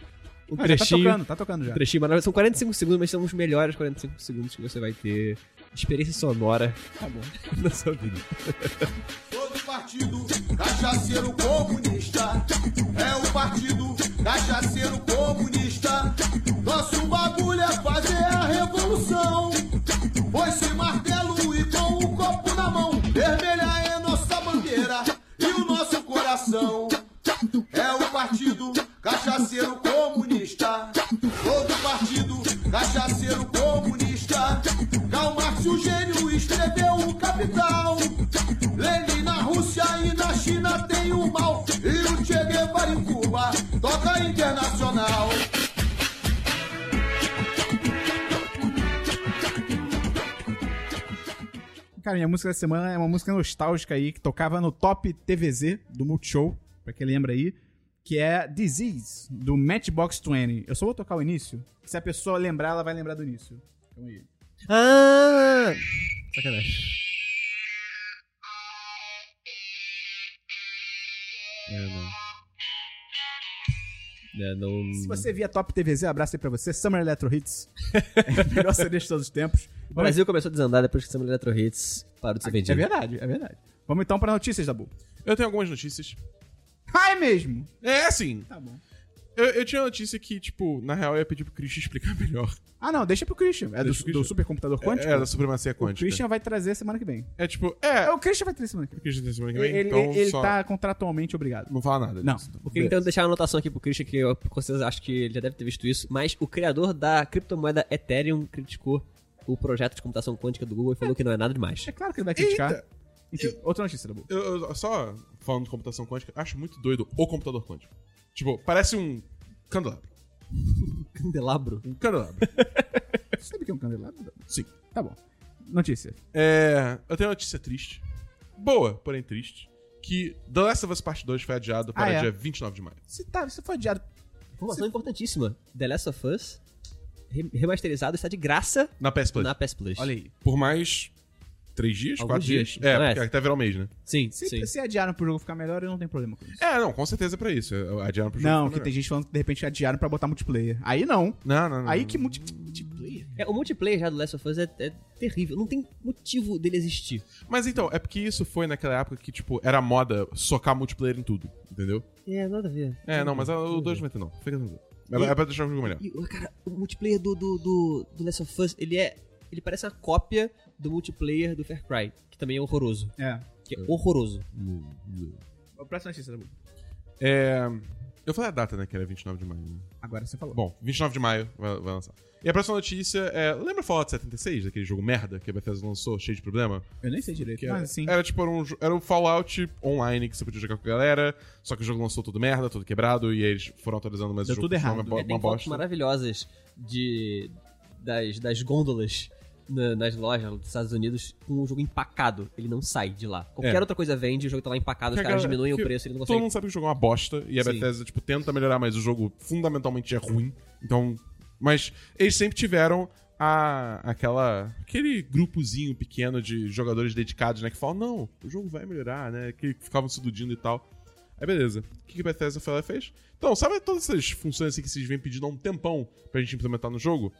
Speaker 3: um
Speaker 1: Ah, já tá
Speaker 3: trechinho.
Speaker 1: tocando, tá tocando já.
Speaker 3: um trechinho maravilhoso. São 45 segundos, mas são os melhores 45 segundos que você vai ter. Experiência sonora
Speaker 1: Tá bom.
Speaker 3: na sua vida.
Speaker 6: Sou do partido cachaceiro comunista. É o partido cachaceiro comunista. Nosso bagulho é fazer a revolução. Foi-se martelo e com o copo na mão. Vermelha é nossa bandeira e o nosso coração. É o partido cachaceiro comunista. Todo partido cachaceiro comunista. Karl Marx, o gênio, escreveu o capital. Lenin na Rússia e na China tem o mal. E o Che Guevara em Cuba toca internacional.
Speaker 1: Cara, minha música da semana é uma música nostálgica aí, que tocava no top TVZ do Multishow, pra quem lembra aí, que é Disease, do Matchbox 20. Eu só vou tocar o início, que se a pessoa lembrar, ela vai lembrar do início. Então aí.
Speaker 3: Ah! Sacanagem. É, não. É, não.
Speaker 1: Se você via Top TVZ, abraço aí pra você. Summer Electro Hits. é o melhor CD de todos os tempos.
Speaker 3: O Brasil começou a desandar depois que Samuel Electro Hits parou de ser
Speaker 1: É
Speaker 3: vendido.
Speaker 1: verdade, é verdade. Vamos então pra notícias da Bu.
Speaker 2: Eu tenho algumas notícias.
Speaker 1: Ai mesmo!
Speaker 2: É, assim.
Speaker 1: Tá bom.
Speaker 2: Eu, eu tinha uma notícia que, tipo, na real eu ia pedir pro Christian explicar melhor.
Speaker 1: Ah, não, deixa pro Christian. É do,
Speaker 2: Deixa pro Christian.
Speaker 1: do supercomputador quântico?
Speaker 2: É, da supremacia
Speaker 1: O
Speaker 2: quântica.
Speaker 1: Christian vai trazer semana que vem.
Speaker 2: É tipo, é.
Speaker 1: O Christian vai trazer semana que
Speaker 2: O
Speaker 1: vem.
Speaker 2: Christian tem semana que vem,
Speaker 1: Ele,
Speaker 2: então
Speaker 1: ele- ele
Speaker 2: só
Speaker 1: tá contratualmente obrigado.
Speaker 2: Não fala nada.
Speaker 1: Não.
Speaker 2: disso. tá
Speaker 3: Eu Então, deixar uma anotação aqui pro Christian, que eu com certeza acho que ele já deve ter visto isso, mas o criador da criptomoeda Ethereum criticou o projeto de computação quântica do Google e falou que não é nada demais.
Speaker 1: É claro que ele vai criticar.
Speaker 2: Eita.
Speaker 1: Enfim, outra notícia da Bu.
Speaker 2: Eu, eu- só falando de computação quântica, acho muito doido o computador quântico. Tipo, parece um candelabro.
Speaker 3: Candelabro.
Speaker 2: Um candelabro.
Speaker 1: Você sabe o que é um candelabro?
Speaker 2: Sim.
Speaker 1: Tá bom. Notícia.
Speaker 2: É, eu tenho uma notícia triste. Boa, porém triste. Que The Last of Us Part 2 foi adiado para
Speaker 1: Ah, é.
Speaker 2: dia 29 de maio.
Speaker 1: Você, tá, você foi adiado.
Speaker 3: Informação importantíssima. The Last of Us re- remasterizado está de graça
Speaker 2: Na PS Plus.
Speaker 3: na PS Plus.
Speaker 1: Olha aí.
Speaker 2: Por mais três dias,
Speaker 3: Alguns
Speaker 2: quatro
Speaker 3: dias.
Speaker 2: dias. É,
Speaker 3: Então é.
Speaker 2: porque até virar o mês, né?
Speaker 3: Sim,
Speaker 1: Se,
Speaker 3: sim.
Speaker 1: se adiaram pro jogo ficar melhor, eu não tenho problema com isso.
Speaker 2: É, não, com certeza é pra isso. Adiaram pro jogo.
Speaker 1: Não,
Speaker 2: ficar
Speaker 1: que tem
Speaker 2: melhor.
Speaker 1: gente falando que de repente adiaram pra botar multiplayer. Aí não.
Speaker 2: Não, não, não.
Speaker 1: Aí
Speaker 2: não.
Speaker 1: que multi-
Speaker 2: Hum.
Speaker 1: multiplayer.
Speaker 3: É, o multiplayer já do Last of Us é, é terrível. Não tem motivo dele existir.
Speaker 2: Mas então, é porque isso foi naquela época que, tipo, era moda socar multiplayer em tudo, entendeu?
Speaker 3: É, nada a ver.
Speaker 2: É, não, mas a- o 2 não vai ter, não. Fica tranquilo. É é pra deixar o jogo melhor.
Speaker 3: E, ô, cara, o multiplayer do, do, do, do Last of Us, ele é. Ele parece uma cópia do multiplayer do Far Cry, que também é horroroso.
Speaker 1: É.
Speaker 3: Que é horroroso.
Speaker 1: A próxima notícia, Dabu.
Speaker 2: É. Eu falei a data, né? Que era 29 de maio. né?
Speaker 1: Agora você falou.
Speaker 2: Bom, 29 de maio vai, vai lançar. E a próxima notícia é. Lembra Fallout 76, daquele jogo merda que a Bethesda lançou, cheio de problema?
Speaker 1: eu nem sei direito.
Speaker 2: Que era,
Speaker 1: Mas sim.
Speaker 2: era tipo era um, jo- era um Fallout online que você podia jogar com a galera, só que o jogo lançou tudo merda, tudo quebrado, e aí eles foram atualizando, mas
Speaker 1: Deu
Speaker 2: o jogo
Speaker 1: tudo
Speaker 2: continuou
Speaker 1: errado.
Speaker 2: Uma, bo-
Speaker 3: É, tem
Speaker 2: uma
Speaker 3: fotos
Speaker 2: bosta.
Speaker 3: maravilhosas de. das, das gôndolas na- nas lojas dos Estados Unidos com o jogo empacado. Ele não sai de lá. Qualquer
Speaker 2: É.
Speaker 3: outra coisa vende, o jogo tá lá empacado, os
Speaker 2: Porque a
Speaker 3: caras
Speaker 2: galera-
Speaker 3: diminuem o
Speaker 2: porque
Speaker 3: preço, ele não
Speaker 2: Todo
Speaker 3: consegue.
Speaker 2: mundo sabe que o jogo é uma bosta, e a
Speaker 3: Sim.
Speaker 2: Bethesda, tipo, tenta melhorar, mas o jogo fundamentalmente é ruim. Então. Mas eles sempre tiveram a, aquela. aquele grupozinho pequeno de jogadores dedicados, né? Que falam, não, o jogo vai melhorar, né? Que ficavam se iludindo e tal. Aí beleza. O que que a Bethesda foi lá e fez? Então, sabe todas essas funções assim que vocês vêm pedindo há um tempão pra gente implementar no jogo?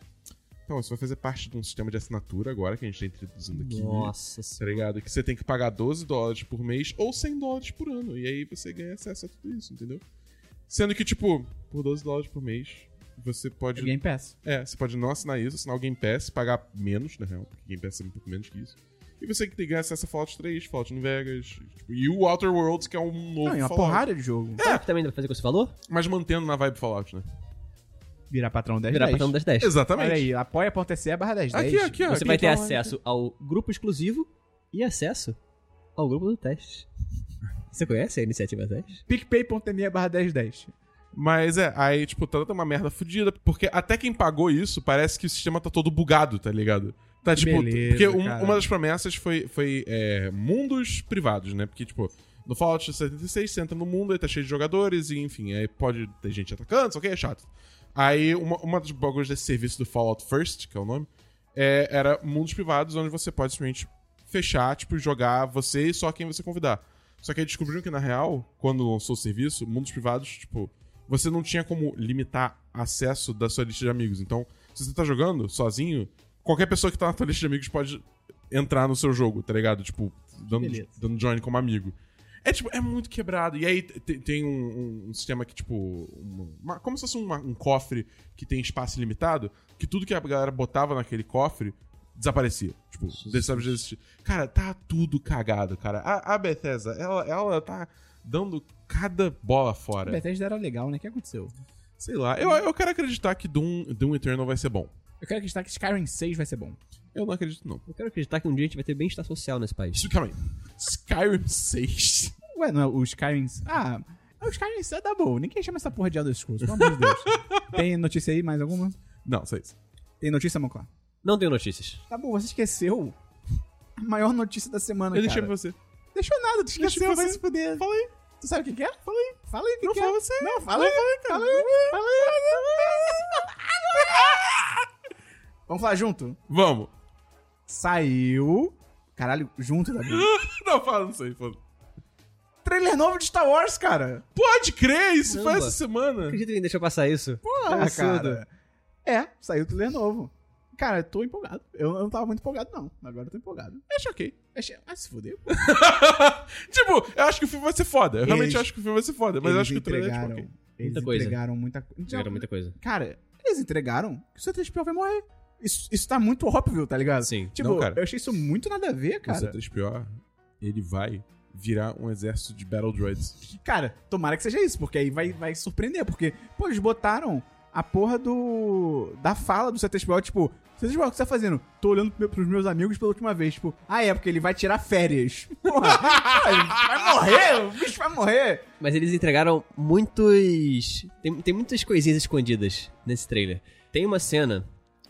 Speaker 2: Então, isso vai fazer parte de um sistema de assinatura agora que a gente tá introduzindo aqui
Speaker 3: Nossa
Speaker 2: tá
Speaker 3: senhora.
Speaker 2: ligado? Que você tem que pagar 12 dólares por mês ou 100 dólares por ano. E aí você ganha acesso a tudo isso, entendeu? Sendo que, tipo, por 12 dólares por mês, você pode.
Speaker 1: É Game Pass.
Speaker 2: É, você pode não assinar isso, assinar o Game Pass, pagar menos, na real, porque Game Pass é um pouco menos que isso. E você que tem ganha acesso a Fallout 3, Fallout New Vegas, tipo, e o Outer Worlds, que é um novo
Speaker 1: Não, é uma
Speaker 2: Fallout.
Speaker 1: porrada de jogo.
Speaker 3: Sabe o que também dá pra fazer com esse valor?
Speaker 2: Mas mantendo na vibe Fallout, né?
Speaker 1: Virar patrão 10
Speaker 3: Virar
Speaker 1: 10.
Speaker 3: patrão das 10.
Speaker 2: Exatamente.
Speaker 1: Olha aí, apoia.se barra 10
Speaker 2: Aqui, aqui, ó.
Speaker 3: Você vai ter
Speaker 2: Clica lá,
Speaker 3: acesso ao grupo exclusivo e acesso ao grupo do teste. Você conhece a iniciativa teste?
Speaker 1: PicPay.me barra 10 10.
Speaker 2: Mas é, aí, tipo, tá tá uma merda fodida, porque até quem pagou isso parece que o sistema tá todo bugado, tá ligado? Tá, tipo,
Speaker 1: Beleza,
Speaker 2: porque um-
Speaker 1: cara.
Speaker 2: uma das promessas foi, foi é, mundos privados, né? Porque, tipo, no Fallout 76, você entra no mundo, aí tá cheio de jogadores, e enfim, aí pode ter gente atacando, só que é chato. Aí, uma, uma das bagulhos desse serviço do Fallout First, que é o nome, é, era mundos privados, onde você pode simplesmente fechar, tipo, jogar você e só quem você convidar. Só que aí descobriram que, na real, quando lançou o serviço, mundos privados, tipo, você não tinha como limitar acesso da sua lista de amigos. Então, se você tá jogando sozinho, qualquer pessoa que tá na tua lista de amigos pode entrar no seu jogo, tá ligado? Tipo, dando,
Speaker 1: Beleza.
Speaker 2: dando join como amigo. É, tipo, é muito quebrado. E aí te- tem um, um- um sistema que, tipo. uma- uma- como se fosse uma- um cofre que tem espaço ilimitado, que tudo que a galera botava naquele cofre desaparecia. Tipo, deixava de existir. Cara, tá tudo cagado, cara. A, a Bethesda, ela, ela tá dando cada bola
Speaker 1: A
Speaker 2: fora.
Speaker 1: Bethesda era legal, né? O que aconteceu?
Speaker 2: Sei lá. Eu, eu quero acreditar que Doom, Doom Eternal vai ser bom.
Speaker 1: Eu quero acreditar que Skyrim 6 vai ser bom.
Speaker 2: Eu não acredito, não.
Speaker 3: Eu quero acreditar que um dia a gente vai ter bem-estar social nesse país.
Speaker 2: Isso, calma aí. Skyrim 6.
Speaker 1: Ué, não é o Skyrim... Ah, é o Skyrim 6 é da boa. Ninguém chama essa porra de Elder Scrolls, pelo amor de Deus. Tem notícia aí, mais alguma?
Speaker 2: Não, só isso.
Speaker 1: Tem notícia, Monclar?
Speaker 3: Não tenho notícias.
Speaker 1: Tá bom, você esqueceu a maior notícia da semana,
Speaker 2: Eu
Speaker 1: cara.
Speaker 2: deixei pra você.
Speaker 1: Deixou nada, tu
Speaker 2: Deixei pra
Speaker 1: esqueceu, vai
Speaker 2: você.
Speaker 1: se fuder.
Speaker 2: Fala aí.
Speaker 1: Tu sabe o que que é? Fala aí. Fala aí o que
Speaker 2: Não,
Speaker 1: que
Speaker 2: fala
Speaker 1: é.
Speaker 2: você.
Speaker 1: Não, fala aí, fala aí, fala aí. Vamos falar junto?
Speaker 2: Vamos.
Speaker 1: Saiu... Caralho, junto, Davi.
Speaker 2: Não, fala, não sei. foda.
Speaker 1: Trailer novo de Star Wars, cara.
Speaker 2: Pode crer, isso foi
Speaker 3: Caramba.
Speaker 2: essa semana.
Speaker 3: Acredita em deixar passar isso?
Speaker 2: Ah,
Speaker 1: Porra,
Speaker 3: absurdo.
Speaker 1: cara. É, saiu o trailer novo. Cara, eu tô empolgado. Eu, eu não tava muito empolgado, não. Agora eu tô empolgado. É Achei ok. Achei... Ah, se fudeu.
Speaker 2: tipo, eu acho que o filme vai ser foda. Eu realmente
Speaker 1: Eles-
Speaker 2: acho que o filme vai ser foda. Mas eu acho que o trailer é tipo, ok.
Speaker 1: Eles
Speaker 3: Muita coisa.
Speaker 1: entregaram muita coisa.
Speaker 3: Era muita coisa.
Speaker 1: Cara, eles entregaram que o C3PO vai morrer. Isso, isso tá muito óbvio, tá ligado?
Speaker 3: Sim.
Speaker 1: Tipo,
Speaker 2: Não, cara.
Speaker 1: eu achei isso muito nada a ver,
Speaker 2: O
Speaker 1: cara.
Speaker 2: C3PO, ele vai virar um exército de Battle Droids.
Speaker 1: Cara, tomara que seja isso, porque aí vai, vai surpreender. Porque, pô, eles botaram a porra do. da fala do C3PO, tipo, C3PO, o que você tá fazendo? Tô olhando pro- pros meus amigos pela última vez, tipo, ah, é, porque ele vai tirar férias. Porra, ele vai morrer, o bicho vai morrer.
Speaker 3: Mas eles entregaram muitos. Tem, tem muitas coisinhas escondidas nesse trailer. Tem uma cena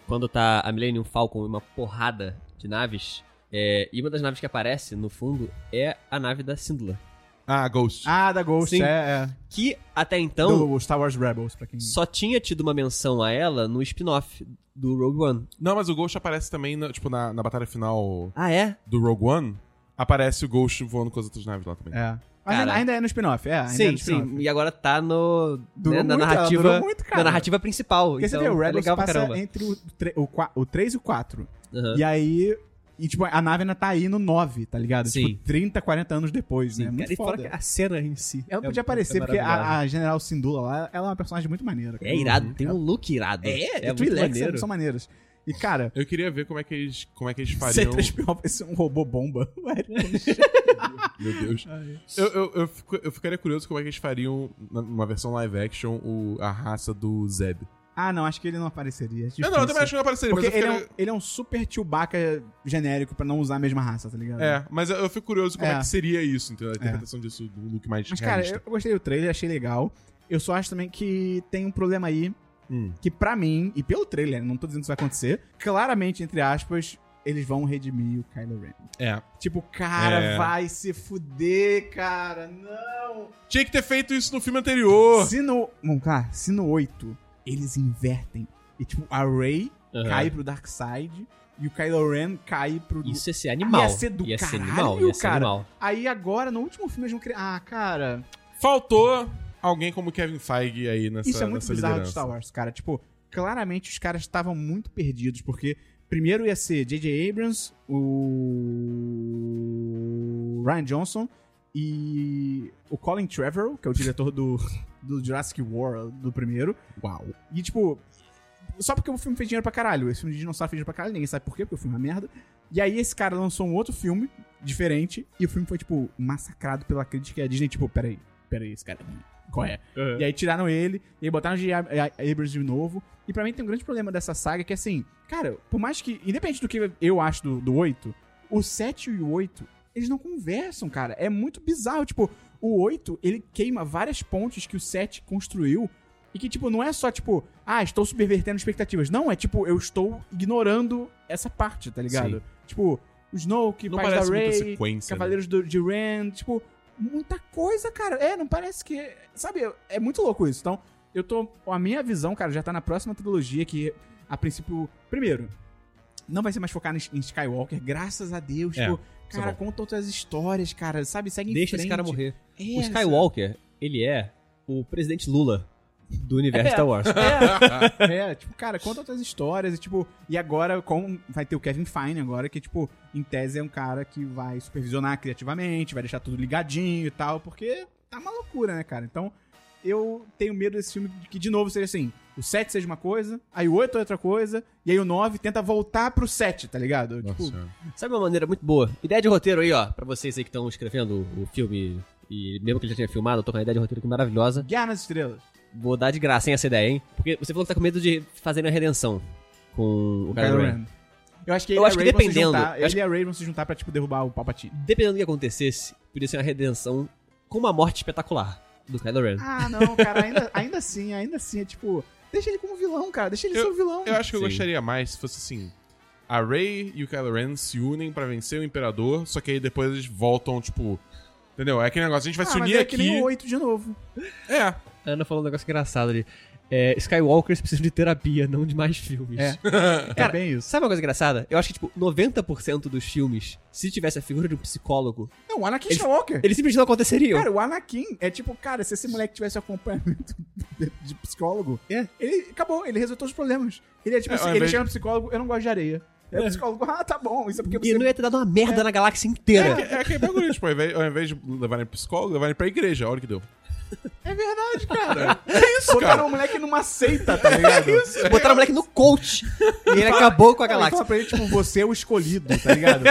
Speaker 3: quando tá a Millennium Falcon e uma porrada de naves. é, e uma das naves que aparece no fundo é a nave da Syndula.
Speaker 2: Ah, Ghost.
Speaker 1: Ah, da Ghost,
Speaker 3: Sim.
Speaker 1: é. é.
Speaker 3: Que até então
Speaker 1: do Star Wars Rebels, pra quem.
Speaker 3: só tinha tido uma menção a ela no spin-off do Rogue One.
Speaker 2: Não, mas o Ghost aparece também, na- tipo, na, na batalha final
Speaker 3: Ah, é?
Speaker 2: do Rogue One. Aparece o Ghost voando com as outras naves lá também.
Speaker 1: É. Mas
Speaker 3: Cara.
Speaker 1: ainda, ainda é no spin-off, é. Ainda é
Speaker 3: sim,
Speaker 1: no
Speaker 3: sim.
Speaker 1: spin-off.
Speaker 3: E agora tá no.
Speaker 1: Durou
Speaker 3: né, na
Speaker 1: muito, ela
Speaker 3: narrativa.
Speaker 1: durou muito, cara.
Speaker 3: na narrativa principal.
Speaker 1: Porque
Speaker 3: então,
Speaker 1: você vê, o
Speaker 3: é
Speaker 1: Rebels
Speaker 3: legal pra
Speaker 1: passa
Speaker 3: caramba.
Speaker 1: entre o, tre- o, qua- o 3 e o 4.
Speaker 3: Aham.
Speaker 1: E aí. E, tipo, a nave ainda tá aí no 9, tá ligado?
Speaker 3: Sim.
Speaker 1: Tipo, 30, 40 anos depois, né?
Speaker 3: Sim,
Speaker 1: Muito
Speaker 3: cara, e fora
Speaker 1: foda.
Speaker 3: que a cena em si.
Speaker 2: um
Speaker 1: Ela não
Speaker 3: é-
Speaker 1: podia
Speaker 3: é
Speaker 1: aparecer, porque
Speaker 3: maravilhosa.
Speaker 1: a, a General Sindula lá, ela é uma personagem muito maneira. cara.
Speaker 3: É irado,
Speaker 1: Uhum.
Speaker 3: tem um look irado.
Speaker 1: É, é
Speaker 3: é
Speaker 1: e
Speaker 3: muito
Speaker 1: Twi'lek são-
Speaker 3: maneiro.
Speaker 1: são maneiras. E, cara,
Speaker 2: Eu queria ver como é que eles, como é que eles fariam.
Speaker 1: C3PO vai ser um robô bomba.
Speaker 2: Meu Deus. Eu, eu, eu, fico- eu ficaria curioso como é que eles fariam, na- numa versão live action, o, a raça do Zeb.
Speaker 1: ah, não, acho que ele não apareceria. é
Speaker 2: Eu
Speaker 1: difícil.
Speaker 2: não, eu também acho que não apareceria,
Speaker 1: Porque
Speaker 2: mas eu
Speaker 1: ele é, um,
Speaker 2: ficaria...
Speaker 1: ele é um super Chewbacca genérico pra não usar a mesma raça, tá ligado?
Speaker 2: É, mas eu, eu fico curioso como é.
Speaker 1: É.
Speaker 2: que seria isso, entendeu? A interpretação disso, do look mais
Speaker 1: Mas, cara,
Speaker 2: realista.
Speaker 1: eu gostei do trailer, achei legal. Eu só acho também que tem um problema aí
Speaker 2: Hum.
Speaker 1: que, pra mim, e pelo trailer, não tô dizendo que isso vai acontecer, claramente, entre aspas, eles vão redimir o Kylo Ren.
Speaker 2: É.
Speaker 1: Tipo, cara,
Speaker 2: É.
Speaker 1: vai se fuder, cara, não!
Speaker 2: Tinha que ter feito isso no filme anterior.
Speaker 1: Se no... Bom, cara, se no 8 eles invertem e, tipo, a Rey
Speaker 3: Aham.
Speaker 1: cai pro Darkseid e o Kylo Ren cai pro...
Speaker 3: Isso ia ser animal.
Speaker 1: Ia ser do
Speaker 3: Ia ser
Speaker 1: caralho,
Speaker 3: animal, ia ser
Speaker 1: cara.
Speaker 3: animal.
Speaker 1: Aí agora, no último filme, eles vão criar... Ah, cara...
Speaker 2: Faltou alguém como Kevin Feige aí nessa
Speaker 1: Isso é muito
Speaker 2: nessa
Speaker 1: bizarro de
Speaker 2: liderança.
Speaker 1: Star Wars, cara. Tipo, claramente os caras estavam muito perdidos, porque primeiro ia ser J.J. Abrams, o Ryan Johnson e o Colin Trevorrow, que é o diretor do, do Jurassic World, do primeiro.
Speaker 2: Uau.
Speaker 1: E, tipo, só porque o filme fez dinheiro pra caralho. Esse filme de dinossauro fez dinheiro pra caralho, ninguém sabe por quê, porque o filme é uma merda. E aí esse cara lançou um outro filme, diferente, e o filme foi, tipo, massacrado pela crítica e a Disney, tipo, peraí, peraí, esse cara é ruim. qual é? E aí tiraram ele, e aí botaram o J.J. Ab- A- Abrams de novo. E pra mim tem um grande problema dessa saga, que é assim, cara, por mais que, independente do que eu acho do, do 8, o 7 e o 8, eles não conversam, cara. É muito bizarro, tipo, o 8, ele queima várias pontes que o 7 construiu E que, tipo, não é só, tipo, ah, estou subvertendo expectativas. Não, é tipo, eu estou ignorando essa parte, tá ligado?
Speaker 2: Sim.
Speaker 1: Tipo, o Snoke,
Speaker 2: Não
Speaker 1: Paz da
Speaker 2: parece muita
Speaker 1: Rey,
Speaker 2: sequência. né?
Speaker 1: Cavaleiros do, de Ren, tipo, muita coisa, cara. É, não parece que. Sabe, é muito louco isso. Então, eu tô. A minha visão, cara, já tá na próxima trilogia, que a princípio. Primeiro, não vai ser mais focado em, em Skywalker, graças a Deus.
Speaker 2: É,
Speaker 1: tipo,
Speaker 2: isso é
Speaker 1: cara,
Speaker 2: bom.
Speaker 1: conta outras histórias, cara, sabe? Segue
Speaker 3: Deixa
Speaker 1: em frente.
Speaker 3: esse cara morrer.
Speaker 1: É,
Speaker 3: O Skywalker, ele é o presidente Lula do universo
Speaker 1: É.
Speaker 3: Star Wars.
Speaker 1: É, é, tipo, cara, conta outras histórias e, tipo, e agora com, vai ter o Kevin Feige agora, que, tipo, em tese é um cara que vai supervisionar criativamente, vai deixar tudo ligadinho e tal, porque tá uma loucura, né, cara? Então, eu tenho medo desse filme de que, de novo, seja assim, o 7 seja uma coisa, aí o 8 é outra coisa, e aí o 9 tenta voltar pro 7, tá ligado?
Speaker 2: Nossa
Speaker 1: Tipo,
Speaker 2: Senhora.
Speaker 3: Sabe uma maneira muito boa? Ideia de roteiro aí, ó, pra vocês aí que estão escrevendo o filme e mesmo que ele já tinha filmado, eu tô com uma ideia de roteiro aqui maravilhosa.
Speaker 1: Guerra nas Estrelas.
Speaker 3: Vou dar de graça, hein, essa ideia, hein? Porque você falou que tá com medo de fazerem a redenção com o Kylo
Speaker 1: Kylo
Speaker 3: Ren.
Speaker 1: Ren. Eu acho que
Speaker 3: Eu
Speaker 1: ele e a
Speaker 3: acho que
Speaker 1: Rey vão se
Speaker 3: dependendo,
Speaker 1: juntar-
Speaker 3: eu acho
Speaker 1: Ele e a Ray vão se juntar pra, tipo, derrubar o Palpatine.
Speaker 3: Dependendo do que acontecesse, podia ser uma redenção com uma morte espetacular do Kylo Ren.
Speaker 1: Ah, não, cara, ainda, ainda assim, ainda assim, é tipo, deixa ele como vilão, cara, deixa ele ser o vilão.
Speaker 2: Eu acho que eu
Speaker 3: Sim.
Speaker 2: gostaria mais se fosse assim. A Rey e o Kylo Ren se unem pra vencer o Imperador, só que aí depois eles voltam, tipo. Entendeu? É aquele negócio, a gente vai
Speaker 1: ah,
Speaker 2: se
Speaker 1: mas
Speaker 2: unir
Speaker 1: é
Speaker 2: aqui.
Speaker 1: que nem o 8 de novo.
Speaker 2: É.
Speaker 3: A Ana falou um negócio engraçado ali. É, Skywalkers precisam de terapia, não de mais filmes.
Speaker 1: É. é bem isso.
Speaker 3: Sabe uma coisa engraçada? Eu acho que, tipo, 90% dos filmes, se tivesse a figura de um psicólogo,
Speaker 1: Não, o Anakin
Speaker 3: Ele-
Speaker 1: Skywalker.
Speaker 3: eles simplesmente não aconteceriam.
Speaker 1: Cara, o Anakin é tipo, cara, se esse moleque tivesse acompanhamento de, de psicólogo,
Speaker 3: É.
Speaker 1: ele acabou, ele resolveu todos os problemas. Ele é tipo
Speaker 2: É,
Speaker 1: assim,
Speaker 2: ao
Speaker 1: ele
Speaker 2: invés
Speaker 1: chama o psicólogo, eu não gosto de areia. É o psicólogo, ah, tá bom, isso é porque
Speaker 3: E
Speaker 1: você...
Speaker 3: não ia ter dado uma merda na galáxia inteira.
Speaker 2: É aquele bagulho, tipo, ao invés, ao invés de levarem pro psicólogo, levarem pra igreja. Olha o que deu.
Speaker 1: É verdade, É cara.
Speaker 2: Isso,
Speaker 1: Botaram o moleque numa seita, tá ligado? isso,
Speaker 3: Botaram o moleque no coach. É. E ele acabou com a
Speaker 1: Ela
Speaker 3: galáxia.
Speaker 1: fala pra ele, tipo, você é o escolhido, tá ligado?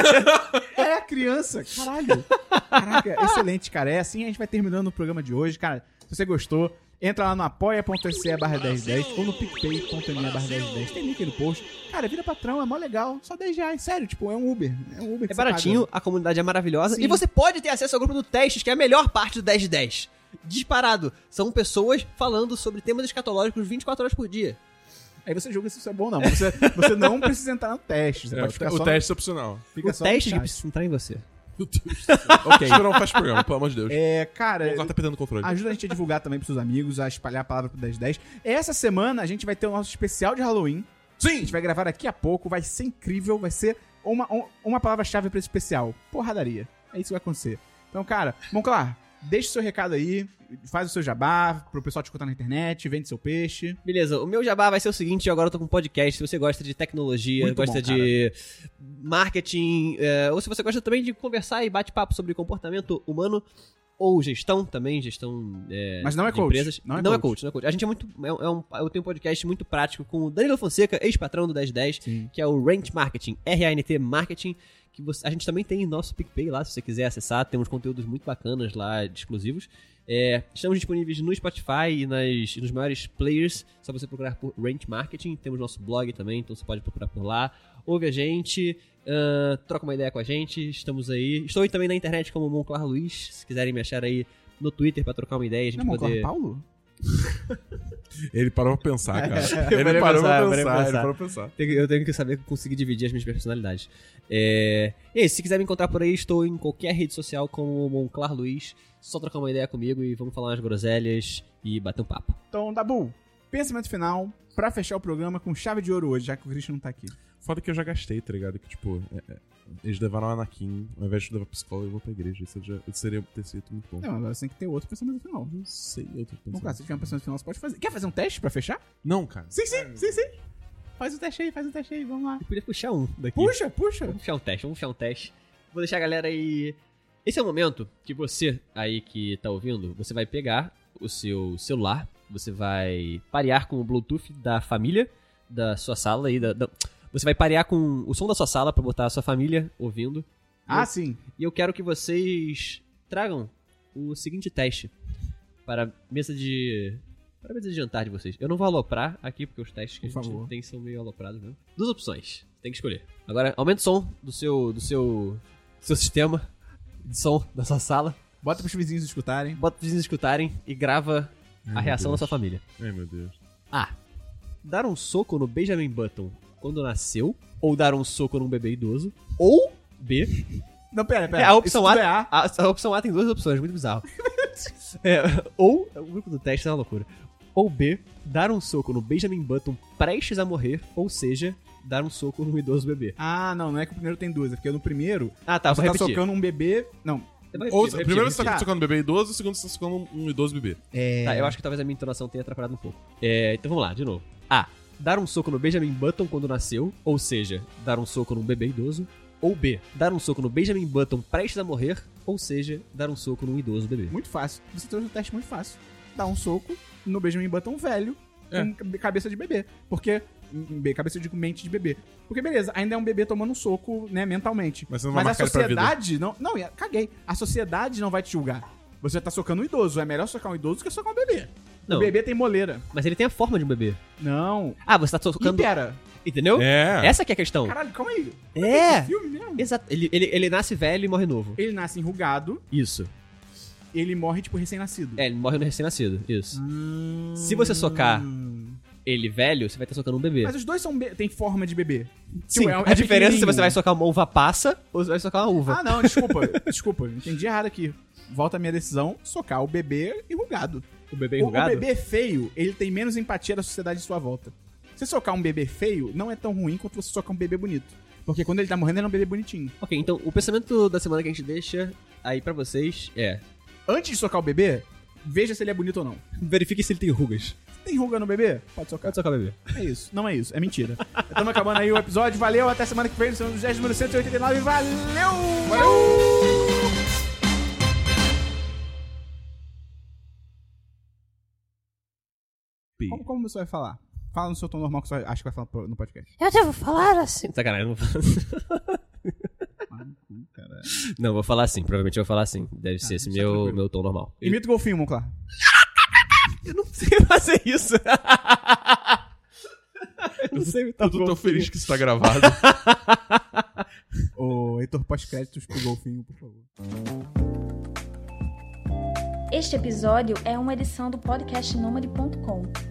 Speaker 1: é a criança, caralho. Caraca, excelente, cara. É assim a gente vai terminando o programa de hoje, cara. Se você gostou, entra lá no apoia.se barra 1010 ou no picpay.me barra 1010. Tem link aí no post. Cara, vira patrão, é mó legal. Só 10 reais, sério, tipo, é um Uber. É um Uber que você
Speaker 3: É baratinho, a comunidade é maravilhosa.
Speaker 1: Sim.
Speaker 3: E você pode ter acesso ao grupo do Testes, que é a melhor parte do 10 de 10. Disparado. São pessoas falando sobre temas escatológicos 24 horas por dia.
Speaker 1: paga. Aí você julga se isso é bom ou não. Você, você não precisa entrar no teste. Você
Speaker 2: É,
Speaker 1: pode ficar
Speaker 2: o
Speaker 1: só,
Speaker 2: teste é opcional.
Speaker 1: fica
Speaker 3: o
Speaker 1: só no
Speaker 3: teste que
Speaker 1: chat.
Speaker 3: precisa entrar em você.
Speaker 2: Meu Deus. ok. Isso não faz programa, pelo amor de Deus.
Speaker 1: É,
Speaker 2: O
Speaker 1: cara,
Speaker 2: lugar tá perdendo o controle.
Speaker 1: Ajuda a gente a divulgar também pros seus amigos, a espalhar a palavra pro 1010. Essa semana a gente vai ter o nosso especial de Halloween. Sim! A gente vai gravar daqui a pouco, vai ser incrível, vai ser uma, um- uma palavra-chave pra esse especial. Porradaria. É isso que vai acontecer. Então, cara, Monclar, deixa o seu recado aí, faz o seu jabá pro pessoal te contar na internet, vende seu peixe.
Speaker 3: Beleza, o meu jabá vai ser o seguinte, agora eu tô com um podcast, se você gosta de tecnologia,
Speaker 1: Muito
Speaker 3: gosta
Speaker 1: bom, cara.
Speaker 3: de marketing, é, ou se você gosta também de conversar e bate-papo sobre comportamento humano ou gestão também, gestão é,
Speaker 1: Mas não é
Speaker 3: de
Speaker 1: coach,
Speaker 3: empresas.
Speaker 1: não é
Speaker 3: não é
Speaker 1: coach.
Speaker 3: coach, não é coach. A gente é muito é um- é um- eu tenho um podcast muito prático com o Danilo Fonseca, ex-patrão do 1010,
Speaker 1: Sim.
Speaker 3: que é o Rant Marketing, R-A-N-T Marketing, que você- a gente também tem nosso PicPay lá, se você quiser acessar, temos conteúdos muito bacanas lá, exclusivos. É, estamos disponíveis no Spotify e nas, nos maiores players. Só você procurar por Rent Marketing. Temos nosso blog também, então você pode procurar por lá. Ouve a gente, ahn, troca uma ideia com a gente. Estamos aí. Estou aí também na internet como Monclar Luiz. Se quiserem me achar aí no Twitter pra trocar uma ideia, a gente
Speaker 1: Não é Monclar
Speaker 3: poder.
Speaker 1: Paulo?
Speaker 2: Ele parou pra pensar, cara.
Speaker 3: Eu
Speaker 2: ele
Speaker 3: parei
Speaker 2: parou
Speaker 3: pensar,
Speaker 2: pra
Speaker 3: eu parei
Speaker 2: pensar, ele
Speaker 3: pensar.
Speaker 2: parou pra pensar.
Speaker 3: Tem que- Eu tenho que saber conseguir dividir as minhas personalidades. É... E aí, se quiser me encontrar por aí, estou em qualquer rede social como Monclar Luiz. Só trocar uma ideia comigo e vamos falar umas groselhas e bater um papo.
Speaker 1: Então, Dabu, pensamento final pra fechar o programa com chave de ouro hoje, já que o Christian não tá aqui.
Speaker 2: Foda que eu já gastei, tá ligado? Que, tipo, é- é, eles levaram o Anakin, ao invés de levar pro psicólogo, eu vou pra igreja. Isso, já, isso seria ter sido muito bom.
Speaker 1: Não, agora você tem que ter outro pensamento final.
Speaker 2: Não sei, eu tô pensando.
Speaker 1: Monclar, se tiver um pensamento final, você pode fazer. Quer fazer um teste pra fechar?
Speaker 2: Não, cara.
Speaker 1: Sim, sim, sim, sim. Faz o teste aí, faz o teste aí, vamos lá.
Speaker 3: Eu podia puxar um daqui.
Speaker 1: Puxa, puxa.
Speaker 3: Vamos puxar um teste, vamos puxar um teste. Vou deixar a galera aí. Esse é o momento que você aí que tá ouvindo, você vai pegar o seu celular, você vai parear com o Bluetooth da família, da sua sala aí, da, da- Você vai parear com o som da sua sala pra botar a sua família ouvindo.
Speaker 1: Ah, sim.
Speaker 3: E eu quero que vocês tragam o seguinte teste para a mesa de. Para a mesa de jantar de vocês. Eu não vou aloprar aqui, porque os testes que
Speaker 1: Por
Speaker 3: a gente
Speaker 1: favor.
Speaker 3: tem são meio aloprados mesmo. Duas opções. Tem que escolher. Agora, aumenta o som do seu. do seu. do seu sistema de som da sua sala.
Speaker 1: Bota pros vizinhos escutarem.
Speaker 3: Bota os vizinhos escutarem e grava a reação da sua família.
Speaker 2: Ai, meu Deus.
Speaker 3: A. Dar um soco no Benjamin Button quando nasceu. Ou dar um soco num bebê idoso. Ou B.
Speaker 1: Não, pera, pera.
Speaker 3: É, a opção
Speaker 1: Isso
Speaker 3: A,
Speaker 1: tudo é A.
Speaker 3: a, a opção A tem duas opções, muito bizarro. É, ou, o grupo do teste é uma loucura. Ou B, dar um soco no Benjamin Button prestes a morrer, ou seja, dar um soco no idoso bebê.
Speaker 1: Ah, não, não é que o primeiro tem duas, é porque no primeiro
Speaker 3: Ah, tá,
Speaker 1: você
Speaker 3: vou
Speaker 1: tá
Speaker 3: repetir.
Speaker 1: socando um bebê. Não,
Speaker 3: Eu vou repetir,
Speaker 2: Ou,
Speaker 3: vou repetir,
Speaker 2: primeiro
Speaker 3: vou
Speaker 2: você
Speaker 3: repetir.
Speaker 2: tá socando um bebê idoso, segundo você tá socando um- um idoso bebê.
Speaker 4: É...
Speaker 3: Tá, eu acho que talvez a minha entonação tenha atrapalhado um pouco. É, então vamos lá, de novo. A. Dar um soco no Benjamin Button quando nasceu, ou seja, dar um soco num bebê idoso. Ou B. Dar um soco no Benjamin Button prestes a morrer, ou seja, dar um soco num idoso bebê.
Speaker 1: muito fácil. Você trouxe um teste muito fácil. Dá um soco no Benjamin Button velho
Speaker 2: É.
Speaker 1: com cabe- cabeça de bebê. Porque. em- em- Cabeça de mente de bebê. Porque, beleza, ainda é um bebê tomando um soco, né, mentalmente.
Speaker 2: Mas você não vai
Speaker 1: a
Speaker 2: marcar ele pra vida.
Speaker 1: sociedade. Não, não, e- caguei. A sociedade não vai te julgar. Você tá socando um idoso. É melhor socar um idoso que socar um bebê.
Speaker 3: Não,
Speaker 1: O bebê tem moleira.
Speaker 3: mas ele tem a forma de um bebê.
Speaker 1: Não.
Speaker 3: Ah, você tá
Speaker 1: E
Speaker 3: socando...
Speaker 1: pera.
Speaker 3: Entendeu?
Speaker 2: É.
Speaker 3: Essa que é a questão.
Speaker 1: Caralho, calma aí.
Speaker 3: É!
Speaker 1: Filme mesmo.
Speaker 3: Exato. Ele, ele, ele nasce velho e morre novo.
Speaker 1: Ele nasce enrugado,
Speaker 3: Isso.
Speaker 1: ele morre, tipo, recém-nascido.
Speaker 3: É, ele morre no recém-nascido. Isso.
Speaker 1: Hum.
Speaker 3: Se você socar ele velho, você vai estar socando um bebê.
Speaker 1: Mas os dois são be- tem forma de bebê.
Speaker 3: Sim,
Speaker 1: é um-
Speaker 3: a
Speaker 1: é
Speaker 3: diferença é se
Speaker 1: pequenininho.
Speaker 3: você vai socar uma uva passa ou você vai socar uma uva.
Speaker 1: Ah, não, desculpa. desculpa, entendi errado aqui. Volta a minha decisão, socar o bebê enrugado.
Speaker 3: o bebê
Speaker 1: O- Ah, O bebê feio, ele tem menos empatia da sociedade em sua volta. Você socar um bebê feio não é tão ruim quanto você socar um bebê bonito. Porque quando ele tá morrendo, ele é um bebê bonitinho.
Speaker 3: Ok, então o pensamento da semana que a gente deixa aí pra vocês é:
Speaker 1: Antes de socar o bebê, veja se ele é bonito ou não.
Speaker 3: verifique se ele tem rugas.
Speaker 1: Tem ruga no bebê? Pode socar.
Speaker 3: Pode socar o bebê.
Speaker 1: É isso. Não é isso. É mentira. Estamos acabando aí o episódio. Valeu. Até semana que vem. Estamos no 10 número 189. Valeu! Valeu! Como, como você vai falar? Fala no seu tom normal que você acha que vai falar no podcast.
Speaker 7: Eu devo falar assim.
Speaker 3: Sacanagem, não vou falar. assim. Não, vou falar assim, provavelmente eu vou falar assim. Deve ser esse
Speaker 1: tá
Speaker 3: meu,
Speaker 1: tranquilo.
Speaker 3: meu tom normal.
Speaker 1: Imita o golfinho, Monclar.
Speaker 3: Eu não sei fazer isso. eu não sei imitar
Speaker 2: Eu
Speaker 3: o
Speaker 2: tô tão
Speaker 3: golfinho.
Speaker 2: feliz que isso tá gravado.
Speaker 1: Ô, Heitor, pós-créditos pro golfinho, por favor.
Speaker 8: Este episódio é uma edição do podcast Nômade.com.